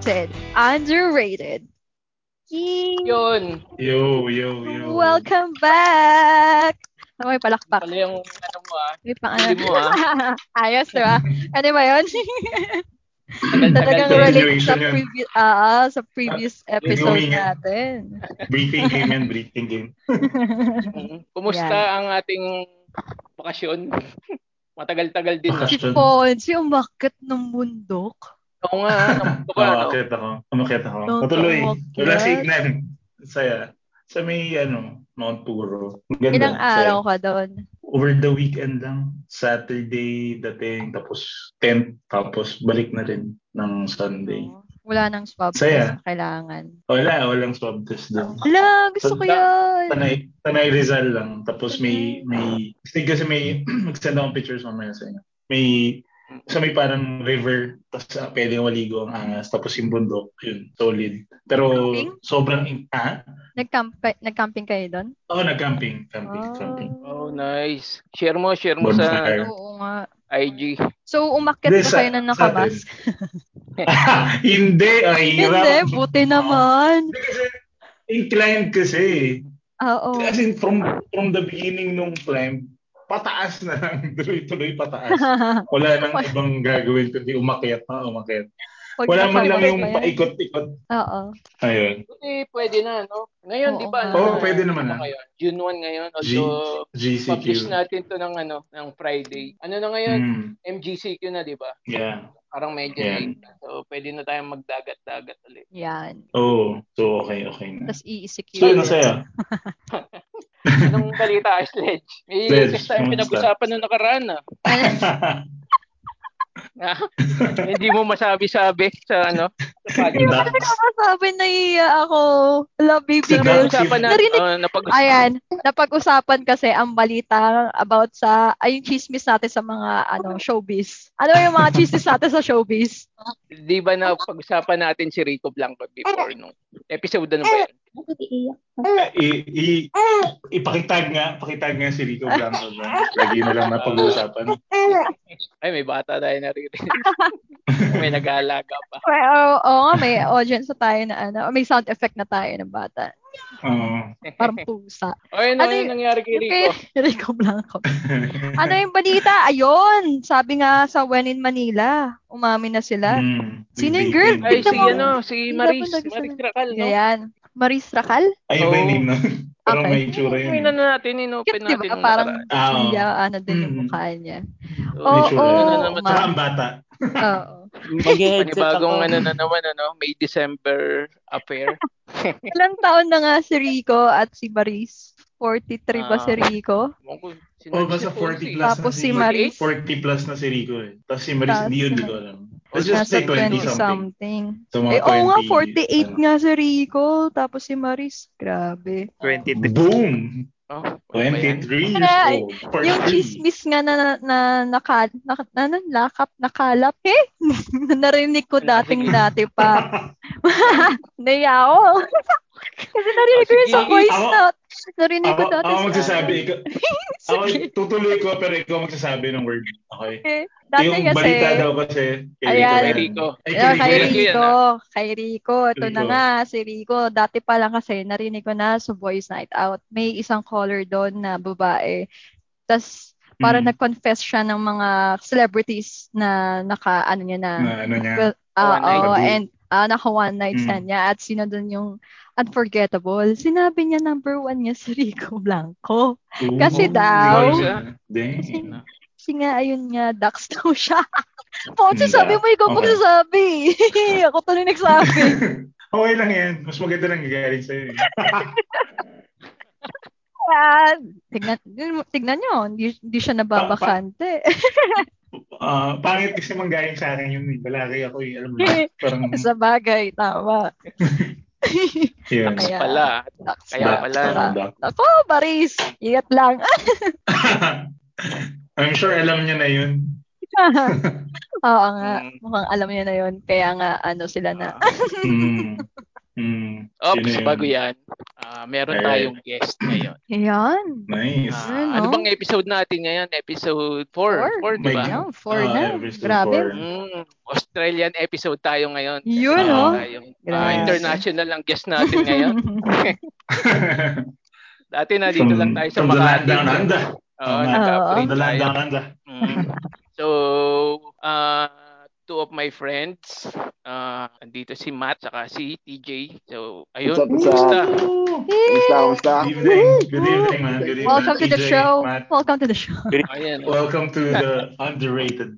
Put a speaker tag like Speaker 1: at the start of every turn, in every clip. Speaker 1: said, underrated. Yay!
Speaker 2: Yun.
Speaker 3: Yo, yo, yo.
Speaker 1: Welcome back! Ah, May palakpak.
Speaker 2: Pala yung ano mo ah.
Speaker 1: May pang
Speaker 2: Hindi mo,
Speaker 1: Ayos, di ba? Ano ba yun? Talagang relate
Speaker 3: Tagal-tagal.
Speaker 1: sa
Speaker 3: Continuation yun.
Speaker 1: previous, ah, sa previous episode
Speaker 3: Renewing it.
Speaker 1: natin.
Speaker 3: Breathing game yan, breathing game.
Speaker 2: Mm. Kumusta
Speaker 1: Yan.
Speaker 2: ang ating bakasyon? Matagal-tagal din. ah.
Speaker 1: Si
Speaker 3: Question.
Speaker 1: Ponzi, umakit ng bundok.
Speaker 2: Oo nga, ah. Ano ba, ano?
Speaker 3: Umakit ako. Umakit ako.
Speaker 1: Don't
Speaker 3: Patuloy.
Speaker 1: umakyat.
Speaker 3: Wala signal. Saya. Sa may, ano, Mount Puro. Ang Ganda.
Speaker 1: Ilang
Speaker 3: Saya.
Speaker 1: araw ka doon?
Speaker 3: Over the weekend lang. Saturday dating, tapos 10, tapos balik na rin ng Sunday.
Speaker 1: No? Wala nang swab
Speaker 3: Saya.
Speaker 1: test na kailangan.
Speaker 3: Wala, walang swab test doon.
Speaker 1: Ala, gusto ko
Speaker 3: Sanda.
Speaker 1: yun.
Speaker 3: Tanay, Tanay Rizal lang. Tapos may, may, kasi kasi may, magsend akong pictures mamaya sa inyo. May, sa may parang river, tapos uh, pwedeng maligo ang angas, tapos yung bundok, yun, solid. Pero
Speaker 1: Camping?
Speaker 3: sobrang, in- ha?
Speaker 1: Nag-camp, ka- nag-camping kayo doon?
Speaker 3: Oo, nag-camping, camping,
Speaker 1: Ah.
Speaker 3: camping.
Speaker 2: Oh, nice. Share mo, share mo sa
Speaker 3: Bonfire.
Speaker 1: Oo nga.
Speaker 2: IG.
Speaker 1: So, umakit
Speaker 3: Hindi,
Speaker 1: ba
Speaker 3: sa-
Speaker 1: kayo ng nakamask?
Speaker 3: Hindi, ay, hirap.
Speaker 1: Hindi, buti naman.
Speaker 3: Hindi kasi, inclined kasi.
Speaker 1: Oo.
Speaker 3: As in, from, from the beginning nung climb, pataas na lang, tuloy-tuloy pataas. Wala nang ibang gagawin kundi umakyat na umakyat.
Speaker 1: Pag
Speaker 3: Wala man lang
Speaker 1: nakamask
Speaker 3: yung
Speaker 1: ba yan?
Speaker 3: paikot-ikot.
Speaker 1: Oo.
Speaker 3: Ayun.
Speaker 2: Buti pwede na, no? Ngayon,
Speaker 1: Oo
Speaker 2: di ba?
Speaker 1: nga.
Speaker 2: ano,
Speaker 3: Oo, pwede naman,
Speaker 2: ano
Speaker 3: ah.
Speaker 2: ngayon? June 1 ngayon. Also, publish
Speaker 3: GCQ.
Speaker 2: natin to ng ano, ng Friday. Ano na ngayon?
Speaker 3: Mm,
Speaker 2: MGCQ na, di ba?
Speaker 3: yeah.
Speaker 2: Parang medyo
Speaker 3: Yan.
Speaker 2: late na. So, pwede na tayong magdagat-dagat ulit.
Speaker 1: Yan.
Speaker 3: Oh, so okay, okay na.
Speaker 1: Tapos i-secure.
Speaker 3: So, nasaya.
Speaker 2: Anong balita, Sledge? May
Speaker 3: Sledge,
Speaker 2: kasi tayong
Speaker 3: kamusta?
Speaker 2: pinag-usapan noong nakaraan, ah. Ah, Hindi mo masabi-sabi sa ano, sa
Speaker 3: Ang
Speaker 2: podcast.
Speaker 3: dami.
Speaker 1: Sabi na ako. Love baby
Speaker 3: Sa
Speaker 2: Ano
Speaker 1: girl.
Speaker 3: dami.
Speaker 2: usapan na,
Speaker 1: Narinig-
Speaker 2: oh, napag-usapan.
Speaker 1: Ayan, napag-usapan kasi ang balita about sa, ay yung chismis natin sa mga ano showbiz. Ano yung mga chismis natin sa showbiz?
Speaker 2: Di ba na pag-usapan natin si Rico Blanco before nung episode ano ba yan?
Speaker 3: I, i, ipakitag nga, pakitag nga si Rico Blanco na lagi na lang napag-uusapan.
Speaker 2: Ay, may bata tayo naririnig. may nag-aalaga pa.
Speaker 1: Well, oo oo nga, may audience na tayo na ano, may sound effect na tayo ng bata.
Speaker 3: Oo.
Speaker 1: Parang pusa.
Speaker 2: o yun,
Speaker 1: Ano
Speaker 2: ano yung
Speaker 1: yun?
Speaker 2: nangyari kay
Speaker 1: Okay,
Speaker 2: Rico?
Speaker 1: Rico Blanco. Ano yung balita? Ayun, sabi nga sa When in Manila, umamin na sila.
Speaker 3: Mm,
Speaker 1: Sino yung
Speaker 3: big
Speaker 1: girl?
Speaker 3: thing.
Speaker 2: Ay, si
Speaker 1: Tignan mo.
Speaker 2: ano, si
Speaker 1: Tignan
Speaker 2: Maris.
Speaker 1: mo, nag-isa
Speaker 2: Maris
Speaker 1: na.
Speaker 2: Racal,
Speaker 3: Mm.
Speaker 2: no?
Speaker 1: Ayan, Maris Racal?
Speaker 3: Ay, iba yung
Speaker 2: Oh.
Speaker 3: name na. Pero
Speaker 1: Okay.
Speaker 3: may itsura yun.
Speaker 2: Uwi na natin, inopen
Speaker 1: Cute,
Speaker 2: natin
Speaker 1: di ba?
Speaker 2: nung
Speaker 1: Parang
Speaker 2: nakaraan.
Speaker 3: Ah,
Speaker 1: hindi ano din yung
Speaker 3: Mm.
Speaker 1: mukha niya.
Speaker 2: So,
Speaker 1: Oo,
Speaker 3: Medyo,
Speaker 1: oo,
Speaker 3: ano
Speaker 2: naman,
Speaker 1: ma-
Speaker 3: Saka ang bata.
Speaker 1: oo.
Speaker 4: Mag-headset
Speaker 2: Panibagong
Speaker 4: ako.
Speaker 2: ano na naman, ano, May December affair.
Speaker 1: Ilang taon na nga si Rico at si Maris? 43 ba
Speaker 2: Ah.
Speaker 1: si Rico?
Speaker 2: Ewan ko, sino-
Speaker 3: Oh, basta
Speaker 2: sino-
Speaker 3: 40 plus
Speaker 1: Tapos
Speaker 3: na
Speaker 1: si Maris.
Speaker 3: 40 plus na si Rico eh. Tapos si Maris,
Speaker 1: Tapos
Speaker 3: hindi yun,
Speaker 1: si
Speaker 3: di ko alam. Let's just
Speaker 1: Nasa
Speaker 3: say 20 something. So, mga
Speaker 1: Eh, oo nga,
Speaker 3: 20,
Speaker 1: 48 nga si Rico. Tapos si Maris. Grabe.
Speaker 4: 23.
Speaker 3: ano. Boom!
Speaker 2: Oh, ano ba yan?
Speaker 3: 23 years
Speaker 1: Kaya,
Speaker 3: old. Part
Speaker 1: Yung
Speaker 3: three.
Speaker 1: chismis nga na, na, na, naka, na, na, na- lakap, nakalap. Eh, narinig ko dating dati pa. Naya ako. Kasi narinig ko yun sa
Speaker 2: Sige.
Speaker 1: voice
Speaker 3: Ah, Ako-
Speaker 1: note. Narinig
Speaker 3: Ako,
Speaker 1: ko dati.
Speaker 3: ako
Speaker 1: sa-
Speaker 3: magsasabi. Ikaw, ako,
Speaker 1: Sige.
Speaker 3: tutuloy ko, pero ikaw magsasabi ng word. Okay?
Speaker 1: Eh, Dati
Speaker 3: yung
Speaker 1: kasi.
Speaker 3: balita daw kasi kay Rico.
Speaker 1: Ayan.
Speaker 3: yan.
Speaker 2: Kay Rico.
Speaker 3: Ay,
Speaker 1: Kay
Speaker 2: Rico
Speaker 1: kay
Speaker 2: yan.
Speaker 1: Rico, kay Rico. Ito na
Speaker 3: Rico.
Speaker 1: nga, si Rico. Dati pa lang kasi, narinig ko na sa Boys Night Out. May isang caller doon na babae. Tapos, para
Speaker 3: Mm.
Speaker 1: nag-confess siya ng mga celebrities na naka, ano niya na,
Speaker 3: Na ano niya.
Speaker 1: well,
Speaker 2: One night
Speaker 1: oo,
Speaker 3: stand.
Speaker 1: and ah, naka one night
Speaker 3: Mm.
Speaker 1: stand niya. At sino doon yung unforgettable? Sinabi niya number one niya si Rico Blanco. kasi
Speaker 3: Ooh,
Speaker 1: daw-
Speaker 3: hindi ko alam. ah. Dang.
Speaker 1: Kasi,
Speaker 2: ah.
Speaker 1: kasi nga, ayun nga, Dax daw siya. Ponce,
Speaker 3: Mm,
Speaker 1: sabi mo, ikaw
Speaker 3: okay.
Speaker 1: magsasabi. Ako to na nagsabi.
Speaker 3: okay lang yan. Mas maganda lang gagaling sa'yo. eh.
Speaker 1: Yan. Tignan, yun- tignan nyo, hindi, hindi siya nababakante.
Speaker 3: Ah, pangit kasi manggaling sa akin yun. eh. Balaki ako eh. Alam mo yun. Parang,
Speaker 1: Sa bagay, tama.
Speaker 3: yun.
Speaker 1: Okay. Kaya-
Speaker 2: Pala. Kaya
Speaker 3: Back,
Speaker 2: pala. ah.
Speaker 3: parang back.
Speaker 1: Ako, Baris, ingat lang.
Speaker 3: I'm sure alam niya na yun.
Speaker 1: Oo nga,
Speaker 2: Mm.
Speaker 1: mukhang alam niya na yun. Kaya nga, ano sila na.
Speaker 2: Ah.
Speaker 3: Mm. Mm.
Speaker 2: Oops,
Speaker 3: Sino yun?
Speaker 2: bago yan. Ah, Ah, meron
Speaker 3: Alright.
Speaker 2: tayong guest ngayon.
Speaker 1: Yan.
Speaker 3: Nice.
Speaker 2: Ah,
Speaker 1: Ano?
Speaker 2: Ano bang episode natin ngayon? Episode 4. 4, di
Speaker 3: May-
Speaker 2: ba?
Speaker 1: Yan, four
Speaker 3: Ah,
Speaker 1: na.
Speaker 3: episode
Speaker 1: Grabe.
Speaker 3: four.
Speaker 2: Mm, Australian episode tayo ngayon.
Speaker 1: Yun,
Speaker 2: Kasi
Speaker 3: oh.
Speaker 2: tayong, ah,
Speaker 1: Grabe.
Speaker 2: international ang guest natin ngayon. Dati na dito lang tayo sa
Speaker 3: from the land
Speaker 2: Makati.
Speaker 3: down under.
Speaker 2: Oo,
Speaker 3: Tama.
Speaker 2: nag-upgrade
Speaker 3: From the land
Speaker 2: tayo.
Speaker 3: down under.
Speaker 2: Mm. So, uh, two of my friends, uh, andito si Matt saka si TJ. So, ayun,
Speaker 4: What's up, what's
Speaker 2: kumusta?
Speaker 4: Kumusta, kumusta?
Speaker 3: Good evening. Good evening, man. Good evening.
Speaker 1: Welcome to the
Speaker 3: TJ,
Speaker 1: show.
Speaker 3: Matt.
Speaker 1: Welcome to the show.
Speaker 2: Ayan.
Speaker 3: Welcome to the underrated.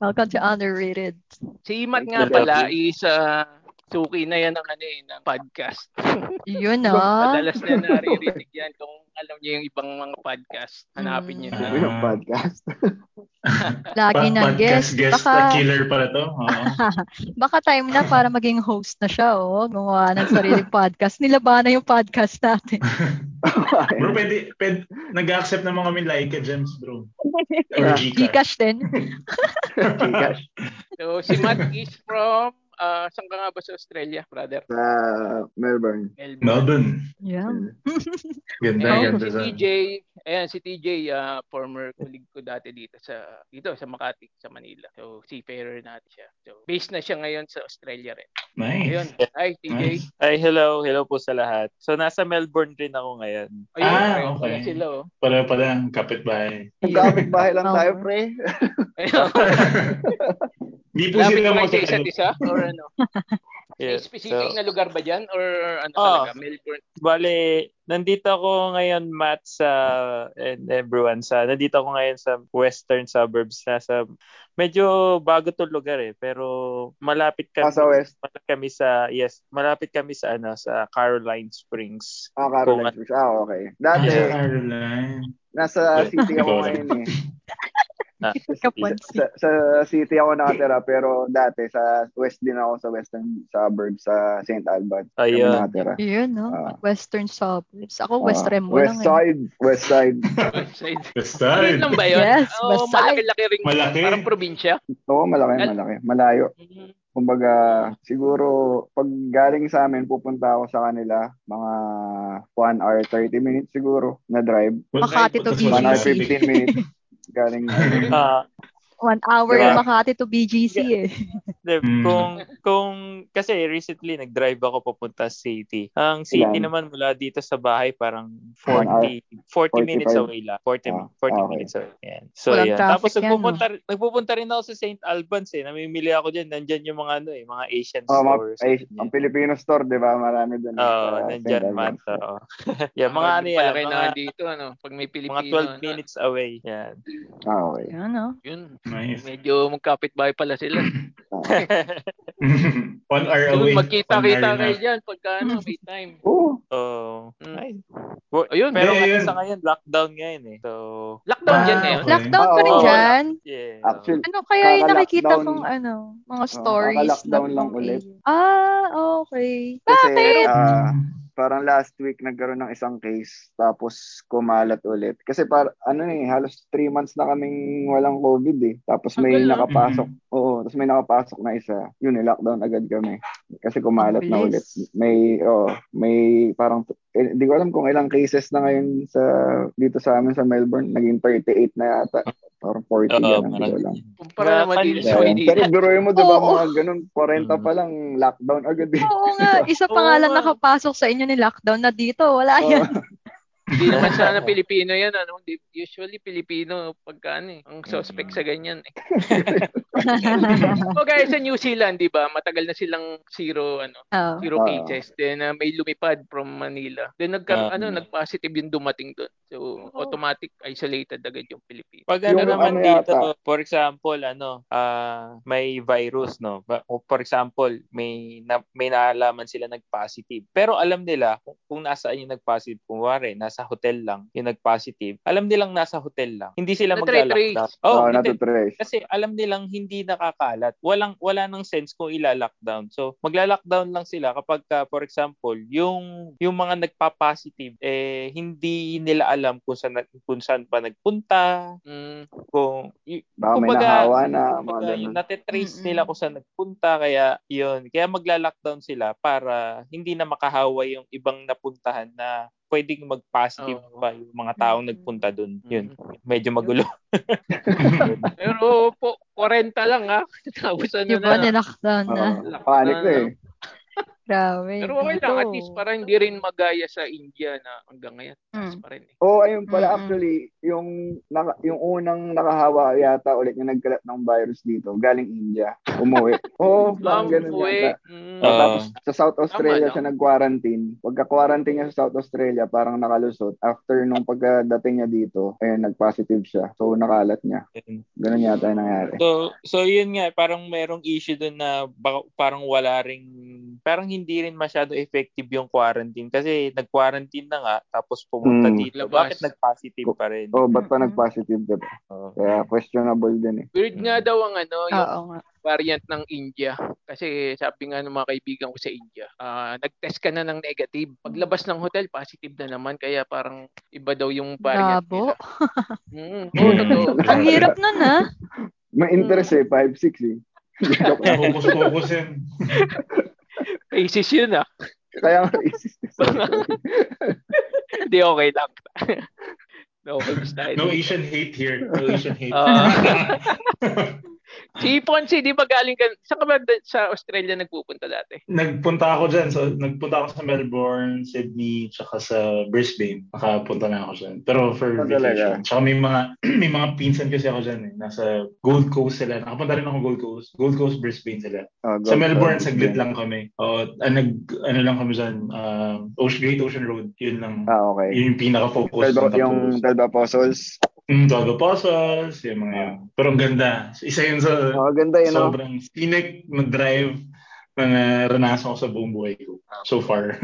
Speaker 1: Welcome to Underrated.
Speaker 2: Si Matt nga
Speaker 4: Thank you.
Speaker 2: pala is uh, suki na yan ng, ano, eh, ng podcast.
Speaker 1: Yun ah. na.
Speaker 2: Madalas na naririnig yan kung alam niyo yung ibang mga podcast. Hanapin niyo na.
Speaker 4: Sabi ng podcast.
Speaker 1: Lagi ng guest.
Speaker 3: Podcast guest.
Speaker 1: Baka-
Speaker 3: the killer pala to. Oo.
Speaker 1: Baka time na para maging host na siya, oh. Gumawa ng sariling podcast. Nilabanan yung podcast natin.
Speaker 3: Bro, pwede, pwede, nag-accept naman kami like a gems, bro. Or
Speaker 4: Yeah.
Speaker 3: Gcash.
Speaker 1: Gcash din.
Speaker 4: Gcash.
Speaker 2: So, si Matt is from, uh, saan ka nga ba sa Australia, brother?
Speaker 4: Sa Uh, Melbourne.
Speaker 2: Melbourne.
Speaker 3: Melbourne.
Speaker 1: Yeah. Ayun,
Speaker 3: Ganda,
Speaker 2: Ayan,
Speaker 3: ganda.
Speaker 2: si
Speaker 3: sa-
Speaker 2: TJ, ayan si TJ, ah, former colleague ko dati dito sa dito sa Makati, sa Manila. So seafarer natin siya. So based na siya ngayon sa Australia rin. Ayun.
Speaker 3: Nice.
Speaker 2: Hi TJ.
Speaker 3: Nice.
Speaker 5: Ay, hello. Hello po sa lahat. So, nasa Melbourne rin ako ngayon.
Speaker 2: Ayun,
Speaker 3: Ah,
Speaker 2: ayun,
Speaker 3: okay.
Speaker 2: ayun sila oh.
Speaker 3: Pala pala, kapitbahay.
Speaker 4: Magkapit bahay lang tayo,
Speaker 1: Melbourne.
Speaker 4: pre.
Speaker 2: Ayun.
Speaker 3: Hindi po
Speaker 2: Lapit
Speaker 3: sila
Speaker 2: ba kayo sa
Speaker 3: magkakano.
Speaker 2: isa't isa or ano?
Speaker 5: Yeah.
Speaker 2: May specific
Speaker 5: So,
Speaker 2: na lugar ba diyan or ano
Speaker 5: Ah.
Speaker 2: talaga Melbourne?
Speaker 5: bale, nandito ako ngayon, Matt, sa, and everyone, sa, nandito ako ngayon sa western suburbs. Nasa, medyo bago to lugar eh, pero malapit kami.
Speaker 4: Nasa Ah, west.
Speaker 5: Malapit kami sa, yes, malapit kami sa, ano, sa Caroline Springs.
Speaker 4: Ah, Caroline Springs. Ah, okay. Dati,
Speaker 3: Nasa Caroline.
Speaker 4: nasa city ako
Speaker 3: Ikaw
Speaker 4: ngayon eh.
Speaker 1: Kapag
Speaker 4: Sa, sa city ako nakatira, pero dati sa west din ako sa western suburb sa St. Albert. kami
Speaker 5: Ayun.
Speaker 4: nakatira.
Speaker 1: Yun, no?
Speaker 4: Ah.
Speaker 1: Western suburbs. Ako, West
Speaker 4: Ah,
Speaker 1: Remo lang.
Speaker 4: West
Speaker 1: eh.
Speaker 4: side. West side.
Speaker 2: West side. Ayun
Speaker 3: West side.
Speaker 2: lang ba yun?
Speaker 1: Yes,
Speaker 2: oh,
Speaker 1: West side.
Speaker 2: malaki-laki rin.
Speaker 3: Malaki.
Speaker 2: Parang probinsya.
Speaker 4: Oo, malaki,
Speaker 2: Al-
Speaker 4: malaki. Malayo.
Speaker 2: Mhm.
Speaker 4: Kumbaga, siguro, pag galing sa amin, pupunta ako sa kanila, mga 1 hour 30 minutes siguro na drive.
Speaker 1: Makati to
Speaker 4: 1 hour
Speaker 1: BGC.
Speaker 4: 15 minutes. Galing.
Speaker 5: Ah,
Speaker 1: One hour
Speaker 4: Diba?
Speaker 1: yung Makati to BGC eh.
Speaker 5: Hindi,
Speaker 4: Hmm.
Speaker 3: Mm.
Speaker 5: Kung, kung, kasi recently nag-drive ako papunta sa city. Ang city
Speaker 4: Ilan?
Speaker 5: naman mula dito sa bahay parang
Speaker 4: One hour?
Speaker 5: 40, 40 minutes
Speaker 4: 45?
Speaker 5: away lang. 40,
Speaker 4: Ah, ah,
Speaker 5: 40
Speaker 4: okay.
Speaker 5: minutes away. Yan. So,
Speaker 1: Walang
Speaker 5: yan.
Speaker 1: traffic
Speaker 5: Tapos
Speaker 1: yan,
Speaker 5: nagpupunta, nagpupunta rin ako sa St. Albans eh. Namimili ako dyan. Nandyan yung mga ano eh, mga Asian
Speaker 4: Oh, mga,
Speaker 5: stores.
Speaker 4: ay,
Speaker 5: ganyan.
Speaker 4: ang Filipino store, di ba? Marami doon.
Speaker 5: Oo, nandyan man. Oo. yeah, mga ano yan,
Speaker 2: Malaki
Speaker 5: mga,
Speaker 2: na dito ano, pag may Pilipino.
Speaker 5: mga 12 minutes away. Yan.
Speaker 4: Ah, okay.
Speaker 1: Yan, no?
Speaker 2: Yun.
Speaker 3: Nice.
Speaker 2: Medyo magkapit-bahay pala sila.
Speaker 4: Ah.
Speaker 3: One hour away.
Speaker 2: Yun, magkita-kita
Speaker 3: One hour
Speaker 2: kayo
Speaker 3: na.
Speaker 2: dyan pagka ano, may time.
Speaker 4: Oo.
Speaker 5: Oo.
Speaker 1: Hmm.
Speaker 2: Mm.
Speaker 5: Ay. Wo-
Speaker 2: Ayun.
Speaker 5: Pero
Speaker 3: Ayun,
Speaker 5: ngayon
Speaker 3: ayun.
Speaker 5: sa ngayon, lockdown ngayon eh. So,
Speaker 2: Lockdown
Speaker 3: Ah,
Speaker 2: dyan ngayon.
Speaker 3: okay.
Speaker 1: Lockdown pa rin
Speaker 4: Oo.
Speaker 1: dyan.
Speaker 5: yeah.
Speaker 4: Actually,
Speaker 1: Ano kaya yung nakikita
Speaker 4: Kaka-lockdown.
Speaker 1: kong ano, mga stories?
Speaker 4: kaka-lockdown
Speaker 1: ng
Speaker 4: lang
Speaker 1: mga
Speaker 4: ulit.
Speaker 1: AU? Ah, okay.
Speaker 4: kasi,
Speaker 1: Bakit?
Speaker 4: ah,
Speaker 3: Mm-hmm.
Speaker 4: parang last week nagkaroon ng isang case tapos kumalat ulit. Kasi par ano eh, halos 3 months na kaming walang COVID eh. Tapos may
Speaker 2: Tagal, ah.
Speaker 4: nakapasok. Oo, tapos may nakapasok na isa. Yun, lockdown agad kami. Kasi kumalat na ulit.
Speaker 1: Bilis.
Speaker 4: May oh, may parang eh, hindi ko alam kung ilang cases na ngayon sa dito sa amin sa Melbourne, naging 38 na yata. Parang 40 ganun,
Speaker 5: Oo,
Speaker 4: hindi ko
Speaker 5: marami.
Speaker 4: alam.
Speaker 2: Kumpara naman
Speaker 5: Lockdown
Speaker 2: dito
Speaker 5: dyan.
Speaker 2: sa Manila.
Speaker 4: Pero biruin mo, di ba,
Speaker 1: Oo.
Speaker 4: mga ganun, 40 pa
Speaker 5: Mm.
Speaker 4: lang, lockdown agad eh.
Speaker 1: Oo nga, isa pa nga
Speaker 5: Oo
Speaker 1: lang
Speaker 5: nga.
Speaker 1: nakapasok sa inyo ni lockdown na dito. Wala
Speaker 4: Oo.
Speaker 1: yan.
Speaker 2: Hindi naman sana Pilipino yan. Ano? Di- Usually Pilipino pagka ano eh. Ang suspect
Speaker 5: Mm.
Speaker 2: sa ganyan eh. O guys, sa New Zealand, di ba? Matagal na silang zero ano,
Speaker 1: oh.
Speaker 2: zero
Speaker 4: Ah.
Speaker 2: cases. Then ah, may lumipad from Manila. Then nagka,
Speaker 5: Ah.
Speaker 2: ano, nag-positive yung dumating doon. So automatic isolated agad yung Pilipino.
Speaker 5: Pag ano
Speaker 4: Yung
Speaker 5: naman
Speaker 4: ano
Speaker 5: dito,
Speaker 4: yata.
Speaker 5: for example, ano, ah may virus, no? Ba- o For example, may na, may naalaman sila nag-positive. Pero alam nila kung, kung nasaan yung nag-positive. Kung wari, nasa hotel lang yung nag-positive. Alam nilang nasa hotel lang. Hindi sila
Speaker 2: Na-trace.
Speaker 5: magla-lockdown.
Speaker 4: Oh,
Speaker 5: Oh, hindi.
Speaker 4: natitrace.
Speaker 5: kasi alam nilang hin, hindi nakakalat. Walang wala nang sense kung ila-lockdown. So magla-lockdown lang sila kapag ka, for example, yung yung mga nagpa-positive eh hindi nila alam kung saan nag- kung saan pa nagpunta,
Speaker 2: Mm.
Speaker 5: kung y-
Speaker 4: Baka Ah, may
Speaker 5: Kumbaga,
Speaker 4: nahawa na, mga
Speaker 5: Kumbaga,
Speaker 4: ganun.
Speaker 5: yung natitrace
Speaker 1: Mm-mm.
Speaker 5: nila kung saan nagpunta, kaya yun. Kaya magla-lockdown sila para hindi na makahawa yung ibang napuntahan na pwedeng mag-positive
Speaker 2: Oo.
Speaker 5: pa yung mga taong
Speaker 1: Mm-mm.
Speaker 5: nagpunta dun.
Speaker 2: Mm.
Speaker 5: Yun, medyo magulo.
Speaker 2: Pero po, 40 lang ha. Tapos ano
Speaker 1: Diba,
Speaker 2: na.
Speaker 1: nilockdown na.
Speaker 4: Oo, panic ko eh.
Speaker 1: Grabe.
Speaker 2: Pero okay lang, at least para hindi rin magaya sa India na hanggang ngayon. Taas
Speaker 1: Mm.
Speaker 2: pa rin eh.
Speaker 4: Oo, oh, ayun pala.
Speaker 1: Mm-mm.
Speaker 4: Actually, yung, naka, yung unang nakahawa yata ulit na nagkalat ng virus dito, galing India, umuwi. Oo, oh, parang
Speaker 2: Ma'am,
Speaker 4: ganun
Speaker 2: uwi.
Speaker 4: yata.
Speaker 2: Mm.
Speaker 4: Oh,
Speaker 5: Oo.
Speaker 4: tapos
Speaker 3: Ah.
Speaker 4: sa South Australia
Speaker 2: no?
Speaker 4: siya nag-quarantine. Pagka-quarantine niya sa South Australia, parang nakalusot. After nung pagkadating niya dito, ayun, nag-positive siya. So, nakalat niya.
Speaker 5: Yun.
Speaker 4: Ganun yata yung nangyari.
Speaker 5: So, so yun nga, parang merong issue dun na baka- parang wala ring, parang hindi rin masyado effective yung quarantine. Kasi nag-quarantine na nga, tapos pumunta
Speaker 4: Mm.
Speaker 5: dito.
Speaker 2: Labas.
Speaker 5: Bakit nag-positive pa rin?
Speaker 4: Oo, oh, ba't pa
Speaker 1: Mm-mm.
Speaker 4: nag-positive, diba?
Speaker 5: Oo.
Speaker 4: Kaya questionable din eh.
Speaker 2: Weird nga daw ang ano, yung
Speaker 1: Oo nga.
Speaker 2: variant ng India. Kasi sabi nga ng mga kaibigan ko sa India, ah, nag-test ka na ng negative. Paglabas ng hotel, positive na naman. Kaya parang iba daw yung variant
Speaker 1: Labo.
Speaker 2: nila. Mm, oo, totoo.
Speaker 1: Ang hirap nun ah. ha.
Speaker 4: May interest eh, 5-6 eh. Joke lang.
Speaker 3: Focus-focus yan.
Speaker 2: Basis yun ah.
Speaker 4: Kaya nga racist.
Speaker 2: Hindi, okay lang. no, kamis tayo.
Speaker 3: No Asian hate here. No Asian hate.
Speaker 2: Ah. si Ponce, di ba galing ka, saan ka ba da- sa Australia nagpupunta dati?
Speaker 3: nagpunta ako dyan. So, nagpunta ako sa Melbourne, Sydney, tsaka sa Brisbane. Nakapunta na ako dyan. Pero for
Speaker 4: Ah,
Speaker 3: vacation.
Speaker 4: talaga?
Speaker 3: Tsaka may mga, may mga pinsan kasi ako dyan eh. Nasa Gold Coast sila. Nakapunta rin ako Gold Coast. Gold Coast, Brisbane sila.
Speaker 4: Oh,
Speaker 3: Sa Melbourne,
Speaker 4: sa
Speaker 3: saglit lang kami. O, ah, nag, ano lang kami dyan. ah, Ocean, Great Ocean Road. Yun lang.
Speaker 4: Ah, okay.
Speaker 3: Yun yung pinaka-focus.
Speaker 4: Dalba,
Speaker 3: Tapos-
Speaker 4: yung Dalba Apostles.
Speaker 3: Mm, Dog Apostles, yung mga
Speaker 4: Ah.
Speaker 3: yun. Pero ang ganda. Isa yun sa
Speaker 4: Oh, ganda yun, no?
Speaker 3: sobrang scenic na drive na naranasan ko sa buong buhay ko. So far.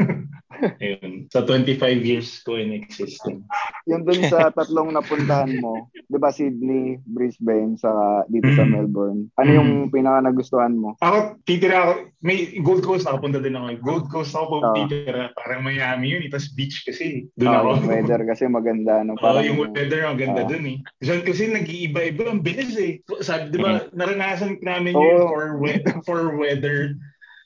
Speaker 3: Ayun. Sa 25 years ko in existence.
Speaker 4: Yung dun sa tatlong napuntahan mo, di ba Sydney, Brisbane, sa dito sa
Speaker 3: Mm.
Speaker 4: Melbourne. Ano yung pinaka nagustuhan mo?
Speaker 3: Ako, titira ako. May Gold Coast nakapunta din ako. Gold Coast ako
Speaker 4: Ah.
Speaker 3: titira. Parang Miami yun. Itas beach kasi. Doon
Speaker 4: Ah,
Speaker 3: ako.
Speaker 4: yung weather kasi maganda, no?
Speaker 3: Oo,
Speaker 4: Parang,
Speaker 3: yung weather ang ganda
Speaker 4: Ah.
Speaker 3: dun eh. Diyan kasi nag-iiba-iba ang bilis eh. Sabi, di ba, naranasan namin
Speaker 4: Mm-hmm. Oo.
Speaker 3: yun for, we- for weather.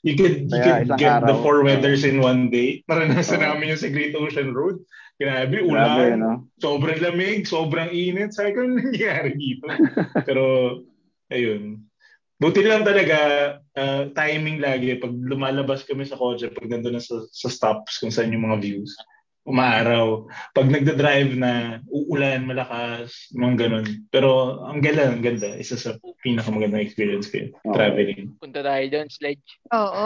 Speaker 3: You could, you
Speaker 4: Kaya
Speaker 3: could
Speaker 4: isang
Speaker 3: get the
Speaker 4: araw. Mm-hmm.
Speaker 3: four weathers in one day. Naranasan
Speaker 4: Oo.
Speaker 3: namin yun sa Great Ocean Road. Grabe,
Speaker 4: grabe,
Speaker 3: ulan,
Speaker 4: no?
Speaker 3: sobrang lamig, sobrang init. Sabi ko, "Anong nangyari dito? Pero, ayun. Buti lang talaga, ah, timing lagi. Pag lumalabas kami sa kotse, pag nandun na sa, sa stops kung saan yung mga views, umaaraw. Pag nagda-drive na, uulan, malakas, mga ganun. Pero ang ganda, ang ganda. Isa sa pinakamagandang experience ko yun,
Speaker 4: Oo.
Speaker 3: traveling.
Speaker 2: Punta tayo doon, sledge.
Speaker 1: Oo.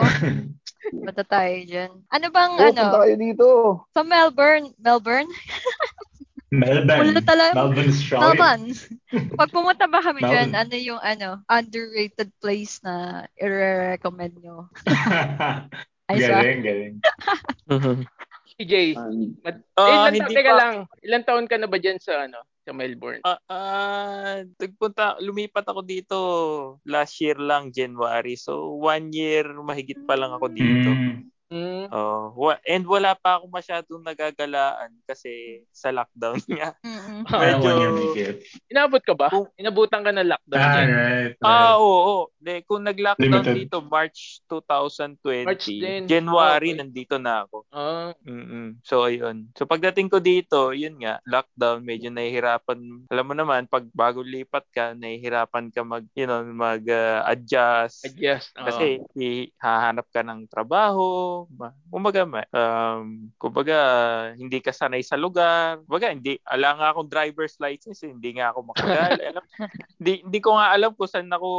Speaker 1: Bata tayo dyan. Ano bang
Speaker 4: Oo,
Speaker 1: ano?
Speaker 4: punta kayo dito.
Speaker 1: Sa Melbourne. Melbourne?
Speaker 3: Melbourne.
Speaker 1: Wala talaga-
Speaker 3: Melbourne, Australia.
Speaker 1: Melbourne. Pag pumunta ba kami dyan,
Speaker 3: Melbourne.
Speaker 1: ano yung ano, underrated place na i-recommend nyo? Ay, sa
Speaker 3: galing, galing.
Speaker 2: Si Jay,
Speaker 4: Um,
Speaker 5: Ah,
Speaker 2: ilan,
Speaker 5: hindi
Speaker 2: taon, teka
Speaker 5: pa-
Speaker 2: Mm-hmm. lang, ilan taon ka na ba dyan sa, ano, sa Melbourne?
Speaker 5: Ah, ah, nagpunta, lumipat ako dito last year lang, January. So, one year mahigit pa lang ako dito.
Speaker 3: Mm.
Speaker 2: Mm.
Speaker 5: Oh, wa- and wala pa ako masyadong nagagalaan kasi sa lockdown nga.
Speaker 1: Mm-mm.
Speaker 3: Parang
Speaker 5: Medyo-
Speaker 2: Ah,
Speaker 3: one year make it.
Speaker 2: Inabot ka ba?
Speaker 5: Kung-
Speaker 2: Inabutan ka ng lockdown
Speaker 3: Ah,
Speaker 2: dyan.
Speaker 3: right. right.
Speaker 5: Ah, oo. oo. De, kung nag-lockdown
Speaker 3: Limited.
Speaker 5: dito March 2020,
Speaker 2: March Oh, din.
Speaker 5: January
Speaker 2: Okay.
Speaker 5: nandito na ako.
Speaker 2: Ah,
Speaker 5: mm So, ayun. So, pagdating ko dito, yun nga, lockdown, medyo nahihirapan. Alam mo naman, pag bago lipat ka, nahihirapan ka mag, ah, you know, mag-adjust.
Speaker 2: adjust. Oo.
Speaker 5: Kasi i- hahanap ka ng trabaho, ma- kumbaga, ma- um, kumbaga hindi ka sanay sa lugar. Kumbaga, hindi, ala nga akong driver's license, eh, hindi nga ako makagal. alam, hindi, hindi ko nga alam kung saan ako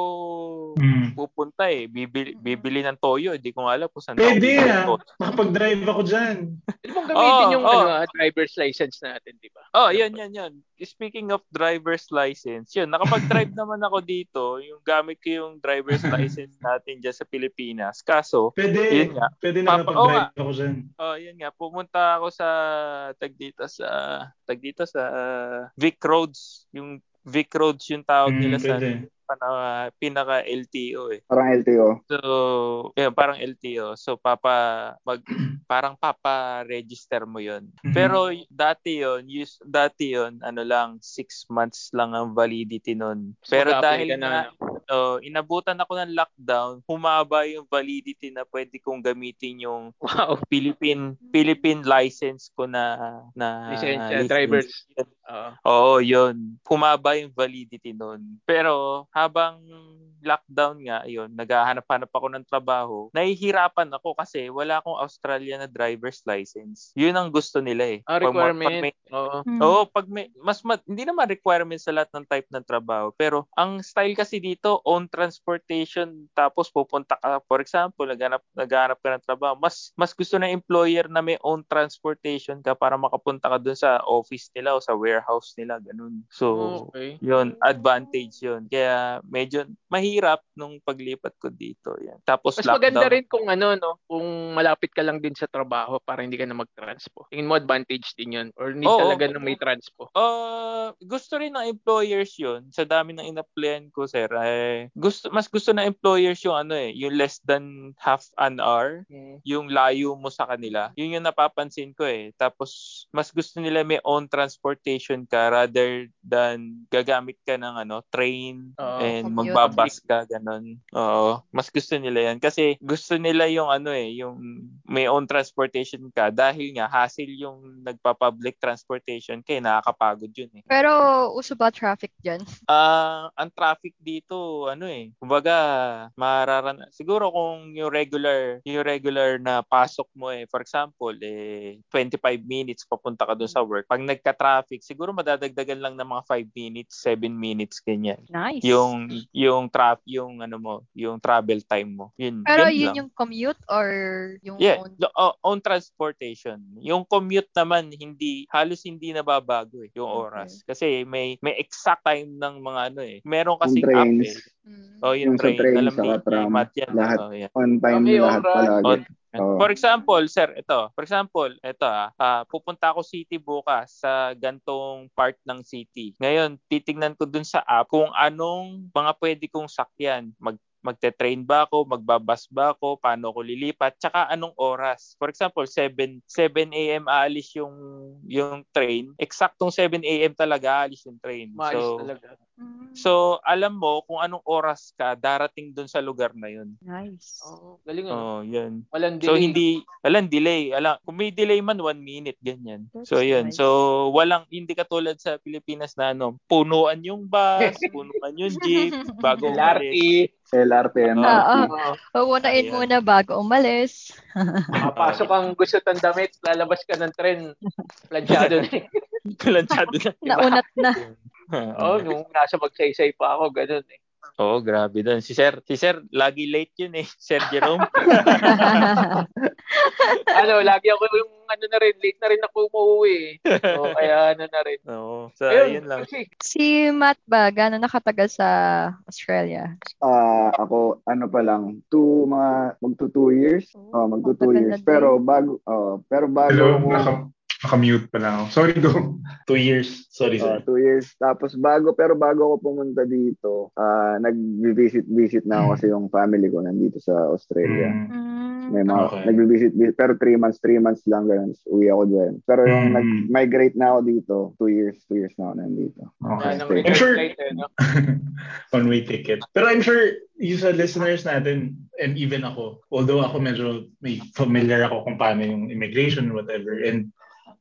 Speaker 3: Mm.
Speaker 5: pupunta eh. Bibili, bibili ng toyo, hindi ko nga alam kung saan ako
Speaker 3: Pwede
Speaker 5: bibili ng
Speaker 3: ah.
Speaker 5: toyo.
Speaker 3: Makapag-drive ako dyan.
Speaker 2: Pwede mong gamitin
Speaker 5: Oo,
Speaker 2: yung
Speaker 5: oo.
Speaker 2: ano, ah, driver's license natin, di ba?
Speaker 5: Oh, yun, yun, yun. Speaking of driver's license, yun, nakapag-drive naman ako dito. Yung gamit ko yung driver's license natin dyan sa Pilipinas. Kaso,
Speaker 3: Pwede.
Speaker 5: yun nga.
Speaker 3: Pwede na
Speaker 5: Papa-
Speaker 3: nakapag-drive ako dyan.
Speaker 5: Oh, yun nga. Pumunta ako sa tag dito sa tag dito sa Vic Roads, yung Vic Roads yung tawag
Speaker 3: Mm,
Speaker 5: nila sa
Speaker 3: pwede.
Speaker 5: pana- pinaka-LTO eh.
Speaker 4: Parang LTO.
Speaker 5: So, yun, parang LTO. So, papa, mag, parang papa-register mo yun.
Speaker 3: Mhm.
Speaker 5: Pero dati yun, use, dati yun, ano lang, six months lang ang validity nun.
Speaker 2: So,
Speaker 5: Pero
Speaker 2: mag-a-apply
Speaker 5: dahil
Speaker 2: ka na,
Speaker 5: na, oh, inabutan ako ng lockdown, humaba yung validity na pwede kong gamitin yung
Speaker 2: Wow.
Speaker 5: Philippine Philippine license ko na na
Speaker 2: Lisensya,
Speaker 5: Ah, license.
Speaker 2: drivers. Oh, Oo.
Speaker 5: Oo, yun. Humaba yung validity nun. Pero habang lockdown nga, yun, naghahanap-hanap ako ng trabaho, nahihirapan ako kasi wala akong Australia na driver's license. Yun ang gusto nila eh.
Speaker 2: Ah,
Speaker 5: Pag ma- pag
Speaker 2: requirement.
Speaker 5: may-
Speaker 2: Oo.
Speaker 1: Mm.
Speaker 5: Oo, pag may, mas, ma- hindi naman requirement sa lahat ng type ng trabaho. Pero ang style kasi dito, own transportation, tapos pupunta ka, for example, naghanap, naghanap ka ng trabaho. Mas, mas gusto ng employer na may own transportation ka para makapunta ka dun sa office nila o sa warehouse nila, ganun. So,
Speaker 2: Okay.
Speaker 5: yun, advantage yun. Kaya medyo mahirap nung paglipat ko dito. Yan. Tapos
Speaker 2: Mas
Speaker 5: lockdown.
Speaker 2: maganda rin kung ano, no? Kung malapit ka lang din sa trabaho para hindi ka na mag-transpo. Tingin mo advantage din yun. Or need
Speaker 5: Oo.
Speaker 2: talaga na may transpo.
Speaker 5: Uh, gusto rin ng employers yun. Sa dami ng in-applyan ko, sir. Eh, gusto, mas gusto ng employers yung ano eh, yung less than half an hour
Speaker 2: Hmm.
Speaker 5: yung layo mo sa kanila. Yun yung napapansin ko eh. Tapos, mas gusto nila may own transportation ka rather than gagamit ka ng ano, train
Speaker 2: Oo.
Speaker 5: and
Speaker 1: Commute.
Speaker 5: magbabas ka, ganun. Oo. Mas gusto nila yan. Kasi gusto nila yung ano eh, yung may own transportation ka dahil nga hassle yung nagpa-public transportation kaya nakakapagod yun eh.
Speaker 1: Pero uso ba traffic dyan?
Speaker 5: Ah, ang traffic dito, ano eh, kumbaga mararan siguro kung yung regular, yung regular na pasok mo eh, for example, eh 25 minutes papunta ka dun sa work. Pag nagka-traffic, siguro madadagdagan lang ng mga 5 minutes, 7 minutes ganyan.
Speaker 1: Nice.
Speaker 5: Yung yung trap, yung ano mo, yung travel time mo. Yun.
Speaker 1: Pero
Speaker 5: yun
Speaker 1: yun
Speaker 5: lang.
Speaker 1: yung commute or yung
Speaker 5: Yeah,
Speaker 1: own?
Speaker 5: the- o- own transportation. Yung commute naman hindi halos hindi nababago eh, yung
Speaker 1: Okay.
Speaker 5: oras. Kasi may may exact time ng mga ano eh. Meron kasi
Speaker 4: Yung
Speaker 5: app
Speaker 4: trains.
Speaker 5: eh.
Speaker 1: Hmm.
Speaker 5: Oh,
Speaker 4: Yung
Speaker 5: yung,
Speaker 4: sa
Speaker 5: train.
Speaker 4: train,
Speaker 5: Alam
Speaker 4: saka
Speaker 5: ni
Speaker 4: tram,
Speaker 5: Matt yan.
Speaker 4: lahat.
Speaker 5: Oh, yeah.
Speaker 4: On time
Speaker 2: Kami,
Speaker 4: lahat
Speaker 2: oras.
Speaker 4: palagi.
Speaker 5: On-
Speaker 4: Oo.
Speaker 5: For example, sir, ito. For example, ito ah. ah, pupunta ako city bukas sa gantong part ng city. Ngayon, titignan ko dun sa app kung anong mga pwede kong sakyan. Mag magte-train ba ako, magbabas ba ako, paano ako lilipat, tsaka anong oras. For example, 7 7 AM aalis yung yung train. Eksaktong 7 AM talaga aalis yung train.
Speaker 2: Maalis
Speaker 5: so,
Speaker 2: talaga.
Speaker 1: Mm.
Speaker 5: So, alam mo kung anong oras ka darating dun sa lugar na yun.
Speaker 1: Hmm. nice.
Speaker 2: Oo. Galing, ano?
Speaker 5: Oh, yun.
Speaker 2: Walang delay.
Speaker 5: So, hindi, walang delay. Alam, kung may delay man, one minute, ganyan.
Speaker 1: That's
Speaker 5: so, yun.
Speaker 1: nice.
Speaker 5: So, walang, hindi katulad sa Pilipinas na, ano, punuan yung bus, punuan yung jeep, bago
Speaker 2: LRT.
Speaker 5: umalis.
Speaker 4: LRT, MRT.
Speaker 1: Oo.
Speaker 2: Oo.
Speaker 1: Uunain
Speaker 5: Ayan.
Speaker 1: Oh, muna bago umalis.
Speaker 2: Makapasok ang gusto ng damit, lalabas ka ng tren, plansyado na eh.
Speaker 5: Kalansyado na.
Speaker 1: Naunat na.
Speaker 2: Oo,
Speaker 5: Mm.
Speaker 2: nung nasa magsaysay pa ako, ganun eh.
Speaker 5: Oo, grabe dun. Si Sir, si Sir, lagi late yun eh. Sir Jerome.
Speaker 2: Ano, lagi ako yung ano na rin, late na rin ako umuwi eh. So, kaya ano na rin.
Speaker 5: Oo. So,
Speaker 2: Ayun,
Speaker 5: yun lang.
Speaker 2: kasi,
Speaker 1: si Matt ba, gano'n nakatagal sa Australia?
Speaker 4: Ah, ako, ano pa lang, two, mga, magto two years.
Speaker 1: Oh,
Speaker 4: Oh, magto two
Speaker 1: matagal na
Speaker 4: years.
Speaker 1: din.
Speaker 4: Pero bago, oh, pero bago
Speaker 3: Hello,
Speaker 4: mo,
Speaker 3: naka, naka-mute pala ako. Sorry, go. Two years. Sorry, sir.
Speaker 4: oh, two years. Tapos bago, pero bago ako pumunta dito, ah, nag-visit-visit na ako kasi yung family ko nandito sa Australia.
Speaker 3: Mm.
Speaker 1: Mm.
Speaker 4: May mga,
Speaker 3: Okay.
Speaker 4: nagbi-visit, pero 3 months, 3 months lang ganun. So, Uwi ako dyan. Pero
Speaker 3: Mm.
Speaker 4: yung nag-migrate na ako dito, 2 years, 2 years na ako nandito.
Speaker 3: Okay.
Speaker 2: ah, nang
Speaker 4: I'm
Speaker 2: return
Speaker 3: sure-
Speaker 2: flight eh, no?
Speaker 3: One-way ticket. Pero I'm sure yung sa listeners natin, and even ako, although ako medyo may familiar ako kung paano yung immigration, whatever, and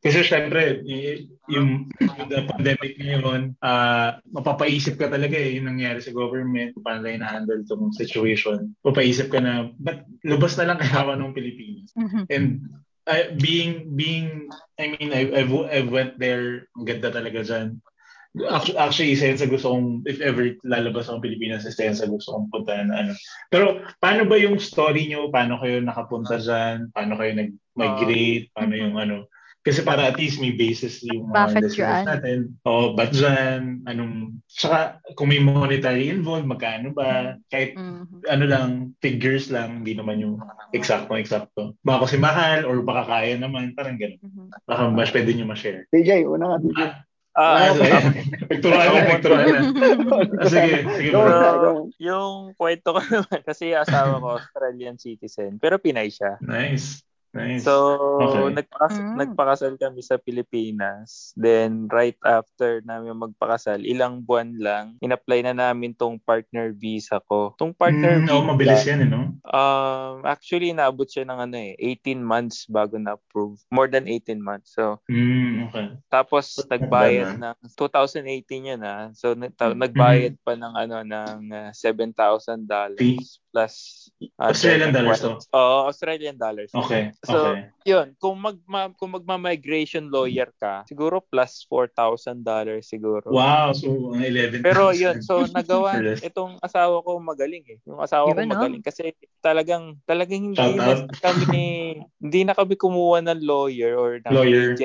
Speaker 3: kasi syempre, y- yung, yung the pandemic ngayon, ah mapapaisip ka talaga eh, yung nangyari sa government, kung paano nila na-handle tong situation. Mapapaisip ka na, ba't lubas na lang kayawa ng Pilipinas?
Speaker 1: Mm-hmm.
Speaker 3: and I, being being I mean I I, w- I went there ang ganda talaga dyan Actu- actually isa yan sa gusto kong if ever lalabas ako ng Pilipinas isa yan sa gusto kong puntahan na ano pero paano ba yung story nyo paano kayo nakapunta dyan paano kayo nag-migrate paano yung ano kasi para at least may basis yung mga
Speaker 1: Bakit
Speaker 3: listeners
Speaker 1: dyan?
Speaker 3: natin. O, ba't dyan? Anong, tsaka kung may monetary involved, magkano ba? Kahit
Speaker 1: Mhm.
Speaker 3: ano lang, figures lang, hindi naman yung eksakto-eksakto. Baka kasi mahal or baka kaya naman, parang ganun.
Speaker 1: Mhm.
Speaker 3: Baka mas pwede nyo ma-share.
Speaker 4: TJ, una ka, TJ.
Speaker 5: Ah,
Speaker 3: Ah, sige. Picturean na, picturean na. Ah, sige, sige bro.
Speaker 4: Go on,
Speaker 5: Pero-
Speaker 4: go on.
Speaker 5: yung kwento ko naman, kasi yung asawa ko Australian citizen, pero Pinay siya.
Speaker 3: Nice. Nice.
Speaker 5: So,
Speaker 3: Okay.
Speaker 5: nagpakas-
Speaker 1: Mm.
Speaker 5: nagpakasal kami sa Pilipinas. Then, right after namin magpakasal, ilang buwan lang, in-apply na namin tong partner visa ko. Tong
Speaker 3: Mm,
Speaker 5: partner visa,
Speaker 3: oh, mabilis yan, eh, no?
Speaker 5: um, actually, naabot siya ng ano eh, 18 months bago na-approve. More than 18 months. So,
Speaker 3: Mm, okay.
Speaker 5: tapos
Speaker 3: Not
Speaker 5: nagbayad
Speaker 3: bad,
Speaker 5: ng 2018 yun ah. So nag- ta-
Speaker 3: Hmm.
Speaker 1: Mm.
Speaker 5: nagbayad pa ng ano ng uh, $7,000
Speaker 3: Fee?
Speaker 5: plus uh,
Speaker 3: Australian
Speaker 5: certain
Speaker 3: dollars
Speaker 5: points. Oo, Australian dollars.
Speaker 3: Okay,
Speaker 5: So,
Speaker 3: okay.
Speaker 5: Yun, kung mag ma- kung magma-migration lawyer ka, siguro plus $4,000 siguro.
Speaker 3: Wow, so ang 11
Speaker 5: Pero
Speaker 3: times.
Speaker 5: yun, so nagawa
Speaker 3: Yes.
Speaker 5: itong asawa ko magaling eh. Yung asawa ko
Speaker 1: Iba, no?
Speaker 5: magaling kasi talagang talagang hindi
Speaker 3: Shout
Speaker 5: na
Speaker 3: out.
Speaker 5: kami hindi na kami kumuha ng lawyer or ng
Speaker 3: Lawyer.
Speaker 5: PJ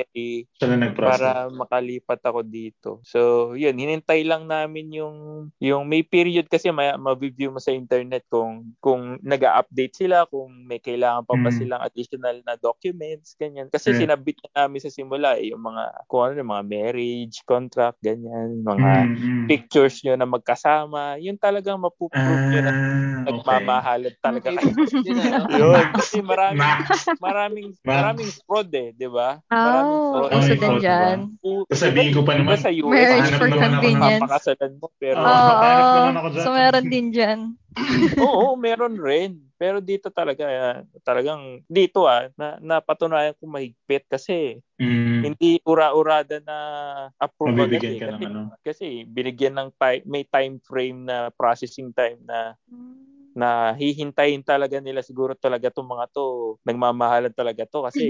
Speaker 3: Siya na nag-process.
Speaker 5: para makalipat ako dito. So, yun, hinintay lang namin yung yung may period kasi may ma-review mo sa internet kung kung nag-update sila, kung may kailangan pa ba
Speaker 3: Mm.
Speaker 5: silang additional na documents, ganyan. Kasi
Speaker 3: Mm.
Speaker 5: sinabit na namin sa simula eh, yung mga kung ano, yung mga marriage contract, ganyan, mga
Speaker 3: Mm, mm.
Speaker 5: pictures nyo na magkasama. Yun talagang mapuprove nyo na
Speaker 3: Ah, okay.
Speaker 5: nagmamahalan talaga kayo.
Speaker 2: Evidence din, ano?
Speaker 5: yun, kasi maraming
Speaker 3: Max.
Speaker 5: maraming
Speaker 3: Max.
Speaker 5: maraming fraud eh, 'di ba? Maraming
Speaker 1: Oh,
Speaker 5: fraud.
Speaker 3: Ay,
Speaker 1: uso din
Speaker 3: fraud ba?
Speaker 1: dyan.
Speaker 3: diba?
Speaker 5: U-
Speaker 3: Sasabihin ko pa
Speaker 5: iba
Speaker 3: naman,
Speaker 5: sa US,
Speaker 1: Marriage
Speaker 3: Hanap
Speaker 1: for
Speaker 3: naman ako ng
Speaker 1: convenience.
Speaker 5: papakasalan mo. Pero,
Speaker 1: Oo,
Speaker 3: Oh.
Speaker 5: oo,
Speaker 3: hanap naman ako dyan.
Speaker 1: so meron din dyan.
Speaker 5: oo, meron rin. Pero dito talaga, ah, talagang dito ah, na, napatunayan ko mahigpit kasi
Speaker 3: Mm,
Speaker 5: hindi ura-urada na approve agad
Speaker 3: mabibigyan
Speaker 5: eh.
Speaker 3: ka ng
Speaker 5: Kasi,
Speaker 3: ano.
Speaker 5: kasi binigyan ng time, may time frame na processing time na na hihintayin talaga nila siguro talaga tong mga to nagmamahalan talaga to kasi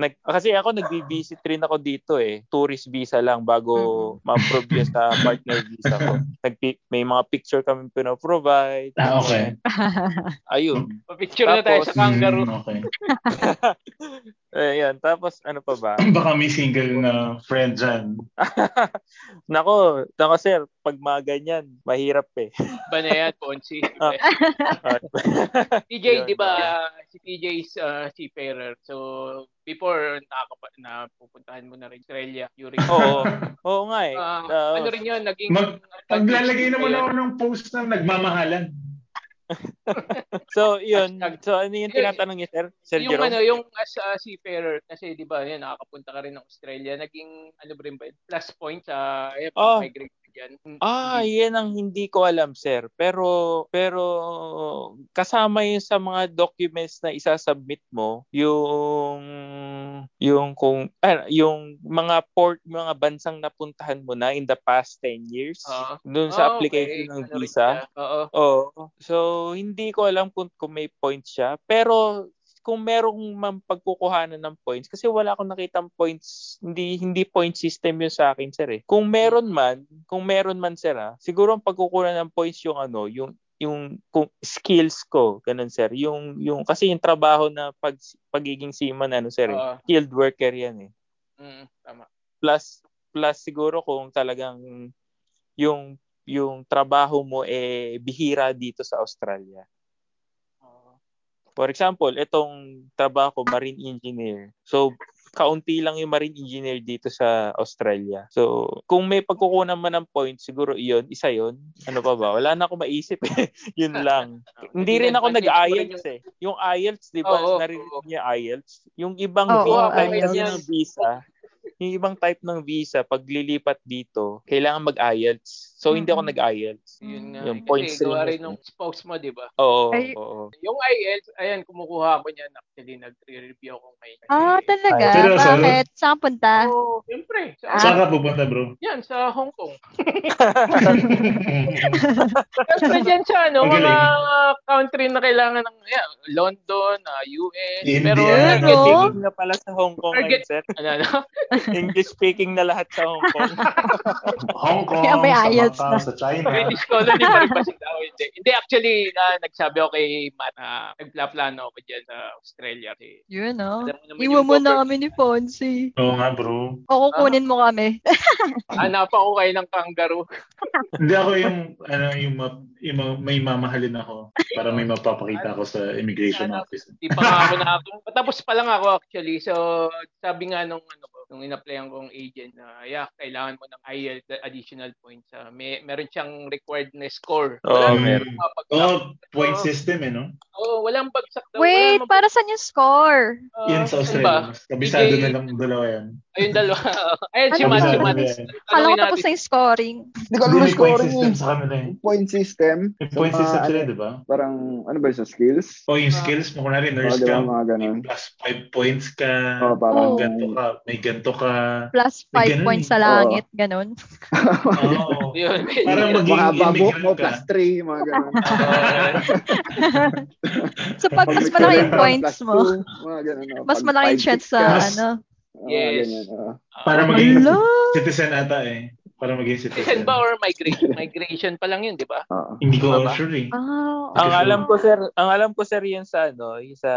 Speaker 5: Nag, kasi ako nagbi-visit rin ako dito eh. Tourist visa lang bago ma-approve yun sa partner visa ko. Nag, may mga picture kami pinaprovide.
Speaker 3: Ah, okay.
Speaker 5: Ayun.
Speaker 2: Picture na tayo sa
Speaker 5: Tapos-
Speaker 2: kangaroo.
Speaker 3: Mm, okay.
Speaker 5: Ayun. Tapos ano pa ba?
Speaker 3: Baka may single na friend dyan.
Speaker 5: nako, nako sir, pag mga ganyan, mahirap eh.
Speaker 2: Ba na yan, Ponzi?
Speaker 5: Ah.
Speaker 2: TJ,
Speaker 5: Yun,
Speaker 2: di ba, si TJ is uh, seafarer. So, before nakakapa- na pupuntahan mo na rin Australia during...
Speaker 5: Oo. Oo nga eh.
Speaker 2: Ah,
Speaker 5: Tapos,
Speaker 2: ano rin yun, naging...
Speaker 3: Mag- Maglalagay naman ako ng post na nagmamahalan.
Speaker 5: so, yun.
Speaker 2: Hashtag- Eh,
Speaker 5: So, ano yung tinatanong niya, sir? Sir
Speaker 2: yung ano,
Speaker 5: Jerome?
Speaker 2: yung as a seafarer, kasi di ba, yun, nakakapunta ka rin ng Australia, naging, ano ba rin ba, yun, plus point sa, eh,
Speaker 5: Oh.
Speaker 2: migrate ka dyan. Mm.
Speaker 5: Ah, yan ang hindi ko alam, sir. Pero pero kasama 'yun sa mga documents na isasubmit mo, yung yung kung ah, yung mga port, mga bansang napuntahan mo na in the past 10 years
Speaker 2: Oo.
Speaker 5: doon
Speaker 2: Oh,
Speaker 5: sa
Speaker 2: okay.
Speaker 5: application ng
Speaker 2: Ano rin
Speaker 5: visa.
Speaker 2: siya. Oo.
Speaker 5: Oo. So, hindi ko alam kung, kung may points siya. Pero, kung merong mam- pagkukuhanan ng points, kasi wala akong nakitang points, hindi hindi point system yun sa akin, sir. Eh. Kung meron man, kung meron man, sir, ah, siguro ang pagkukunan ng points yung ano, yung yung kung skills ko ganun sir yung yung kasi yung trabaho na pag pagiging seaman ano sir eh,
Speaker 2: Oo.
Speaker 5: skilled worker yan eh
Speaker 2: Mm, tama.
Speaker 5: plus plus siguro kung talagang yung yung trabaho mo eh bihira dito sa Australia
Speaker 2: Oo.
Speaker 5: For example, itong trabaho ko, marine engineer. So, kaunti lang yung marine engineer dito sa Australia. So, kung may pagkukunan man ng points, siguro iyon, isa yon. Ano pa ba? Wala na akong maisip eh. yun lang.
Speaker 2: Ah,
Speaker 5: Hindi rin ako nag-IELTS eh. Yung IELTS, di ba?
Speaker 2: Oo, oo.
Speaker 5: Naririnig niyo yung IELTS. Yung ibang
Speaker 1: Oo,
Speaker 5: vi- type
Speaker 1: IELTS.
Speaker 5: kasi ng visa, yung ibang type ng visa, pag lilipat dito, kailangan mag-IELTS. So, hindi ako
Speaker 1: Mm-mm.
Speaker 5: nag-IELTS.
Speaker 2: Yun nga. eh,
Speaker 5: Yung points
Speaker 2: kasi gawa
Speaker 5: rin
Speaker 2: rin
Speaker 5: yun.
Speaker 2: ng spouse mo, di ba?
Speaker 5: Oo,
Speaker 1: Ay-
Speaker 5: oo.
Speaker 2: Yung IELTS, ayan, kumukuha ako niyan. Actually, nag-review ako ngayon.
Speaker 1: Ah,
Speaker 2: Kasi,
Speaker 1: talaga?
Speaker 3: Seryoso?
Speaker 1: Bakit? Saan punta?
Speaker 2: Oo, siyempre. Sa,
Speaker 1: Ah.
Speaker 3: Saan ka pupunta, bro?
Speaker 2: Yan, sa Hong Kong. Siyempre dyan siya, no?
Speaker 3: Magaling.
Speaker 2: Mga country na kailangan ng yeah, London, ah, US.
Speaker 3: India.
Speaker 2: Pero,
Speaker 3: Yan,
Speaker 5: English
Speaker 1: oh.
Speaker 5: speaking na pala sa Hong Kong
Speaker 2: Target.
Speaker 5: ngayon, sir.
Speaker 2: ano, ano?
Speaker 5: English speaking na lahat sa Hong Kong.
Speaker 3: Hong Kong,
Speaker 1: Kaya may
Speaker 3: sa
Speaker 1: IELTS
Speaker 3: Macau,
Speaker 1: na.
Speaker 3: sa China.
Speaker 2: British colony pa rin ba siya? Oh, hindi. Hindi, actually, ah, nagsabi ako kay Matt na nagplaplano ako dyan sa Australia. Kasi,
Speaker 1: Yun, oh.
Speaker 2: alam mo naman
Speaker 1: Iwan mo na
Speaker 2: government.
Speaker 1: kami ni Fonzie.
Speaker 3: Oo nga, bro.
Speaker 1: O kukunin mo kami.
Speaker 2: Hanapan ko kayo ng kangaroo.
Speaker 3: Hindi ako yung, ano, yung, ma- yung ma- may mamahalin ako para may mapapakita ako sa immigration office.
Speaker 2: Di pa nga ako na Patapos pa lang ako actually. So, sabi nga nung ano ko, nung in-applyan kong agent na, yeah, kailangan mo ng IELTS additional points. Ah, may, meron siyang required na score.
Speaker 5: Oo,
Speaker 2: nang
Speaker 3: meron.
Speaker 2: mapagsak-
Speaker 3: Oh, point
Speaker 2: Oo.
Speaker 3: system eh, no?
Speaker 2: Oo, walang bagsak daw.
Speaker 1: Wait,
Speaker 2: walang mapag-
Speaker 1: para saan yung score?
Speaker 2: Ah,
Speaker 3: Yan
Speaker 2: saan
Speaker 3: sa Australia.
Speaker 2: ba?
Speaker 3: Mas kabisado
Speaker 2: DJ.
Speaker 3: na lang dalawa yan.
Speaker 2: Ayun, dalawa. Ayun, si
Speaker 1: Ano
Speaker 2: Mats, si
Speaker 1: ba?
Speaker 2: Mats.
Speaker 1: Alam ko
Speaker 2: Tanungin
Speaker 1: tapos
Speaker 2: natin.
Speaker 1: na yung scoring.
Speaker 4: Hindi ko
Speaker 3: Hindi,
Speaker 4: alam yung
Speaker 3: may point
Speaker 4: scoring
Speaker 3: system
Speaker 4: eh.
Speaker 3: sa kanila eh.
Speaker 4: Point system.
Speaker 3: May
Speaker 4: sa
Speaker 3: point
Speaker 4: mga,
Speaker 3: system
Speaker 4: ano,
Speaker 3: sila, di ba?
Speaker 4: Parang, ano ba yun, sa skills?
Speaker 3: O yung skills mo, kunwari,
Speaker 4: Oo,
Speaker 3: nurse
Speaker 4: Ah, di ba,
Speaker 3: ka,
Speaker 4: mga ganun.
Speaker 1: Mm.
Speaker 3: may plus 5 points ka,
Speaker 1: Oh,
Speaker 4: Oo, Oh, parang,
Speaker 3: may
Speaker 1: Oo.
Speaker 3: ganto ka, may ganto ka.
Speaker 1: Plus 5
Speaker 3: May ganun
Speaker 1: points
Speaker 3: eh.
Speaker 1: sa
Speaker 4: Oo.
Speaker 1: langit, ganun.
Speaker 3: Oo.
Speaker 2: Yun, yun.
Speaker 3: Parang maging
Speaker 4: Mahaba buhok mo,
Speaker 3: immigrant ka.
Speaker 4: plus 3, mga ganun.
Speaker 1: so pag mas
Speaker 4: Pag
Speaker 1: malaki yung
Speaker 4: nagsalita,
Speaker 1: points
Speaker 4: plus
Speaker 1: mo,
Speaker 4: two, mga ganun, oh.
Speaker 1: mas
Speaker 4: Pag
Speaker 1: malaki yung
Speaker 4: five,
Speaker 1: chance
Speaker 4: six
Speaker 1: sa
Speaker 4: ka,
Speaker 3: Mas-
Speaker 1: ano.
Speaker 4: oh,
Speaker 2: Yes.
Speaker 4: ganyan, oh.
Speaker 3: Para maging
Speaker 1: Hello!
Speaker 3: citizen ata eh. Para maging
Speaker 2: Citizen
Speaker 3: citizen.
Speaker 2: ba or migration? Migration pa lang yun, di ba?
Speaker 4: Oo.
Speaker 3: Hindi ko
Speaker 2: Tama ba?
Speaker 3: sure eh.
Speaker 1: Ah,
Speaker 3: Ang
Speaker 5: Ang
Speaker 1: oo.
Speaker 5: alam ko sir, ang alam ko sir yun sa ano, yung sa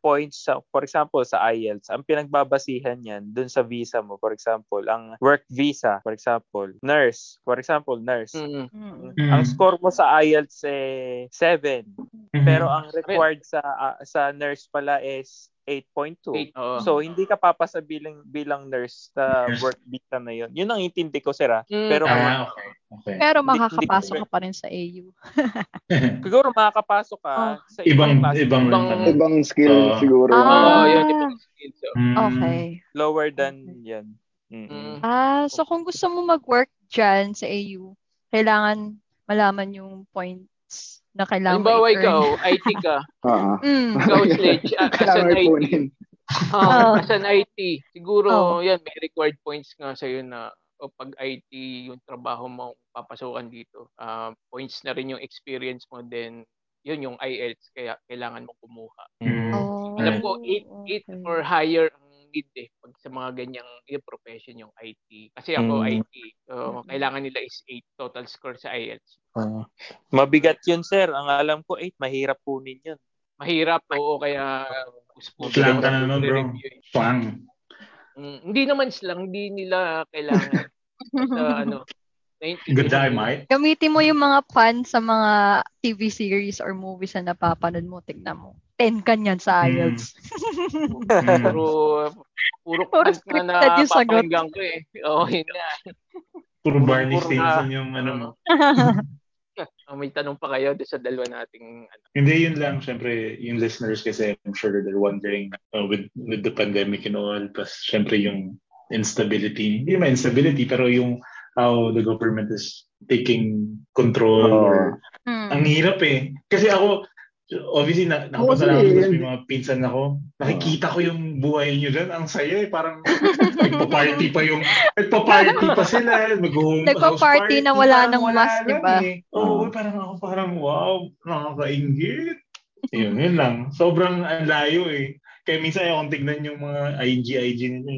Speaker 5: points sa for example sa IELTS, ang pinagbabasihan niyan dun sa visa mo. For example, ang work visa, for example, nurse, for example, nurse.
Speaker 2: Mm.
Speaker 1: Mm.
Speaker 3: Mm.
Speaker 5: Ang score mo sa IELTS eh 7,
Speaker 3: Mhm.
Speaker 5: pero ano ang required sa ah, sa nurse pala is 8.2.
Speaker 2: Eight. Oo.
Speaker 3: Oh.
Speaker 5: So hindi ka papasa bilang bilang nurse sa
Speaker 3: Nurse.
Speaker 5: work visa na yun. Yun ang intindi ko sir ah.
Speaker 2: Mm.
Speaker 5: Pero
Speaker 3: ah, okay. Okay.
Speaker 1: Pero
Speaker 5: Hindi-
Speaker 1: makakapasok
Speaker 5: hindi-
Speaker 1: ka pa rin sa AU.
Speaker 5: siguro makakapasok ka
Speaker 1: Oh.
Speaker 5: sa
Speaker 3: Ah. ibang,
Speaker 5: ibang class,
Speaker 3: ibang lang
Speaker 2: Ibang-
Speaker 3: pala.
Speaker 4: Mm. Ibang skill
Speaker 3: Oo.
Speaker 4: siguro.
Speaker 1: Ah.
Speaker 2: Oo, yun. Ibang skill. So,
Speaker 3: Mm.
Speaker 1: Okay.
Speaker 5: lower than 'yan.
Speaker 3: Hmm.
Speaker 5: Mm-mm.
Speaker 2: mm.
Speaker 1: Ah, so kung gusto mo mag-work dyan sa AU, kailangan malaman yung points na kailangan mo
Speaker 2: Halimbawa,
Speaker 1: i-earn.
Speaker 2: ikaw, IT ka.
Speaker 4: Oo.
Speaker 1: Mm.
Speaker 2: Ikaw, Sledge, a- as
Speaker 4: Ah. Kailangan
Speaker 2: an
Speaker 4: may
Speaker 2: IT.
Speaker 4: punin.
Speaker 2: Oh,
Speaker 1: Oo.
Speaker 2: as an IT, siguro
Speaker 1: Oo.
Speaker 2: yan, may required points nga sa'yo na o pag IT yung trabaho mo papasukan dito. Ah, points na rin yung experience mo then yun yung IELTS kaya kailangan mo kumuha.
Speaker 3: Mm.
Speaker 1: Oh,
Speaker 2: Alam
Speaker 3: Right.
Speaker 2: ko 8
Speaker 1: okay.
Speaker 2: 8 or higher ang need eh pag sa mga ganyang yung profession yung IT. Kasi ako
Speaker 5: Mm.
Speaker 2: IT, so,
Speaker 1: Mm-mm.
Speaker 2: kailangan nila is 8 total score sa IELTS.
Speaker 5: Ah. mabigat yun, sir. Ang alam ko, 8, mahirap kunin yun.
Speaker 2: Mahirap oo kaya puspos
Speaker 3: Slang ka na nun, bro.
Speaker 2: review.
Speaker 3: Slang.
Speaker 2: eh. Mm, hindi naman slang, hindi nila kailangan sa ano.
Speaker 3: Good
Speaker 2: naiintindihan nila.
Speaker 3: day, mate.
Speaker 1: Gamitin mo yung mga fun sa mga TV series or movies na napapanood mo. Tignan mo. 10 ka niyan sa
Speaker 3: Mm.
Speaker 1: IELTS.
Speaker 2: Puro, puro,
Speaker 1: Puro
Speaker 2: puro
Speaker 1: scripted
Speaker 2: na
Speaker 1: yung sagot.
Speaker 2: napapakinggan ko eh. Oo, yun nga.
Speaker 3: Puro Barney
Speaker 2: Puro-
Speaker 3: Stinson yung ano mo.
Speaker 2: Oh, may tanong pa kayo doon sa dalawa nating ano.
Speaker 3: Hindi yun lang, syempre, yung listeners kasi I'm sure they're wondering uh, with with the pandemic and all, plus syempre yung instability, hindi naman instability, pero yung how the government is taking control
Speaker 4: Oo.
Speaker 3: or
Speaker 1: Hmm.
Speaker 3: ang hirap eh. Kasi ako, obviously, na, nakapasalamat ko
Speaker 4: Oo, kasi
Speaker 3: sa
Speaker 4: yun-
Speaker 3: may mga pinsan ako. Nakikita ko yung buhay niyo dyan. Ang saya eh. Parang nagpa-party pa yung, nagpa-party pa sila. Mag-home house
Speaker 1: Nagpa-party
Speaker 3: party.
Speaker 1: na wala
Speaker 3: Parang
Speaker 1: ng
Speaker 3: wala
Speaker 1: mask,
Speaker 3: lang
Speaker 1: di ba? Oh.
Speaker 3: eh. Oo,
Speaker 4: Ah.
Speaker 3: parang ako parang wow, nakakaingit. Yun, yun lang. Sobrang ang layo eh. Kaya minsan ayaw kong tignan yung mga IG-IG nila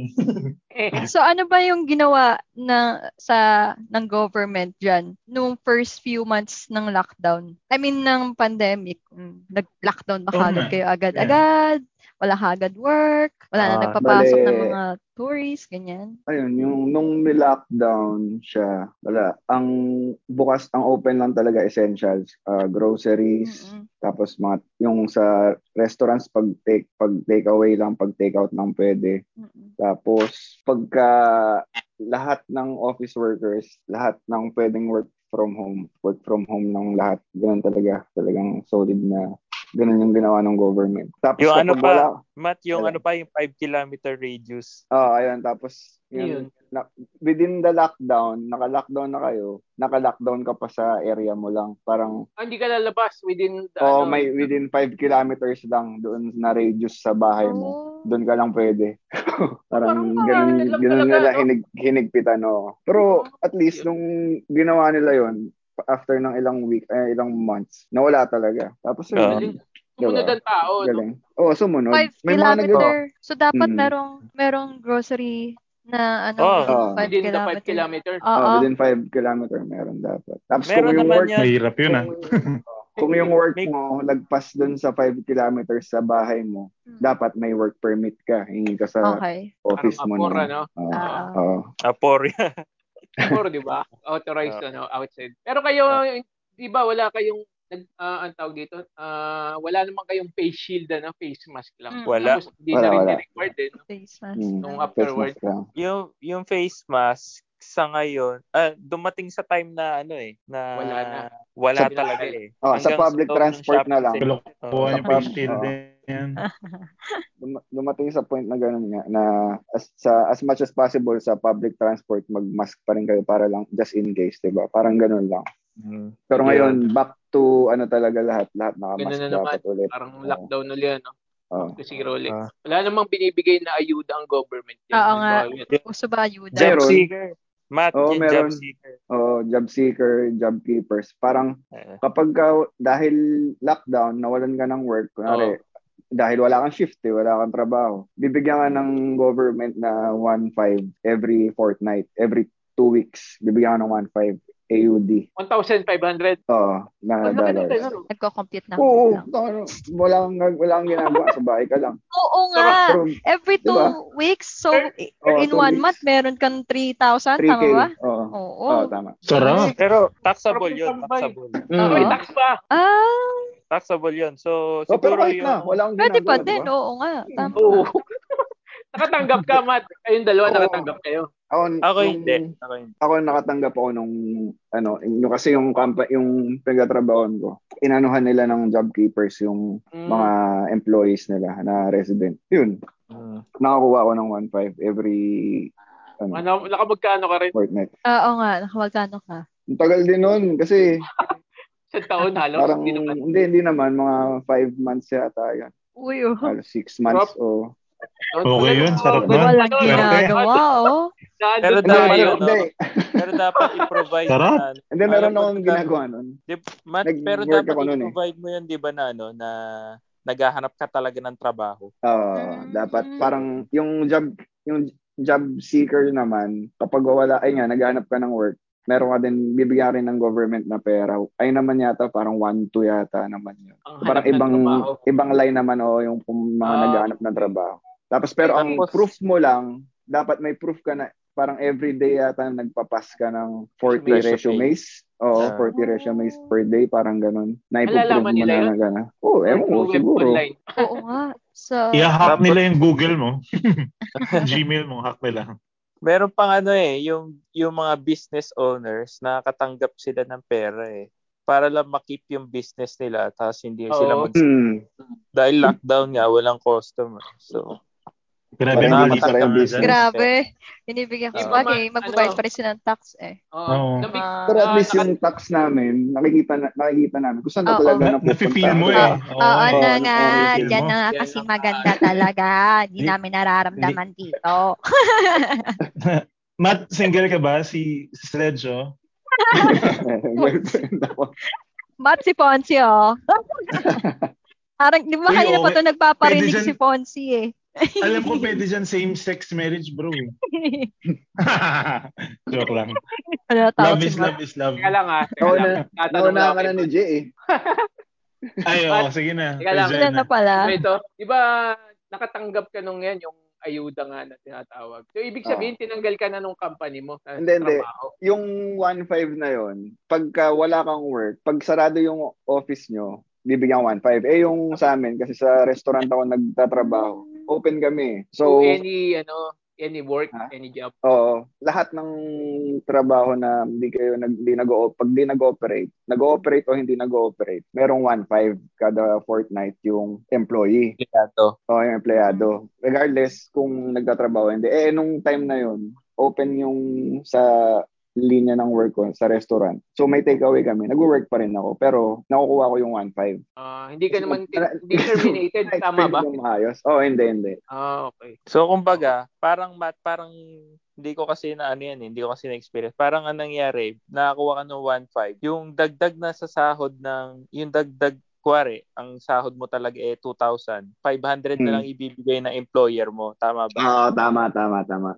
Speaker 3: eh.
Speaker 1: So ano ba yung ginawa na sa ng government diyan nung first few months ng lockdown? I mean ng pandemic. Mm, Nag-lockdown ba
Speaker 3: Oo
Speaker 1: kagad
Speaker 3: nga.
Speaker 1: kayo agad-agad? Wala kagad work, wala na
Speaker 5: Ah,
Speaker 1: nagpapasok ng
Speaker 4: bale.
Speaker 1: mga tourists, ganyan.
Speaker 4: Ayun, yung nung ni-lockdown siya, wala. Ang bukas, ang open lang talaga essentials. ah, groceries,
Speaker 1: Mm-mm.
Speaker 4: tapos mga, yung sa restaurants, pag take, pag take away lang, pag take out lang pwede.
Speaker 1: Mm-mm.
Speaker 4: Tapos, pagka lahat ng office workers, lahat ng pwedeng work from home, work from home ng lahat, ganun talaga, talagang solid na, ganun yung ginawa ng government. Tapos,
Speaker 5: Yung ano
Speaker 4: kapag
Speaker 5: pa?
Speaker 4: wala,
Speaker 5: Matt, yung
Speaker 4: Alam.
Speaker 5: ano pa, yung 5 kilometer radius.
Speaker 4: ah ayun, tapos, yun,
Speaker 2: Yun.
Speaker 4: within the lockdown, naka-lockdown na kayo, naka-lockdown ka pa sa area mo lang. Parang,
Speaker 2: Ah, hindi ka lalabas within the,
Speaker 4: oh,
Speaker 2: ano,
Speaker 4: may within 5 kilometers lang doon na radius sa bahay mo.
Speaker 1: Oh.
Speaker 4: Doon ka lang pwede. Parang
Speaker 2: Parang
Speaker 4: ganun,
Speaker 2: parang lang
Speaker 4: ganun
Speaker 2: talaga,
Speaker 4: nila
Speaker 2: no?
Speaker 4: hinig, hinigpitan. oo. Pero at least nung ginawa nila yon after ng ilang week, eh, ilang months, nawala talaga. Tapos
Speaker 5: Ah.
Speaker 2: Galing.
Speaker 4: yun,
Speaker 2: Sumunod
Speaker 4: Diba?
Speaker 2: ang tao. oh, No?
Speaker 4: galing. Oo, sumunod.
Speaker 1: 5
Speaker 4: May mga nag-
Speaker 1: kilometer. So dapat
Speaker 4: Mm.
Speaker 1: merong merong grocery na ano
Speaker 5: Oh.
Speaker 1: within
Speaker 4: Oh.
Speaker 1: 5
Speaker 2: Within the 5
Speaker 1: kilometer.
Speaker 2: kilometer.
Speaker 1: Oo.
Speaker 4: oh, within 5 kilometer, meron dapat. Tapos
Speaker 5: Meron
Speaker 4: kung yung
Speaker 5: naman
Speaker 4: work,
Speaker 5: yan.
Speaker 3: Mahirap yun ah.
Speaker 4: kung yung work
Speaker 5: May-
Speaker 4: mo lagpas dun sa 5 kilometers sa bahay mo,
Speaker 1: Mm.
Speaker 4: dapat may work permit ka. Hingi ka sa
Speaker 1: Okay.
Speaker 4: office
Speaker 2: Parang
Speaker 4: mo.
Speaker 2: apor,
Speaker 4: na-
Speaker 2: ano?
Speaker 4: Oo.
Speaker 1: Ah.
Speaker 4: Oo.
Speaker 5: Aporia.
Speaker 4: Ah.
Speaker 2: Or, di ba? Authorized, ano, outside. Pero kayo, di ba, wala kayong nag uh, ang tawag dito, ah, wala naman kayong face shield na face mask lang.
Speaker 1: Mm.
Speaker 5: Wala.
Speaker 2: Tapos hindi
Speaker 4: Wala,
Speaker 2: na rin
Speaker 4: wala.
Speaker 2: required eh. no?
Speaker 1: Face mask.
Speaker 4: Mm,
Speaker 2: Nung
Speaker 4: face
Speaker 2: afterward.
Speaker 4: mask lang.
Speaker 5: Yung, yung face mask sa ngayon, ah, dumating sa time na ano eh, na
Speaker 2: Wala na.
Speaker 5: wala
Speaker 2: Sa-
Speaker 5: talaga eh.
Speaker 4: Oh, sa
Speaker 5: Hanggang
Speaker 4: public
Speaker 5: loob ng
Speaker 4: transport na
Speaker 5: shopping
Speaker 4: lang.
Speaker 5: center. Oo.
Speaker 3: Kalokohan yung
Speaker 4: Tapos,
Speaker 3: face shield
Speaker 4: oo.
Speaker 3: din yan.
Speaker 1: Ah.
Speaker 4: Dum- dumating sa point na gano'n nga na as, sa, as much as possible sa public transport mag-mask pa rin kayo para lang just in case, 'di ba? Parang gano'n lang.
Speaker 5: Mm.
Speaker 4: Pero ngayon back to ano talaga lahat, lahat
Speaker 2: Ganun
Speaker 4: naka-mask
Speaker 2: na naman.
Speaker 4: dapat ulit.
Speaker 2: Parang
Speaker 4: Oo.
Speaker 2: lockdown ulit, no?
Speaker 4: Oo.
Speaker 2: To zero ulit.
Speaker 5: Ah.
Speaker 2: Wala namang binibigay na ayuda ang government.
Speaker 1: Oo nga.
Speaker 2: Halimbawa, yun.
Speaker 1: Uso ba ayuda?
Speaker 5: Job
Speaker 4: Meron.
Speaker 5: seeker. Matt,
Speaker 4: Oo,
Speaker 5: yun, job
Speaker 4: meron.
Speaker 5: seeker.
Speaker 4: Oo, job seeker, job keepers. Parang
Speaker 5: Ah.
Speaker 4: kapag ka, dahil lockdown, nawalan ka ng work, kunwari, dahil wala kang shift, eh, wala kang trabaho, bibigyan ka ng government na 1.5 every fortnight, every two weeks, bibigyan ka ng 1.5 AUD.
Speaker 2: 1,500.
Speaker 4: Oo, na
Speaker 1: Wala ka na
Speaker 4: Ah, dollars.
Speaker 1: ganun.
Speaker 2: oh.
Speaker 1: Nagko-compute na.
Speaker 4: Oo,
Speaker 1: lang.
Speaker 4: ano, wala kang, wala kang ginagawa sa bahay ka lang.
Speaker 1: Oo nga.
Speaker 4: Pero
Speaker 1: Every two
Speaker 4: Diba?
Speaker 1: weeks. So, i-
Speaker 4: Oo,
Speaker 1: in
Speaker 4: two
Speaker 1: one
Speaker 4: weeks.
Speaker 1: month, meron kang 3,000.
Speaker 4: 3K.
Speaker 1: Tama ba?
Speaker 4: Oo,
Speaker 1: Oo.
Speaker 4: oo, tama.
Speaker 3: Sarap. Mm.
Speaker 5: Pero taxable yun,
Speaker 2: Parang
Speaker 5: taxable.
Speaker 1: Oo.
Speaker 2: May tax pa.
Speaker 1: Ah,
Speaker 5: Taxable yun. So,
Speaker 4: Oh, pero
Speaker 5: siguro
Speaker 4: kahit
Speaker 5: yung...
Speaker 4: na, wala kang
Speaker 1: pwede
Speaker 4: ginagawa,
Speaker 1: pa
Speaker 4: di
Speaker 1: din. oh.
Speaker 4: ba?
Speaker 1: Oo nga.
Speaker 4: Hmm.
Speaker 1: Tama.
Speaker 2: Oo. nakatanggap ka, Matt. Kayong dalawa
Speaker 4: Oo.
Speaker 2: nakatanggap kayo.
Speaker 4: Ako,
Speaker 5: Ako
Speaker 4: nung-
Speaker 5: hindi. Ako hindi.
Speaker 4: ako nakatanggap ako nung ano yung kasi yung kampa yung pinagtatrabahoan ko inanuhan nila ng job keepers yung
Speaker 2: Mm.
Speaker 1: Hmm.
Speaker 4: mga employees nila na resident yun
Speaker 5: Mm.
Speaker 4: nakakuha ako ng 1.5 every ano,
Speaker 2: Ano, nakamagkano ka rin?
Speaker 4: fortnight
Speaker 1: Ah, Oo nga. Nakawagano ka.
Speaker 4: ang tagal din nun kasi
Speaker 2: Sa taon halos.
Speaker 4: parang
Speaker 2: Hindi naman.
Speaker 4: hindi hindi naman mga 5 months yata yun
Speaker 1: Uy, oh.
Speaker 4: halos 6 months o
Speaker 3: Okay yun, sarap
Speaker 2: Wala-
Speaker 3: nun.
Speaker 1: Walang
Speaker 2: wala-
Speaker 1: ginagawa, oh.
Speaker 2: Nandun
Speaker 5: Pero
Speaker 2: tayo,
Speaker 4: hindi
Speaker 5: dahil,
Speaker 4: parang-
Speaker 5: ano?
Speaker 4: hindi
Speaker 5: Pero dapat i-provide
Speaker 3: Sarap.
Speaker 5: na... ano.
Speaker 4: hindi
Speaker 5: Alam
Speaker 4: meron
Speaker 5: mo,
Speaker 4: akong
Speaker 5: diba,
Speaker 4: ginagawa nun
Speaker 5: Di- Matt,
Speaker 4: Nag-work
Speaker 5: pero dapat
Speaker 4: ako nun eh.
Speaker 5: i-provide mo yun, di ba, na, ano, na naghahanap ka talaga ng trabaho.
Speaker 4: Ah,
Speaker 1: Mm.
Speaker 4: dapat parang yung job yung job seeker naman kapag wala ay nga naghahanap ka ng work, meron ka din bibigyan ka rin ng government na pera. Ay naman yata parang 1 2 yata naman yun.
Speaker 2: Ang hanap
Speaker 4: Parang
Speaker 2: ng
Speaker 4: ibang
Speaker 2: trabaho.
Speaker 4: ibang line naman oh yung pum- mga
Speaker 5: Ah,
Speaker 4: naghahanap ng trabaho. Tapos pero ang
Speaker 5: Tapos-
Speaker 4: proof mo lang, dapat may proof ka na parang everyday yata nagpapas ka ng 40
Speaker 5: Resume.
Speaker 4: resumes. Oo,
Speaker 5: Ah.
Speaker 4: 40 resumes per day, parang ganun. Na ipoprove
Speaker 2: Malalaman
Speaker 4: mo
Speaker 2: nila
Speaker 4: na na gano'n. Oo, ewan ko,
Speaker 2: Through web
Speaker 4: siguro.
Speaker 2: online.
Speaker 1: Oo nga. So,
Speaker 3: I-hack
Speaker 5: Tapos-
Speaker 3: nila yung Google mo. Gmail mo, hack nila.
Speaker 5: Meron pang ano eh, yung, yung mga business owners, nakakatanggap sila ng pera eh. Para lang makip yung business nila, tapos hindi
Speaker 2: Oo.
Speaker 5: sila mag...
Speaker 4: Hmm.
Speaker 5: Dahil lockdown nga, walang customer. So,
Speaker 3: Grabe
Speaker 4: Parang
Speaker 3: ang gulit
Speaker 4: hindi masarap yung
Speaker 3: ng mga
Speaker 4: business.
Speaker 3: dyan.
Speaker 1: grabe. Inibigyan ko
Speaker 5: Iba
Speaker 1: sa
Speaker 2: man,
Speaker 1: bagay. Magbabayad
Speaker 2: ano?
Speaker 1: pa rin sila ng tax, eh.
Speaker 2: Oo.
Speaker 3: Oo.
Speaker 2: Nami-
Speaker 1: Ah,
Speaker 4: Pero at
Speaker 2: Ah,
Speaker 4: least
Speaker 2: naka-
Speaker 4: yung tax namin, nakikita, na, nakikita namin kung saan na
Speaker 1: Oo.
Speaker 4: talaga
Speaker 3: Na-
Speaker 4: napupunta.
Speaker 3: nafe-feel mo
Speaker 4: Diba?
Speaker 3: eh.
Speaker 1: Oo na
Speaker 4: Oo,
Speaker 1: nga.
Speaker 4: oo, yung
Speaker 1: Diyan
Speaker 3: film
Speaker 1: na nga
Speaker 2: Yan
Speaker 1: kasi
Speaker 2: ang-
Speaker 1: maganda talaga. Hindi
Speaker 3: Li-
Speaker 1: namin nararamdaman dito.
Speaker 3: Matt, single ka ba? Si Sledge, oh.
Speaker 4: Eh, Girlfriend ako.
Speaker 1: Ba't si Ponzi, oh? Parang, di ba
Speaker 3: Uy,
Speaker 1: kanina pa
Speaker 3: oo.
Speaker 1: to nagpaparinig
Speaker 3: Pwede dyan-
Speaker 1: si Ponzi, eh.
Speaker 3: Alam ko pwede dyan same-sex marriage, bro. eh. Joke lang.
Speaker 1: ano tawag
Speaker 3: Love
Speaker 1: si
Speaker 3: is
Speaker 1: Matt?
Speaker 3: love is love.
Speaker 2: Teka lang ha. Teka
Speaker 4: Nauna,
Speaker 2: lang. Tatanong
Speaker 4: nauna ka na
Speaker 2: natin.
Speaker 4: ni Jay eh.
Speaker 3: Ay, oo, sige na.
Speaker 2: Teka lang.
Speaker 1: Sila
Speaker 3: Regina.
Speaker 1: na pala.
Speaker 2: Pero ito, di ba nakatanggap ka nung yan, yung ayuda nga na tinatawag. So, ibig sabihin, tinanggal ka na nung company mo sa
Speaker 4: Hindi, hindi.
Speaker 2: trabaho.
Speaker 4: Yung 1.5 na yon pagka wala kang work, pag sarado yung office nyo, bibigyan 1.5. Eh yung sa amin, kasi sa restaurant ako nagtatrabaho, open kami.
Speaker 2: So,
Speaker 4: So, Ah.
Speaker 2: any, ano, any work,
Speaker 4: Ha?
Speaker 2: any job.
Speaker 4: Oo, lahat ng trabaho na hindi kayo nag, di nag pag di nag-ooperate, nag-ooperate o hindi nag-ooperate, merong 1.5 kada fortnight yung employee
Speaker 5: to.
Speaker 4: o yung empleyado. Regardless kung nagtatrabaho o hindi. Eh, nung time na yun, open yung sa linya ng work ko sa restaurant. So may takeaway kami. Nag-work pa rin ako pero nakukuha ko yung 1.5.
Speaker 2: Ah, hindi ka naman, hindi terminated. Tama ba?
Speaker 4: Maayos. Oh, hindi, hindi.
Speaker 2: Ah, okay.
Speaker 5: So, kumbaga, parang Matt, parang hindi ko kasi na ano yan, eh, hindi ko kasi na-experience. Parang anong nangyari, nakakuha ka ng 1.5. Yung dagdag na sa sahod ng, yung dagdag, kuwari, ang sahod mo talaga eh 2,000. 500 na
Speaker 4: Hmm.
Speaker 5: lang ibibigay ng employer mo. Tama ba?
Speaker 4: Oo, tama, tama, tama.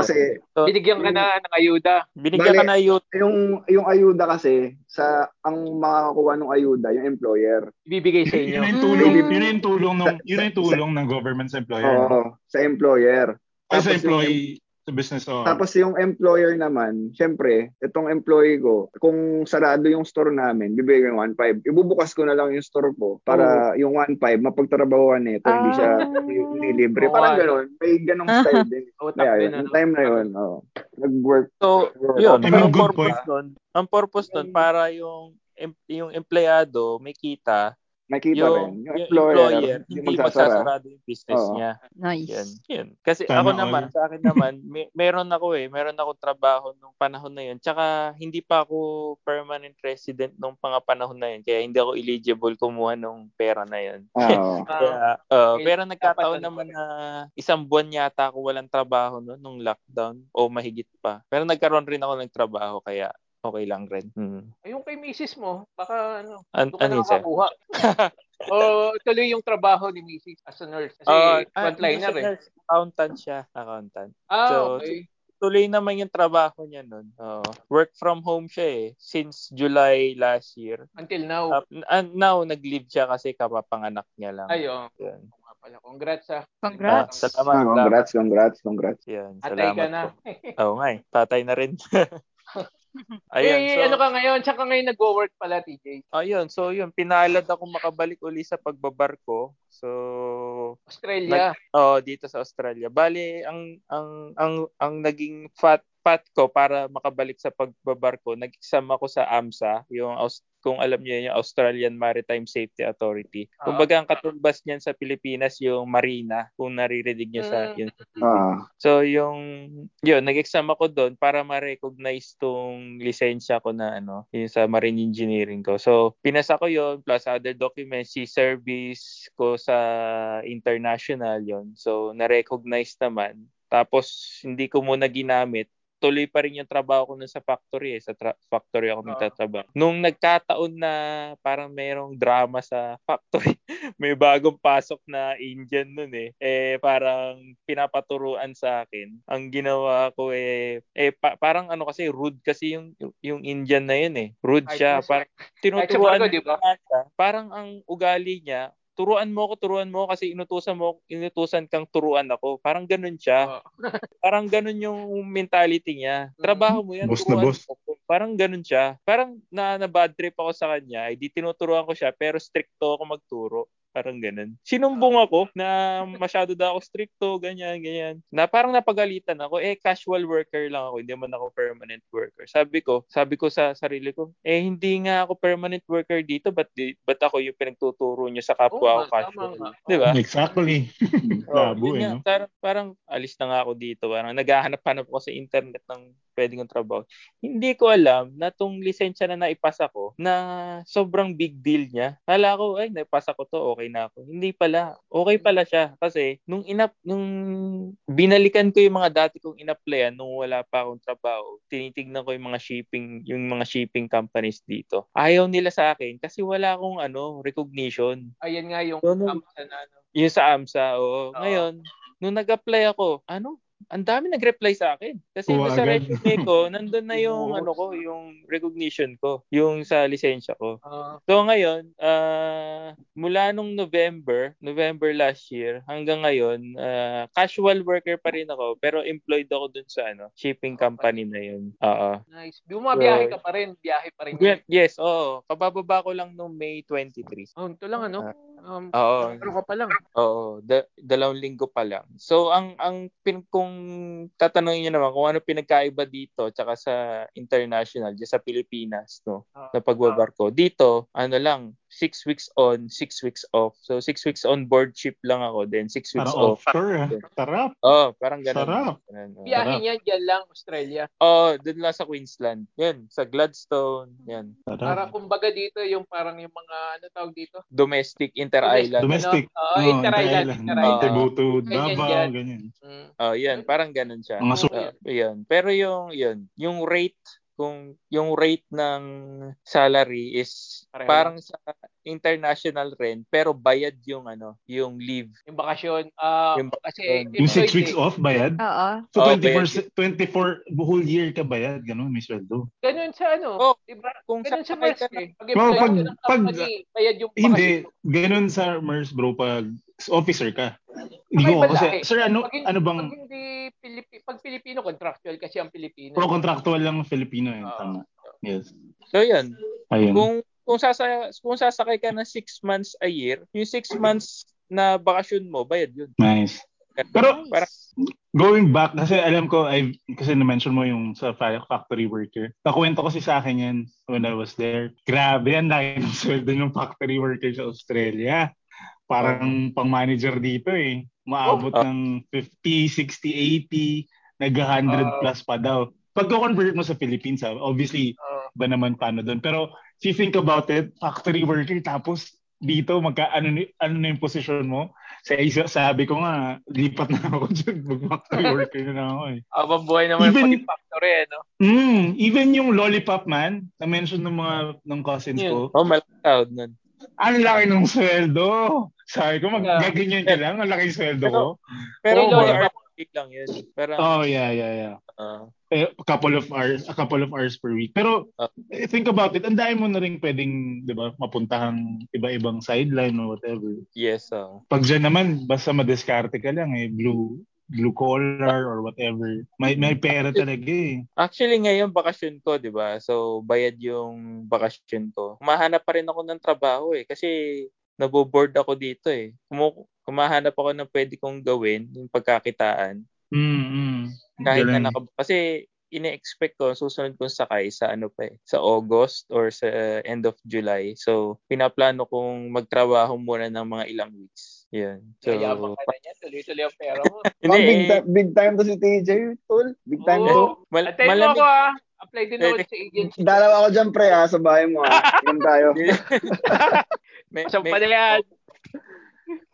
Speaker 4: Kasi
Speaker 5: So,
Speaker 2: Binigyan ka na ng ayuda.
Speaker 5: binigyan
Speaker 4: Bale-
Speaker 5: ka na yun.
Speaker 4: yung yung ayuda kasi sa ang makakakuha ng ayuda yung employer.
Speaker 2: Ibibigay sa
Speaker 3: Yun
Speaker 2: inyo.
Speaker 3: na yung tulong,
Speaker 1: Mm.
Speaker 3: yun na yung tulong ng,
Speaker 4: Sa-
Speaker 3: yun na yung tulong ng government sa employer.
Speaker 4: Oo, sa employer.
Speaker 3: Ay, sa
Speaker 4: Tapos yung-
Speaker 3: employee, sa Sa business owner.
Speaker 4: Tapos yung employer naman, syempre, itong employee ko, kung sarado yung store namin, bibigay ko yung 1.5. Ibubukas ko na lang yung store ko
Speaker 5: Oh.
Speaker 4: para yung 1.5 mapagtrabahuan nito, eh, hindi siya
Speaker 1: Ah.
Speaker 4: hindi libre.
Speaker 2: Oo,
Speaker 5: Oh,
Speaker 4: Parang
Speaker 2: ano.
Speaker 4: gano'n. May ganong style din.
Speaker 2: Utak
Speaker 4: Kaya
Speaker 2: din,
Speaker 4: yun,
Speaker 2: ano?
Speaker 4: yung time na yun, oo. nag-work.
Speaker 5: So,
Speaker 4: Work.
Speaker 5: Oh, yun.
Speaker 3: I mean,
Speaker 5: ang
Speaker 3: good
Speaker 5: purpose
Speaker 3: point.
Speaker 5: nun, ang purpose nun, para yung em- yung empleyado may kita,
Speaker 4: Nakita
Speaker 5: yung,
Speaker 4: rin.
Speaker 5: yung employer, hindi magsasarado yung business
Speaker 4: Oo.
Speaker 5: niya. Yun,
Speaker 1: Nice.
Speaker 5: yun. Kasi
Speaker 3: Tama
Speaker 5: ako
Speaker 3: all.
Speaker 5: naman, sa akin naman, may, meron ako eh, meron akong trabaho nung panahon na yun. Tsaka hindi pa ako permanent resident nung mga panahon na yun. Kaya hindi ako eligible kumuha nung pera na yun.
Speaker 4: Ah, Oo.
Speaker 5: Kaya, uh,
Speaker 2: Ah, Okay,
Speaker 5: pero nagkataon
Speaker 2: dapat ano
Speaker 5: naman
Speaker 2: pa rin.
Speaker 5: na isang buwan yata ako walang trabaho no, nung lockdown o mahigit pa. Pero nagkaroon rin ako ng trabaho kaya okay lang rin. Hmm.
Speaker 2: Ayun Ah, kay misis mo, baka ano,
Speaker 5: An-
Speaker 2: doon ka
Speaker 5: ano yun, sir?
Speaker 2: nakakakuha. o tuloy yung trabaho ni misis as a nurse. Kasi
Speaker 5: Ah, ah,
Speaker 2: frontliner
Speaker 5: hindi
Speaker 2: eh.
Speaker 5: siya nurse, Accountant siya. Accountant.
Speaker 2: Ah,
Speaker 5: So,
Speaker 2: okay.
Speaker 5: Tuloy naman yung trabaho niya nun. Oo. work from home siya eh. Since July last year.
Speaker 2: Until now.
Speaker 5: Tap- ah, now, nag-leave siya kasi kapapanganak niya lang.
Speaker 2: Ayun.
Speaker 5: Yun.
Speaker 2: Oo nga pala. Congrats sa
Speaker 5: Ah,
Speaker 1: Congrats.
Speaker 4: Ah,
Speaker 5: salamat. salamat.
Speaker 4: congrats, congrats, congrats.
Speaker 5: Yun,
Speaker 2: Atay ka
Speaker 5: salamat
Speaker 2: na.
Speaker 5: po. Oo nga eh. Patay na rin. Ayun,
Speaker 2: eh,
Speaker 5: so,
Speaker 2: ano ka ngayon? Tsaka ka ngayon nag-work pala, TJ.
Speaker 5: ayun, so yun, pinalad ako makabalik uli sa pagbabar ko. So,
Speaker 2: Australia.
Speaker 5: oh, dito sa Australia. Bali, ang ang ang ang naging fat pat ko para makabalik sa pagbabar ko, nag-exam ako sa AMSA, yung Aus- kung alam niyo yun, yung Australian Maritime Safety Authority.
Speaker 2: Ah.
Speaker 5: Kumbaga ang katumbas niyan sa Pilipinas yung Marina, kung naririnig niyo sa
Speaker 2: Mm.
Speaker 5: yun.
Speaker 4: Ah,
Speaker 5: So yung yun, nag-exam ako doon para ma-recognize tong lisensya ko na ano, yung sa marine engineering ko. So pinasa ko yon plus other documents, si service ko sa international yon. So na-recognize naman. Tapos hindi ko muna ginamit tuloy pa rin yung trabaho ko nun sa factory eh. Sa tra- factory ako nagtatrabaho. Nung nagkataon na parang merong drama sa factory, may bagong pasok na Indian nun eh. Eh, parang pinapaturuan sa akin. Ang ginawa ko eh, eh pa- parang ano kasi, rude kasi yung, yung Indian na yun eh. Rude
Speaker 2: Ay,
Speaker 5: siya.
Speaker 2: kasi-
Speaker 5: Parang
Speaker 2: Kahit sa
Speaker 5: tinuturuan
Speaker 2: Margo, di ba?
Speaker 5: ata, parang ang ugali niya, turuan mo ako, turuan mo ako kasi inutusan mo, inutusan kang turuan ako. Parang ganun siya.
Speaker 2: Oo.
Speaker 5: Parang ganun yung mentality niya.
Speaker 2: Mm.
Speaker 5: Trabaho mo yan,
Speaker 3: Boss na
Speaker 5: turuan
Speaker 3: boss.
Speaker 5: mo ako. Parang ganun siya. Parang na, na bad trip ako sa kanya. Hindi tinuturuan ko siya pero stricto ako magturo. Parang ganun. Sinumbong
Speaker 2: Ah.
Speaker 5: ako na masyado daw ako stricto, ganyan, ganyan. Na parang napagalitan ako. Eh, casual worker lang ako. Hindi man ako permanent worker. Sabi ko, sabi ko sa sarili ko, eh, hindi nga ako permanent worker dito. Ba't, di, ba't ako yung pinagtuturo nyo sa
Speaker 2: Oo
Speaker 5: kapwa
Speaker 2: nga,
Speaker 5: ko casual?
Speaker 2: tama nga.
Speaker 5: Di ba?
Speaker 3: Exactly.
Speaker 5: Oh,
Speaker 3: Labo eh,
Speaker 5: yun nga.
Speaker 3: no?
Speaker 5: Parang, parang alis na nga ako dito. Parang naghahanap-hanap ako sa internet ng pwede kong trabaho. Hindi ko alam na tong lisensya na naipasa ko na sobrang big deal niya. Kala ko, ay, naipasa ko to, okay na ako. Hindi pala. Okay pala siya. Kasi nung, inap, nung binalikan ko yung mga dati kong inapplyan nung wala pa akong trabaho, tinitignan ko yung mga shipping, yung mga shipping companies dito. Ayaw nila sa akin kasi wala akong ano, recognition.
Speaker 2: Ayan nga yung
Speaker 5: Yun,
Speaker 2: camp na ano.
Speaker 5: Yung sa AMSA,
Speaker 2: Oo.
Speaker 5: oo. Ngayon, nung nag-apply ako, ano? Ang dami nag-reply sa akin. Kasi
Speaker 3: Oo,
Speaker 5: doon sa
Speaker 3: agad.
Speaker 5: resume ko, nandun na yung
Speaker 2: Oo.
Speaker 5: ano ko, yung recognition ko, yung sa lisensya ko.
Speaker 2: Ah,
Speaker 5: So ngayon, ah, mula nung November, November last year hanggang ngayon, ah, casual worker pa rin ako pero employed ako dun sa ano, shipping company na yun. Oo.
Speaker 2: nice. Bumabiyahe
Speaker 5: Right.
Speaker 2: ka pa rin. Biyahe pa rin.
Speaker 5: Yes, yes, oo. Kabababa ko lang nung May 23.
Speaker 2: Oh, ito lang ano.
Speaker 5: Ah.
Speaker 2: Um,
Speaker 5: Oo.
Speaker 2: ano ka pa lang.
Speaker 5: Oo, da- dalawang linggo pa lang. So ang ang pin kung tatanungin niyo naman kung ano pinagkaiba dito tsaka sa international, di sa Pilipinas, no,
Speaker 2: Ah,
Speaker 5: na pagbabarko. Dito, ano lang, six weeks on, six weeks off. So six weeks on board ship lang ako, then six weeks
Speaker 3: Parang
Speaker 5: off.
Speaker 3: offshore, ah. Tarap.
Speaker 5: Oh, parang ganun.
Speaker 3: Sarap.
Speaker 5: Ganun, oh.
Speaker 2: biyahe niyan dyan lang, Australia.
Speaker 5: Oh, dun lang sa Queensland. Yan, sa Gladstone, yan.
Speaker 2: Para
Speaker 3: Tarap.
Speaker 2: kumbaga dito yung parang yung mga ano tawag dito.
Speaker 5: Domestic inter-island.
Speaker 3: Domestic.
Speaker 2: Ano? Oo,
Speaker 3: Oh,
Speaker 2: inter-island,
Speaker 3: Inter-island.
Speaker 2: inter-island.
Speaker 3: Cebu to
Speaker 2: Ganyan
Speaker 3: Davao,
Speaker 2: yan.
Speaker 3: ganyan.
Speaker 2: Mm.
Speaker 5: Oh, yan, parang ganun siya.
Speaker 3: Mga
Speaker 2: Oo,
Speaker 3: so-
Speaker 5: Uh,
Speaker 2: yan.
Speaker 5: yun. Pero yung yun, yung rate kung yung rate ng salary is
Speaker 2: Pareho
Speaker 5: parang sa international rin pero bayad yung ano, yung leave.
Speaker 2: Yung bakasyon. ah
Speaker 5: Yung
Speaker 2: kasi
Speaker 5: bakasyon.
Speaker 3: Yung
Speaker 2: employed
Speaker 3: six weeks
Speaker 2: eh.
Speaker 3: off, bayad?
Speaker 1: Oo.
Speaker 3: So,
Speaker 5: Oh,
Speaker 3: 24, 24 whole year ka bayad, ganun, may sweldo.
Speaker 2: Ganun sa ano.
Speaker 5: Oh,
Speaker 2: diba?
Speaker 5: Kung
Speaker 2: Ganun sa
Speaker 5: sakay
Speaker 2: Mars
Speaker 5: ka na-
Speaker 2: eh. Pag employed
Speaker 3: pag-
Speaker 2: ka ng
Speaker 3: pag-
Speaker 2: company, bayad yung bakasyon.
Speaker 3: Hindi, ganun sa MERS bro pag officer ka. Hindi
Speaker 2: Kakaiba
Speaker 3: ko kasi,
Speaker 2: lahi.
Speaker 3: sir ano,
Speaker 2: eh. Pag, hin-
Speaker 3: ano bang,
Speaker 2: pag hindi Pilipi, pag Pilipino, contractual kasi ang Pilipino.
Speaker 3: Pro contractual lang Filipino yun.
Speaker 2: Oo.
Speaker 3: Tama.
Speaker 2: Oh.
Speaker 3: Yes.
Speaker 5: So, yun.
Speaker 3: Ayun.
Speaker 5: Kung, kung, sasaya, kung sasakay ka ng 6 months a year, yung 6 months na bakasyon mo, bayad yun.
Speaker 3: Nice. Pero
Speaker 1: Nice.
Speaker 5: Parang-
Speaker 3: Going back, kasi alam ko, I've, kasi na-mention mo yung sa fa- factory worker. Nakuwento kasi sa akin yan when I was there. Grabe, ang laki ng sweldo ng factory worker sa Australia. Parang pang-manager dito eh. Maabot
Speaker 5: Oh.
Speaker 3: ng 50, 60, 80,
Speaker 2: Ah.
Speaker 5: Oh.
Speaker 3: nag-100 plus pa daw. Pagko-convert mo sa Philippines, ah, obviously,
Speaker 2: Ah,
Speaker 5: Oh.
Speaker 3: ba naman paano doon. Pero if you think about it, factory worker tapos dito magka ano ni- ano na yung position mo? Sa isa sabi ko nga lipat na ako diyan, mag factory worker na lang ako eh.
Speaker 2: abang buhay naman
Speaker 3: Even-
Speaker 2: yung pati factory, eh, no?
Speaker 3: Mm, even yung lollipop man, na mention ng mga ng cousins
Speaker 2: Yun.
Speaker 3: ko,
Speaker 5: Oh, malaking crowd nun.
Speaker 3: ang laki ng sweldo. Sabi ko mag
Speaker 2: Yeah.
Speaker 3: gaganyan ka lang, ang laki ng sweldo ko.
Speaker 5: Pero
Speaker 3: Oh,
Speaker 5: oh,
Speaker 3: boy.
Speaker 5: lang yun. Parang,
Speaker 3: Oh yeah, yeah, yeah.
Speaker 5: ah,
Speaker 3: eh, a couple of hours a couple of hours per week pero
Speaker 5: Ah.
Speaker 3: eh, think about it ang dami mo na rin pwedeng 'di ba mapuntahang iba-ibang sideline or whatever
Speaker 5: yes, oh.
Speaker 3: pag dyan naman basta madiskarte ka lang eh blue blue collar or whatever may may pera talaga eh
Speaker 5: Actually, ngayon bakasyon ko, 'di ba? So, bayad yung bakasyon ko. Kumahanap pa rin ako ng trabaho eh kasi naboboard ako dito eh. Kumu- kumahanap ako ng pwede kong gawin, yung pagkakitaan.
Speaker 3: mm, mm.
Speaker 2: Mm-hmm.
Speaker 5: Kahit na
Speaker 3: Galing.
Speaker 5: naka, kasi ine-expect ko, ang susunod kong sakay sa ano pa eh, sa August or sa uh, end of July. So, pinaplano kong magtrabaho muna ng mga ilang weeks. Yan. So,
Speaker 2: Kayabang ka na niya, tuloy-tuloy ang pera mo.
Speaker 4: Pang
Speaker 5: hindi Oh.
Speaker 4: big,
Speaker 5: eh.
Speaker 4: ti- big time to si TJ, tol. Big time to.
Speaker 2: Oo.
Speaker 5: Mal-
Speaker 2: Atayin mo
Speaker 5: malamig-
Speaker 2: ako, ah. Apply din ako sa agency.
Speaker 4: Dalawa ako dyan, pre, ah, sa bahay mo. Ah. Ganun tayo.
Speaker 5: May-
Speaker 2: Isang
Speaker 5: may-
Speaker 2: pa na yan.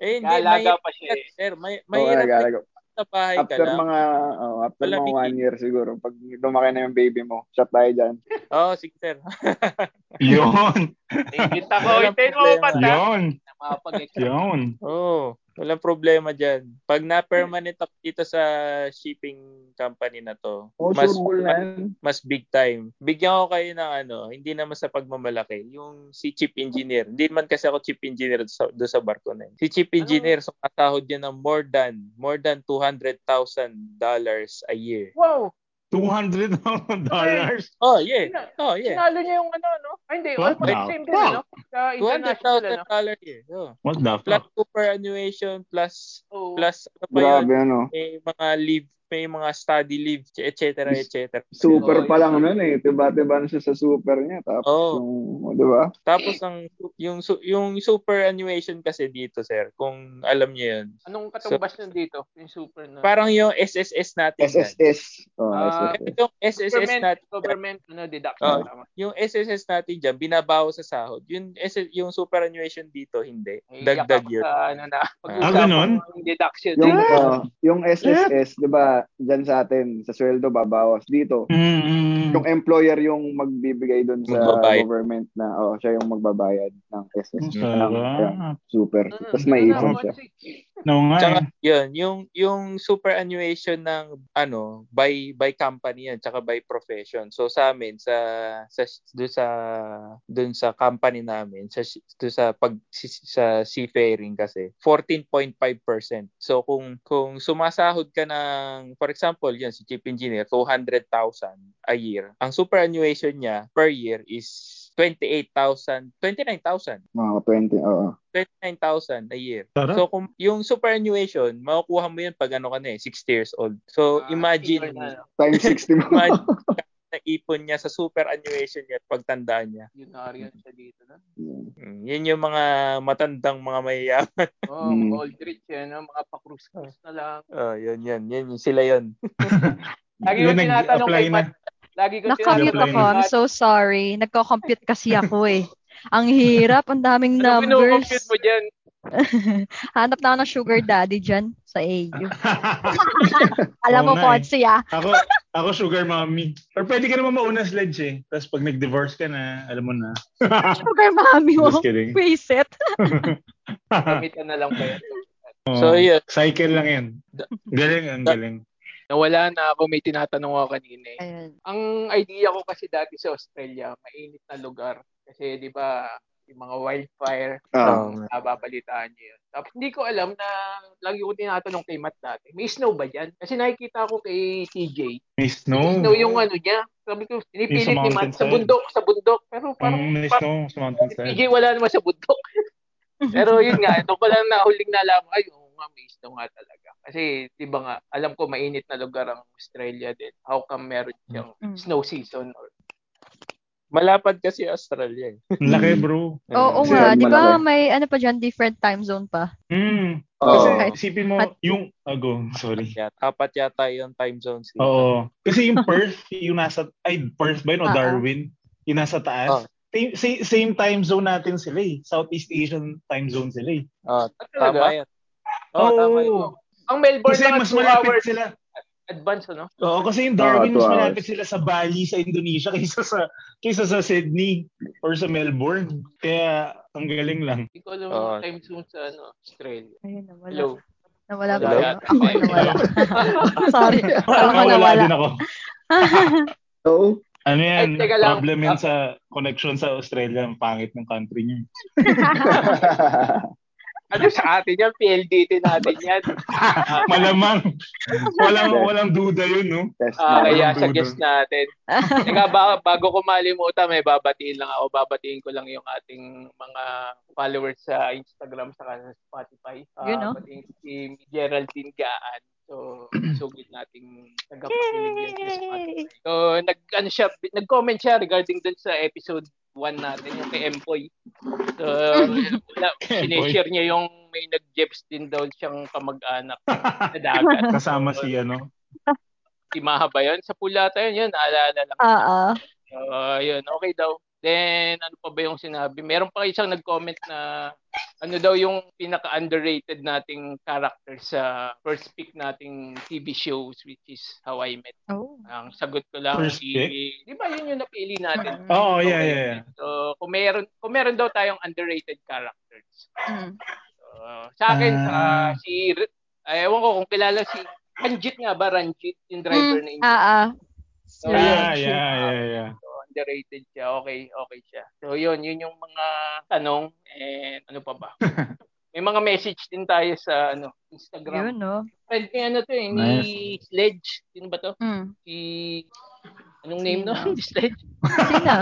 Speaker 5: Eh, hindi.
Speaker 2: Kaalaga
Speaker 5: Mahirap,
Speaker 2: pa siya eh.
Speaker 5: sir. May,
Speaker 4: Oo,
Speaker 5: mahirap
Speaker 4: nag-alag ako.
Speaker 5: sa bahay ka
Speaker 4: After
Speaker 5: lang. eh.
Speaker 4: mga, oh, after
Speaker 5: Wala,
Speaker 4: mga
Speaker 5: Vicky.
Speaker 4: one year siguro, pag lumaki na yung baby mo, shot tayo dyan.
Speaker 5: Oo, oh, sige sir.
Speaker 3: yun
Speaker 2: Ingit ako.
Speaker 5: Walang
Speaker 2: Hintayin mo ako
Speaker 5: problema.
Speaker 2: pata.
Speaker 3: yun
Speaker 2: Mapag-exam.
Speaker 3: yun
Speaker 5: Oo, oh, walang problema dyan. Pag na-permanent up dito sa shipping company na to,
Speaker 4: Oh,
Speaker 5: mas,
Speaker 4: sure goal na yan.
Speaker 5: mas big time. Bigyan ko kayo ng ano, hindi naman sa pagmamalaki, yung si chief engineer. Hindi man kasi ako chief engineer sa, do sa barko na yun. Si chief
Speaker 4: Ah.
Speaker 5: engineer, so kasahod niya ng more than, more than $200,000 a year.
Speaker 2: Wow!
Speaker 3: 200 dollars
Speaker 5: Oh, yeah.
Speaker 2: Sina-
Speaker 5: Oh, yeah.
Speaker 2: Sinalo niya yung ano, no? Ay, hindi.
Speaker 3: What
Speaker 2: Almost
Speaker 3: now?
Speaker 2: same din, ano? Sa international, ano?
Speaker 5: 200,000 a year. Oh.
Speaker 3: what the fuck
Speaker 5: Plus superannuation, plus,
Speaker 2: Oo.
Speaker 5: plus ano pa yun,
Speaker 4: Ah. Grabe, ano.
Speaker 5: may mga leave, may mga study leave, et cetera, et cetera.
Speaker 2: Oo,
Speaker 4: Super pa
Speaker 2: yun.
Speaker 4: lang nun eh. Tiba-tiba na siya sa super niya. Tapos
Speaker 5: Oo.
Speaker 4: yung, oh, di ba?
Speaker 5: Tapos ang yung su- yung superannuation kasi dito, sir, kung alam niyo 'yun.
Speaker 2: Anong katumbas nun dito? Yung super ano? na...
Speaker 5: Parang yung SSS natin. yan.
Speaker 4: SSS. Oh,
Speaker 2: Ah,
Speaker 4: SSS.
Speaker 5: Yung SSS
Speaker 2: government,
Speaker 5: natin,
Speaker 2: government ano, deduction.
Speaker 5: Oh.
Speaker 2: tama.
Speaker 5: yung SSS natin diyan binabawas sa sahod. Yung SS yung superannuation dito hindi.
Speaker 2: Iyak
Speaker 5: Dagdag
Speaker 2: ako
Speaker 5: 'yun.
Speaker 2: Sa, ano na,
Speaker 3: Ah,
Speaker 2: pag-usapan
Speaker 3: ganun?
Speaker 2: mo yung deduction.
Speaker 4: Yung,
Speaker 5: Ah.
Speaker 2: Eh,
Speaker 4: oh, yung SSS, di ba, dyan sa atin, sa sweldo, babawas. Dito,
Speaker 3: mm, mm.
Speaker 2: Mm-hmm.
Speaker 4: yung employer yung magbibigay doon sa
Speaker 5: Magbabayad. Hmm.
Speaker 4: government na oh, siya yung magbabayad ng SSS. ng, ng
Speaker 3: Sarap.
Speaker 4: super.
Speaker 5: Ah.
Speaker 2: mm,
Speaker 4: Tapos
Speaker 2: ano
Speaker 4: may
Speaker 2: na,
Speaker 4: ipon
Speaker 2: one
Speaker 4: siya.
Speaker 2: six.
Speaker 3: No nga eh.
Speaker 5: Tsaka 'yun, yung yung superannuation ng ano, by by company 'yan, tsaka by profession. So sa amin sa sa doon sa doon sa company namin, sa doon sa pag si- sa seafaring kasi 14.5%. So kung kung sumasahod ka ng for example, 'yun si chief engineer 200,000 a year. Ang superannuation niya per year is 28,000, 29,000.
Speaker 4: Mga 20, oo.
Speaker 5: 39,000 a year.
Speaker 3: Sarap.
Speaker 5: So kung yung superannuation, makukuha mo yun pag ano ka na eh, 60 years old. So
Speaker 2: Ah,
Speaker 5: imagine,
Speaker 2: senior na, ano,
Speaker 4: Times 60 mo.
Speaker 5: imagine na ipon niya sa superannuation niya at pagtandaan niya.
Speaker 2: Yun na rin siya dito. No?
Speaker 5: Mm, yun yung mga matandang mga mayayaman.
Speaker 2: Oh,
Speaker 4: Mm.
Speaker 5: Hmm.
Speaker 2: mga old rich yan. no? Mga pa-cruise-cruise na lang.
Speaker 5: Oh, yun, yun, yun, yun, sila yun.
Speaker 2: Lagi ko
Speaker 3: Yun,
Speaker 2: tinatanong kay
Speaker 3: nag-apply na.
Speaker 2: Pat. Lagi ko
Speaker 3: Nakamute
Speaker 2: tinatanong
Speaker 3: Sinabi
Speaker 2: kay
Speaker 1: Nakamute ako. I'm
Speaker 2: Pat.
Speaker 1: so sorry. Nagko-compute kasi ako eh. Ang hirap. Ang daming
Speaker 2: Ano
Speaker 1: numbers.
Speaker 2: compute mo dyan?
Speaker 1: Hanap na ako ng sugar daddy dyan sa AU. Alam mo,
Speaker 3: Oo nga eh.
Speaker 1: Ponsi ah.
Speaker 3: ako, ako sugar mommy. Or pwede ka naman mauna sledge eh. Tapos pag nag-divorce ka na, alam mo na.
Speaker 1: Sugar mommy mo.
Speaker 3: Just kidding.
Speaker 1: Face it.
Speaker 2: Gamitan na lang ba yan?
Speaker 5: So yun,
Speaker 3: Oh, Cycle lang yan. Galing, ang galing.
Speaker 2: Nawala na ako. May tinatanong ako kanina eh.
Speaker 1: Ayun.
Speaker 2: Ang idea ko kasi dati sa Australia, mainit na lugar. Kasi di ba yung mga wildfire,
Speaker 4: Ah,
Speaker 5: Um,
Speaker 2: nababalitaan niyo yun. Tapos hindi ko alam na lagi ko tinatanong kay Matt dati, may snow ba dyan? Kasi nakikita ko kay TJ,
Speaker 3: May
Speaker 2: may
Speaker 3: snow.
Speaker 2: snow yung ano niya. Sabi ko,
Speaker 3: Oh. Yung
Speaker 2: pinipilit
Speaker 3: sa
Speaker 2: ni Matt sa
Speaker 3: mountainside.
Speaker 2: bundok, sa bundok. Pero parang,
Speaker 3: Mm, may
Speaker 2: parang
Speaker 3: snow sa
Speaker 2: si
Speaker 3: mountainside.
Speaker 2: TJ wala naman sa bundok. Pero yun nga, ito pala na huling nalaman, ay, oo nga, may snow nga talaga. Kasi, di ba nga, alam ko mainit na lugar ang Australia din. How come meron siyang
Speaker 1: Mm.
Speaker 2: snow season? Or,
Speaker 5: malapad kasi Australia. eh.
Speaker 3: Ang laki, bro.
Speaker 1: Oo
Speaker 4: Kasi
Speaker 1: nga,
Speaker 4: ang
Speaker 1: di ba
Speaker 4: malaki.
Speaker 1: may ano pa dyan, different time zone pa.
Speaker 3: Mm. Kasi
Speaker 4: oh,
Speaker 1: Okay.
Speaker 3: isipin mo, yung... Ago, sorry.
Speaker 5: Yat, Hmm. apat yata yung time zones. dito.
Speaker 3: Oo. Kasi yung Perth, yung nasa, ay, Perth ba yun o
Speaker 1: Oo.
Speaker 3: Darwin? Yung nasa
Speaker 5: Oo.
Speaker 3: taas. Same, sa- same time zone natin sila eh. Southeast Asian time zone sila eh.
Speaker 2: Ah,
Speaker 5: Ah, tama
Speaker 2: talaga?
Speaker 5: yan. Oh, tama yun.
Speaker 3: Oo.
Speaker 2: Ang Melbourne
Speaker 3: Kasi
Speaker 2: na
Speaker 3: mas
Speaker 2: 2 hours
Speaker 3: malapit sila.
Speaker 2: advance, ano?
Speaker 3: Oo, kasi yung Darwin,
Speaker 4: Oo, two
Speaker 3: mas malapit
Speaker 4: hours.
Speaker 3: sila sa Bali, sa Indonesia, kaysa sa, kaysa sa Sydney or sa Melbourne. Kaya, ang galing lang.
Speaker 2: Hindi ko alam
Speaker 5: Oo.
Speaker 2: yung time zone sa ano, Australia.
Speaker 1: Ayun, nawala.
Speaker 2: Hello.
Speaker 1: Nawala
Speaker 5: Hello?
Speaker 1: ba yun? Ako
Speaker 2: Hello?
Speaker 1: nawala. Sorry. Ako
Speaker 3: Nawala
Speaker 1: nawala.
Speaker 3: din ako.
Speaker 4: Oo.
Speaker 3: Ano yan?
Speaker 2: Ay, teka lang.
Speaker 3: Problem yan sa connection sa Australia. Ang pangit ng country niya.
Speaker 2: Ano sa atin yan? PLDT natin yan.
Speaker 3: Malamang. Walang, walang duda yun, no?
Speaker 4: Test
Speaker 2: Ah,
Speaker 4: na.
Speaker 2: kaya
Speaker 3: walang
Speaker 2: sa
Speaker 3: duda.
Speaker 2: guest natin. Teka, ba- bago ko malimutan, may babatiin lang ako. Babatiin ko lang yung ating mga followers sa Instagram sa Spotify. Ah,
Speaker 1: Yun, no?
Speaker 2: batiin ko si Geraldine Gaan. So, sugod nating tagapakinig yan sa Spotify. So, nag, ano siya, nag-comment siya regarding dun sa episode 1 natin, yung kay Empoy. So, wala,
Speaker 3: Eh,
Speaker 2: sinishare niya yung may nag-jeps din daw siyang kamag-anak sa dagat.
Speaker 3: Kasama si, ano?
Speaker 2: Si Maha ba yun? Sa pulata yun, yun, naalala lang.
Speaker 1: Oo.
Speaker 2: Ah, yun, okay daw. Then, ano pa ba yung sinabi? Meron pa isang nag-comment na ano daw yung pinaka-underrated nating character sa first pick nating TV shows which is How I Met.
Speaker 1: Oh.
Speaker 2: Ang sagot ko lang
Speaker 3: First
Speaker 2: si... Di
Speaker 3: pick?
Speaker 2: ba yun yung napili natin?
Speaker 1: Mm.
Speaker 3: Oo, oh, yeah, yeah, yeah.
Speaker 2: So, kung meron, kung meron daw tayong underrated characters.
Speaker 1: Mm.
Speaker 2: Uh, sa akin,
Speaker 3: Ah.
Speaker 2: sa si... R- Ay, ewan ko kung kilala si... Ranjit nga ba? Ranjit, yung driver na India.
Speaker 1: Oo.
Speaker 2: So,
Speaker 3: Yeah,
Speaker 2: yun.
Speaker 3: yeah, yeah, yeah.
Speaker 2: So, underrated siya. Okay, okay siya. So, yun. Yun yung mga tanong. And ano pa ba? May mga message din tayo sa ano
Speaker 1: Yun,
Speaker 2: Instagram.
Speaker 1: no?
Speaker 2: Friend ni ano to eh, ni Sledge. Sino ba to?
Speaker 1: Mm.
Speaker 2: Si... Anong name no?
Speaker 1: Sino?
Speaker 2: Sledge?
Speaker 1: Sino?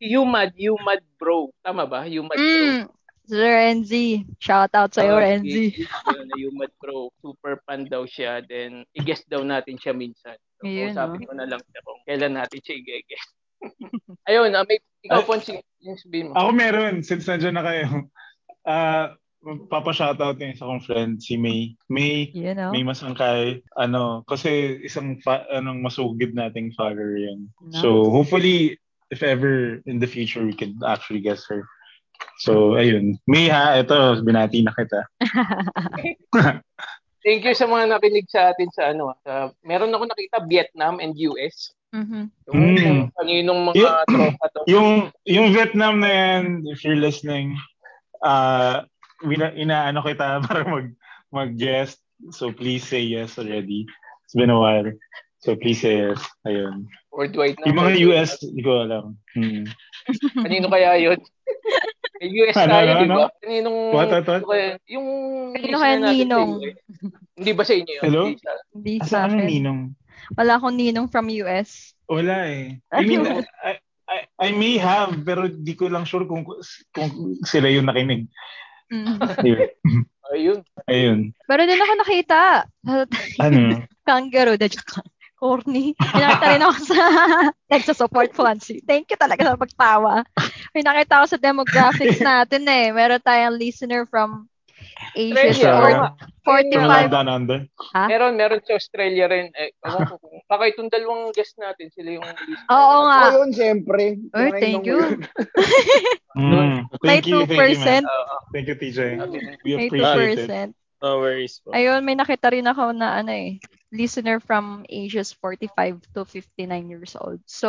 Speaker 2: Si Humad. Humad Bro. Tama ba? Humad Bro.
Speaker 1: mm. Si Renzi. Shout out sa'yo,
Speaker 2: Ah,
Speaker 1: Renzi.
Speaker 2: si- Yun, na Humad Bro. Super fan daw siya. Then, i-guess daw natin siya minsan. So,
Speaker 1: Yun,
Speaker 2: kausapin ko na lang siya kung kailan natin siya i-guess. Ayun, ah, may, ikaw,
Speaker 3: Ay-
Speaker 2: Ponsi, yung sabihin mo.
Speaker 3: Ako meron, since nandiyan na kayo. Ah, papa-shoutout yung isa kong friend, si May. May,
Speaker 1: You know?
Speaker 3: May Masangkay. Ano, kasi isang fa- anong masugid nating father yun.
Speaker 1: Nice.
Speaker 3: So, hopefully, if ever in the future, we can actually guess her. So, ayun. May ha, ito, binati na kita.
Speaker 2: Thank you sa mga nakinig sa atin sa ano. ah, Sa, meron ako nakita Vietnam and US.
Speaker 1: Mhm.
Speaker 2: Yung
Speaker 3: Mm.
Speaker 2: kaninong mga
Speaker 3: Yeah.
Speaker 2: tropa to.
Speaker 3: Yung, yung Vietnam na yan, if you're listening, uh, ina- inaano kita para mag, mag-guest. So, please say yes already. It's been a while. So, please say yes. Ayun.
Speaker 2: Worldwide na.
Speaker 3: Yung mga US, hindi ko alam. Hmm.
Speaker 2: Kanino kaya yun? May US
Speaker 3: Ano,
Speaker 2: tayo,
Speaker 3: ano,
Speaker 2: di ba?
Speaker 3: ano?
Speaker 2: Kaninong... Ano
Speaker 3: What, what, what?
Speaker 2: kaya- Yung...
Speaker 1: Kanino kaya
Speaker 2: listener natin sa
Speaker 1: ninong?
Speaker 2: US. Hindi ba sa inyo yun?
Speaker 3: Hello?
Speaker 2: Hindi sa-
Speaker 1: Hindi sa
Speaker 3: Asa anong
Speaker 1: akin.
Speaker 3: ninong?
Speaker 1: Wala akong ninong from US.
Speaker 3: Wala eh. I mean, I, I, I may have, pero di ko lang sure kung kung sila yung nakinig.
Speaker 1: Mm.
Speaker 3: Ayun.
Speaker 2: Ayun.
Speaker 3: Ayun.
Speaker 1: Pero din ako nakita.
Speaker 3: Ano?
Speaker 1: Kangaroo. De joke. lang. Corny. Pinakita rin ako sa nagsa-support Fancy. Thank you talaga sa pagtawa. May nakita ako sa demographics natin eh. Meron tayong listener from Asia.
Speaker 2: Australia.
Speaker 1: Or
Speaker 2: oo nga.
Speaker 1: 45.
Speaker 3: From Down Under.
Speaker 2: Meron, meron sa Australia rin. Eh, ewan ko kung... Baka itong dalawang guest natin, sila yung listener.
Speaker 1: Oo nga.
Speaker 4: Oh, yun, siyempre.
Speaker 1: Ah. Uy, thank you.
Speaker 3: Mm.
Speaker 1: May
Speaker 3: Thank you, thank you, man.
Speaker 1: 2%.
Speaker 2: Oo.
Speaker 3: Thank you, TJ.
Speaker 2: Sabi niya.
Speaker 3: We
Speaker 1: May
Speaker 3: appreciate it.
Speaker 1: 2%.
Speaker 5: No worries po.
Speaker 1: Ayun, may nakita rin ako na ano eh, listener from ages 45 to 59 years old. So,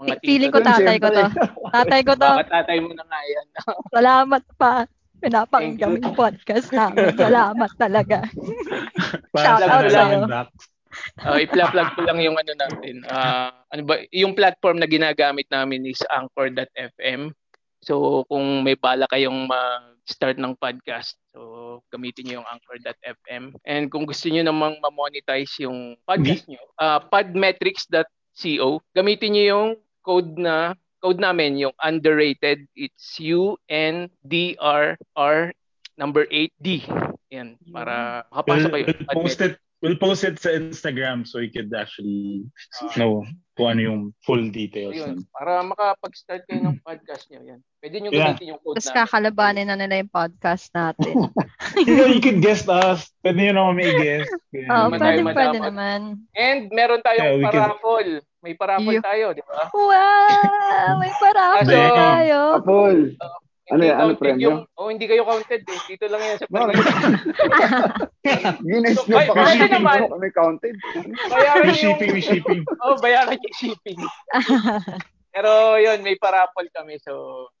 Speaker 2: Mga
Speaker 1: feeling ko
Speaker 2: tita.
Speaker 1: tatay ko to. Tatay ko to.
Speaker 2: Baka tatay mo na nga yan.
Speaker 1: Salamat pa. Pinapakinggan mo
Speaker 2: Thank you.
Speaker 1: yung podcast namin. Salamat talaga.
Speaker 3: Para
Speaker 1: Shout
Speaker 3: sa
Speaker 1: out
Speaker 3: dalawang
Speaker 1: sa'yo.
Speaker 3: back.
Speaker 2: Ah, i-plug ko lang yung ano natin. Ah, ano ba, yung platform na ginagamit namin is anchor.fm. So kung may bala kayong mag-start ng podcast, so gamitin niyo yung anchor.fm. And kung gusto niyo namang ma-monetize yung podcast niyo, uh, podmetrics.co, gamitin niyo yung code na code namin yung underrated. It's U N D R R number 8D. Yan para
Speaker 3: We'll,
Speaker 2: makapasok kayo.
Speaker 3: we'll post it we'll post it sa Instagram so you could actually know kung ano yung full details.
Speaker 2: Ah. Ayun,
Speaker 3: nun.
Speaker 2: para makapag-start kayo ng podcast niyo, yan. Pwede niyo
Speaker 3: Yeah.
Speaker 2: gamitin yung code
Speaker 1: Tapos
Speaker 2: namin.
Speaker 1: kakalabanin na nila yung podcast natin.
Speaker 3: you, know, you could guest us. Pwede nyo naman may guest.
Speaker 1: Oh,
Speaker 2: Madami,
Speaker 1: pwede,
Speaker 2: madami.
Speaker 1: pwede naman.
Speaker 2: And meron tayong
Speaker 3: Yeah, we can-
Speaker 2: paraffol. May paraffol
Speaker 1: Yeah.
Speaker 2: tayo, di ba?
Speaker 1: Wow! May parang
Speaker 2: Aso,
Speaker 1: tayo.
Speaker 4: Apol! Ano yan? Ano
Speaker 2: counted
Speaker 4: premium?
Speaker 2: Yung, oh, hindi kayo counted eh. Dito lang yan sa
Speaker 4: Mar-
Speaker 2: pag-
Speaker 4: Guinness
Speaker 2: Ay,
Speaker 4: nyo pa kami.
Speaker 3: pwede
Speaker 2: naman.
Speaker 4: Hindi mo kami counted.
Speaker 2: Bayaran niyo
Speaker 3: May
Speaker 2: yung-
Speaker 3: shipping, may shipping.
Speaker 2: Oh, bayaran niyo yung shipping. Pero yun, may paraffol kami. So,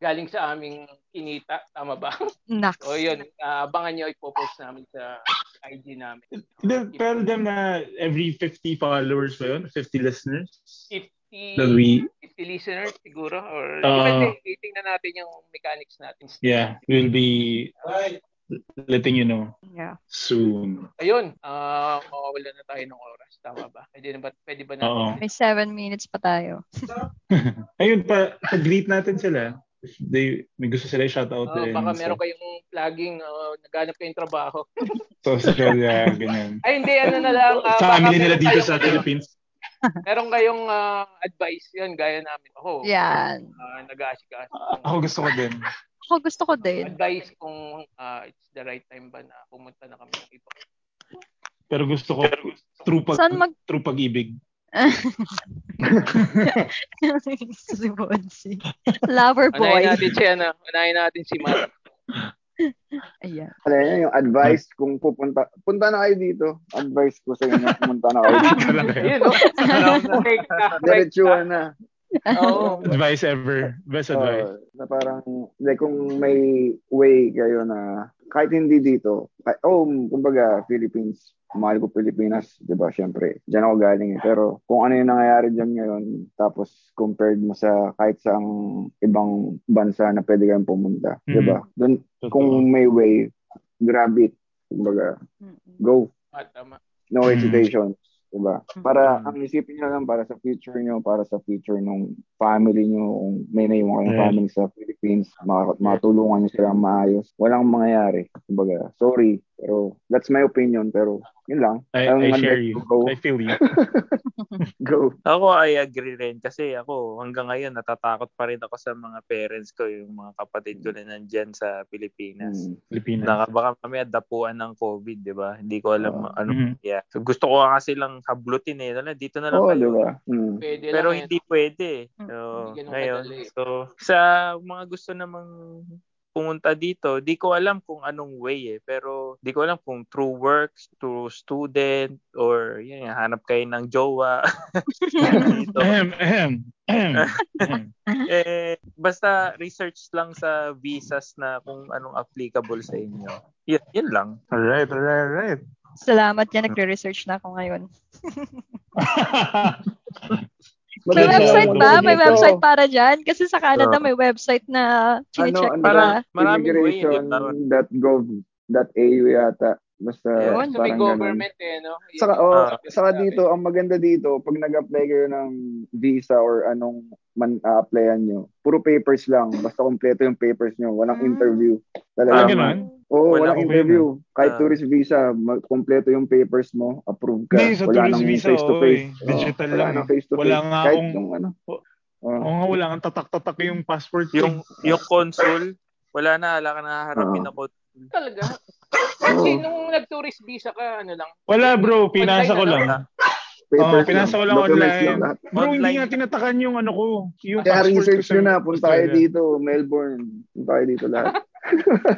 Speaker 2: galing sa aming kinita. Tama ba?
Speaker 1: Naks.
Speaker 2: So, yun. ah, abangan nyo. Ipopost namin sa IG namin.
Speaker 3: Then Tell them na every 50 followers ba yun? 50 listeners?
Speaker 2: 50,
Speaker 3: That we,
Speaker 2: 50 listeners siguro. Or,
Speaker 3: Oo.
Speaker 2: depende. Titingnan natin yung mechanics natin.
Speaker 3: yeah, we'll be letting you know
Speaker 1: Yeah.
Speaker 3: soon.
Speaker 2: Ayun. ah mawawala na tayo ng oras. Tama ba? Pwede, na ba, pwede ba natin?
Speaker 3: Oo.
Speaker 1: May seven minutes pa tayo.
Speaker 3: Ayun, pa, pag-greet natin sila. If they, may gusto sila i-shout out
Speaker 2: Oh,
Speaker 3: din.
Speaker 2: baka
Speaker 3: So,
Speaker 2: meron kayong flagging, oh, naghanap kayong trabaho.
Speaker 3: social, yeah, ganyan.
Speaker 2: Ay, hindi, ano na lang. ah, baka
Speaker 3: sa family nila
Speaker 2: meron
Speaker 3: dito
Speaker 2: kayong-
Speaker 3: sa Philippines.
Speaker 2: Meron kayong ah, advice yun, gaya namin. Ako,
Speaker 1: Yan.
Speaker 2: ah, nag-aasikaso.
Speaker 3: Ako gusto ko din.
Speaker 1: Ako gusto ko din.
Speaker 2: advice kung ah, it's the right time ba na pumunta na kami ng iba.
Speaker 3: Pero gusto ko true pag
Speaker 1: Saan mag...
Speaker 3: true pag-ibig.
Speaker 1: si Bonsi. Lover boy.
Speaker 2: Unahin natin si ano, unahin natin si Matt.
Speaker 1: Ayan.
Speaker 4: Alam niyo, yung advice kung pupunta, punta na kayo dito. Advice ko sa inyo, pumunta na kayo.
Speaker 3: Talaga.
Speaker 2: Ayun, oh. no? Sarap na take na. Right
Speaker 4: Diretsuhan na.
Speaker 2: na. Oo.
Speaker 3: advice ever. Best advice.
Speaker 4: Oo, na parang, like, kung may way kayo na, kahit hindi dito, ay, oh, kumbaga, Philippines, mahal ko Pilipinas, di ba, syempre, dyan ako galing eh. Pero kung ano yung nangyayari dyan ngayon, tapos compared mo sa kahit sa ang ibang bansa na pwede kayong pumunta, di ba? Doon,
Speaker 3: Totoo.
Speaker 4: kung may way, grab it, kumbaga,
Speaker 1: Mm-mm.
Speaker 4: go,
Speaker 2: Ah, tama.
Speaker 4: no
Speaker 3: Mm.
Speaker 4: hesitation, diba? Para
Speaker 3: Mm.
Speaker 4: ang isipin niyo lang para sa future niyo, para sa future nung family niyo, kung may naiwan kayong
Speaker 3: Yeah.
Speaker 4: family sa Philippines, mak- matulungan niyo sila maayos. Walang mangyayari. Kumbaga, sorry, pero that's my opinion, pero yun lang. Ang
Speaker 3: I, I
Speaker 4: advice
Speaker 3: share
Speaker 4: ko,
Speaker 3: you.
Speaker 4: Go,
Speaker 3: I feel you.
Speaker 4: go.
Speaker 5: Ako, I agree rin. Kasi ako, hanggang ngayon, natatakot pa rin ako sa mga parents ko, yung mga kapatid ko na nandyan sa Pilipinas.
Speaker 4: Mm.
Speaker 3: Pilipinas.
Speaker 5: Naka, baka kami adapuan ng COVID, di ba? Hindi ko alam
Speaker 4: Oo.
Speaker 5: ano.
Speaker 2: Mm-hmm.
Speaker 3: Mhm.
Speaker 5: Yeah. So, gusto ko nga kasi lang hablutin eh. Lalo, dito na lang
Speaker 4: Oo,
Speaker 5: kayo.
Speaker 4: diba? Mm.
Speaker 2: Pwede lang
Speaker 5: Pero
Speaker 2: yan.
Speaker 5: hindi pwede. eh. So,
Speaker 2: Mm, Hindi ganun
Speaker 5: ngayon.
Speaker 2: kadali. eh.
Speaker 5: So, sa mga gusto namang pumunta dito, di ko alam kung anong way eh. Pero di ko alam kung through work, through student, or yun, nga, hanap kayo ng jowa. dito.
Speaker 3: Ahem, ahem, ahem. ahem.
Speaker 5: Eh, basta research lang sa visas na kung anong applicable sa inyo. Yun, yun lang.
Speaker 3: Alright, alright, alright.
Speaker 1: Salamat yan. Nagre-research na ako ngayon. May
Speaker 3: Madali
Speaker 4: Madali
Speaker 1: website
Speaker 4: lang
Speaker 1: ba?
Speaker 4: muna
Speaker 1: May
Speaker 4: dito.
Speaker 1: website para dyan? Kasi sa Canada
Speaker 5: Oo.
Speaker 1: may website na chinecheck
Speaker 4: ano
Speaker 1: ko na.
Speaker 4: ba?
Speaker 5: Maraming way eh.
Speaker 4: Immigration.gov.au yata. Basta
Speaker 5: Yeah.
Speaker 1: Yun.
Speaker 2: Basta may
Speaker 4: parang ganun.
Speaker 2: government eh, no? Yun
Speaker 4: Saka,
Speaker 2: yung
Speaker 4: oh,
Speaker 5: Ah.
Speaker 2: sabi
Speaker 4: saka
Speaker 2: sa akin.
Speaker 4: dito, ang maganda dito, pag nag-apply kayo ng visa or anong man a-applyan nyo, puro papers lang. Basta kompleto yung papers nyo. Walang
Speaker 1: Mm.
Speaker 4: interview.
Speaker 3: Ah,
Speaker 4: Talaga.
Speaker 3: ganun?
Speaker 4: Oo,
Speaker 5: Wala
Speaker 4: walang
Speaker 3: ko
Speaker 4: interview. Kahit
Speaker 5: Ah.
Speaker 4: tourist visa, mag- kompleto yung papers mo, approve ka.
Speaker 3: Hindi, sa
Speaker 4: wala
Speaker 3: tourist
Speaker 4: nang
Speaker 3: visa,
Speaker 4: face-to-face.
Speaker 3: oo eh. Digital
Speaker 4: Oo, wala
Speaker 3: lang
Speaker 4: nang
Speaker 3: eh.
Speaker 4: face-to-face.
Speaker 3: Wala nga
Speaker 4: Kahit
Speaker 3: akong- Oh.
Speaker 4: yung ano.
Speaker 3: o-
Speaker 4: Oo.
Speaker 3: Oo nga, wala kang tatak-tatak yung passport. ko
Speaker 5: Yung, yung consul, wala na, wala ka na harapin
Speaker 4: Oo.
Speaker 5: ako.
Speaker 2: Talaga.
Speaker 4: Oo.
Speaker 2: Kasi nung nag-tourist visa ka, ano lang.
Speaker 3: eh. Wala bro, pinasa
Speaker 2: Online
Speaker 3: ko
Speaker 2: na
Speaker 3: lang.
Speaker 5: lang.
Speaker 4: papers
Speaker 3: Oo, oh, pinasa ko lang
Speaker 4: Documents
Speaker 3: online.
Speaker 4: lang lahat.
Speaker 3: Bro, hindi
Speaker 5: Online.
Speaker 3: nga tinatakan yung ano ko. Yung
Speaker 4: Kaya
Speaker 3: passport ko
Speaker 4: research
Speaker 3: sa
Speaker 4: nyo na. Punta kayo
Speaker 3: Australia.
Speaker 4: dito. Melbourne. Punta kayo dito lahat.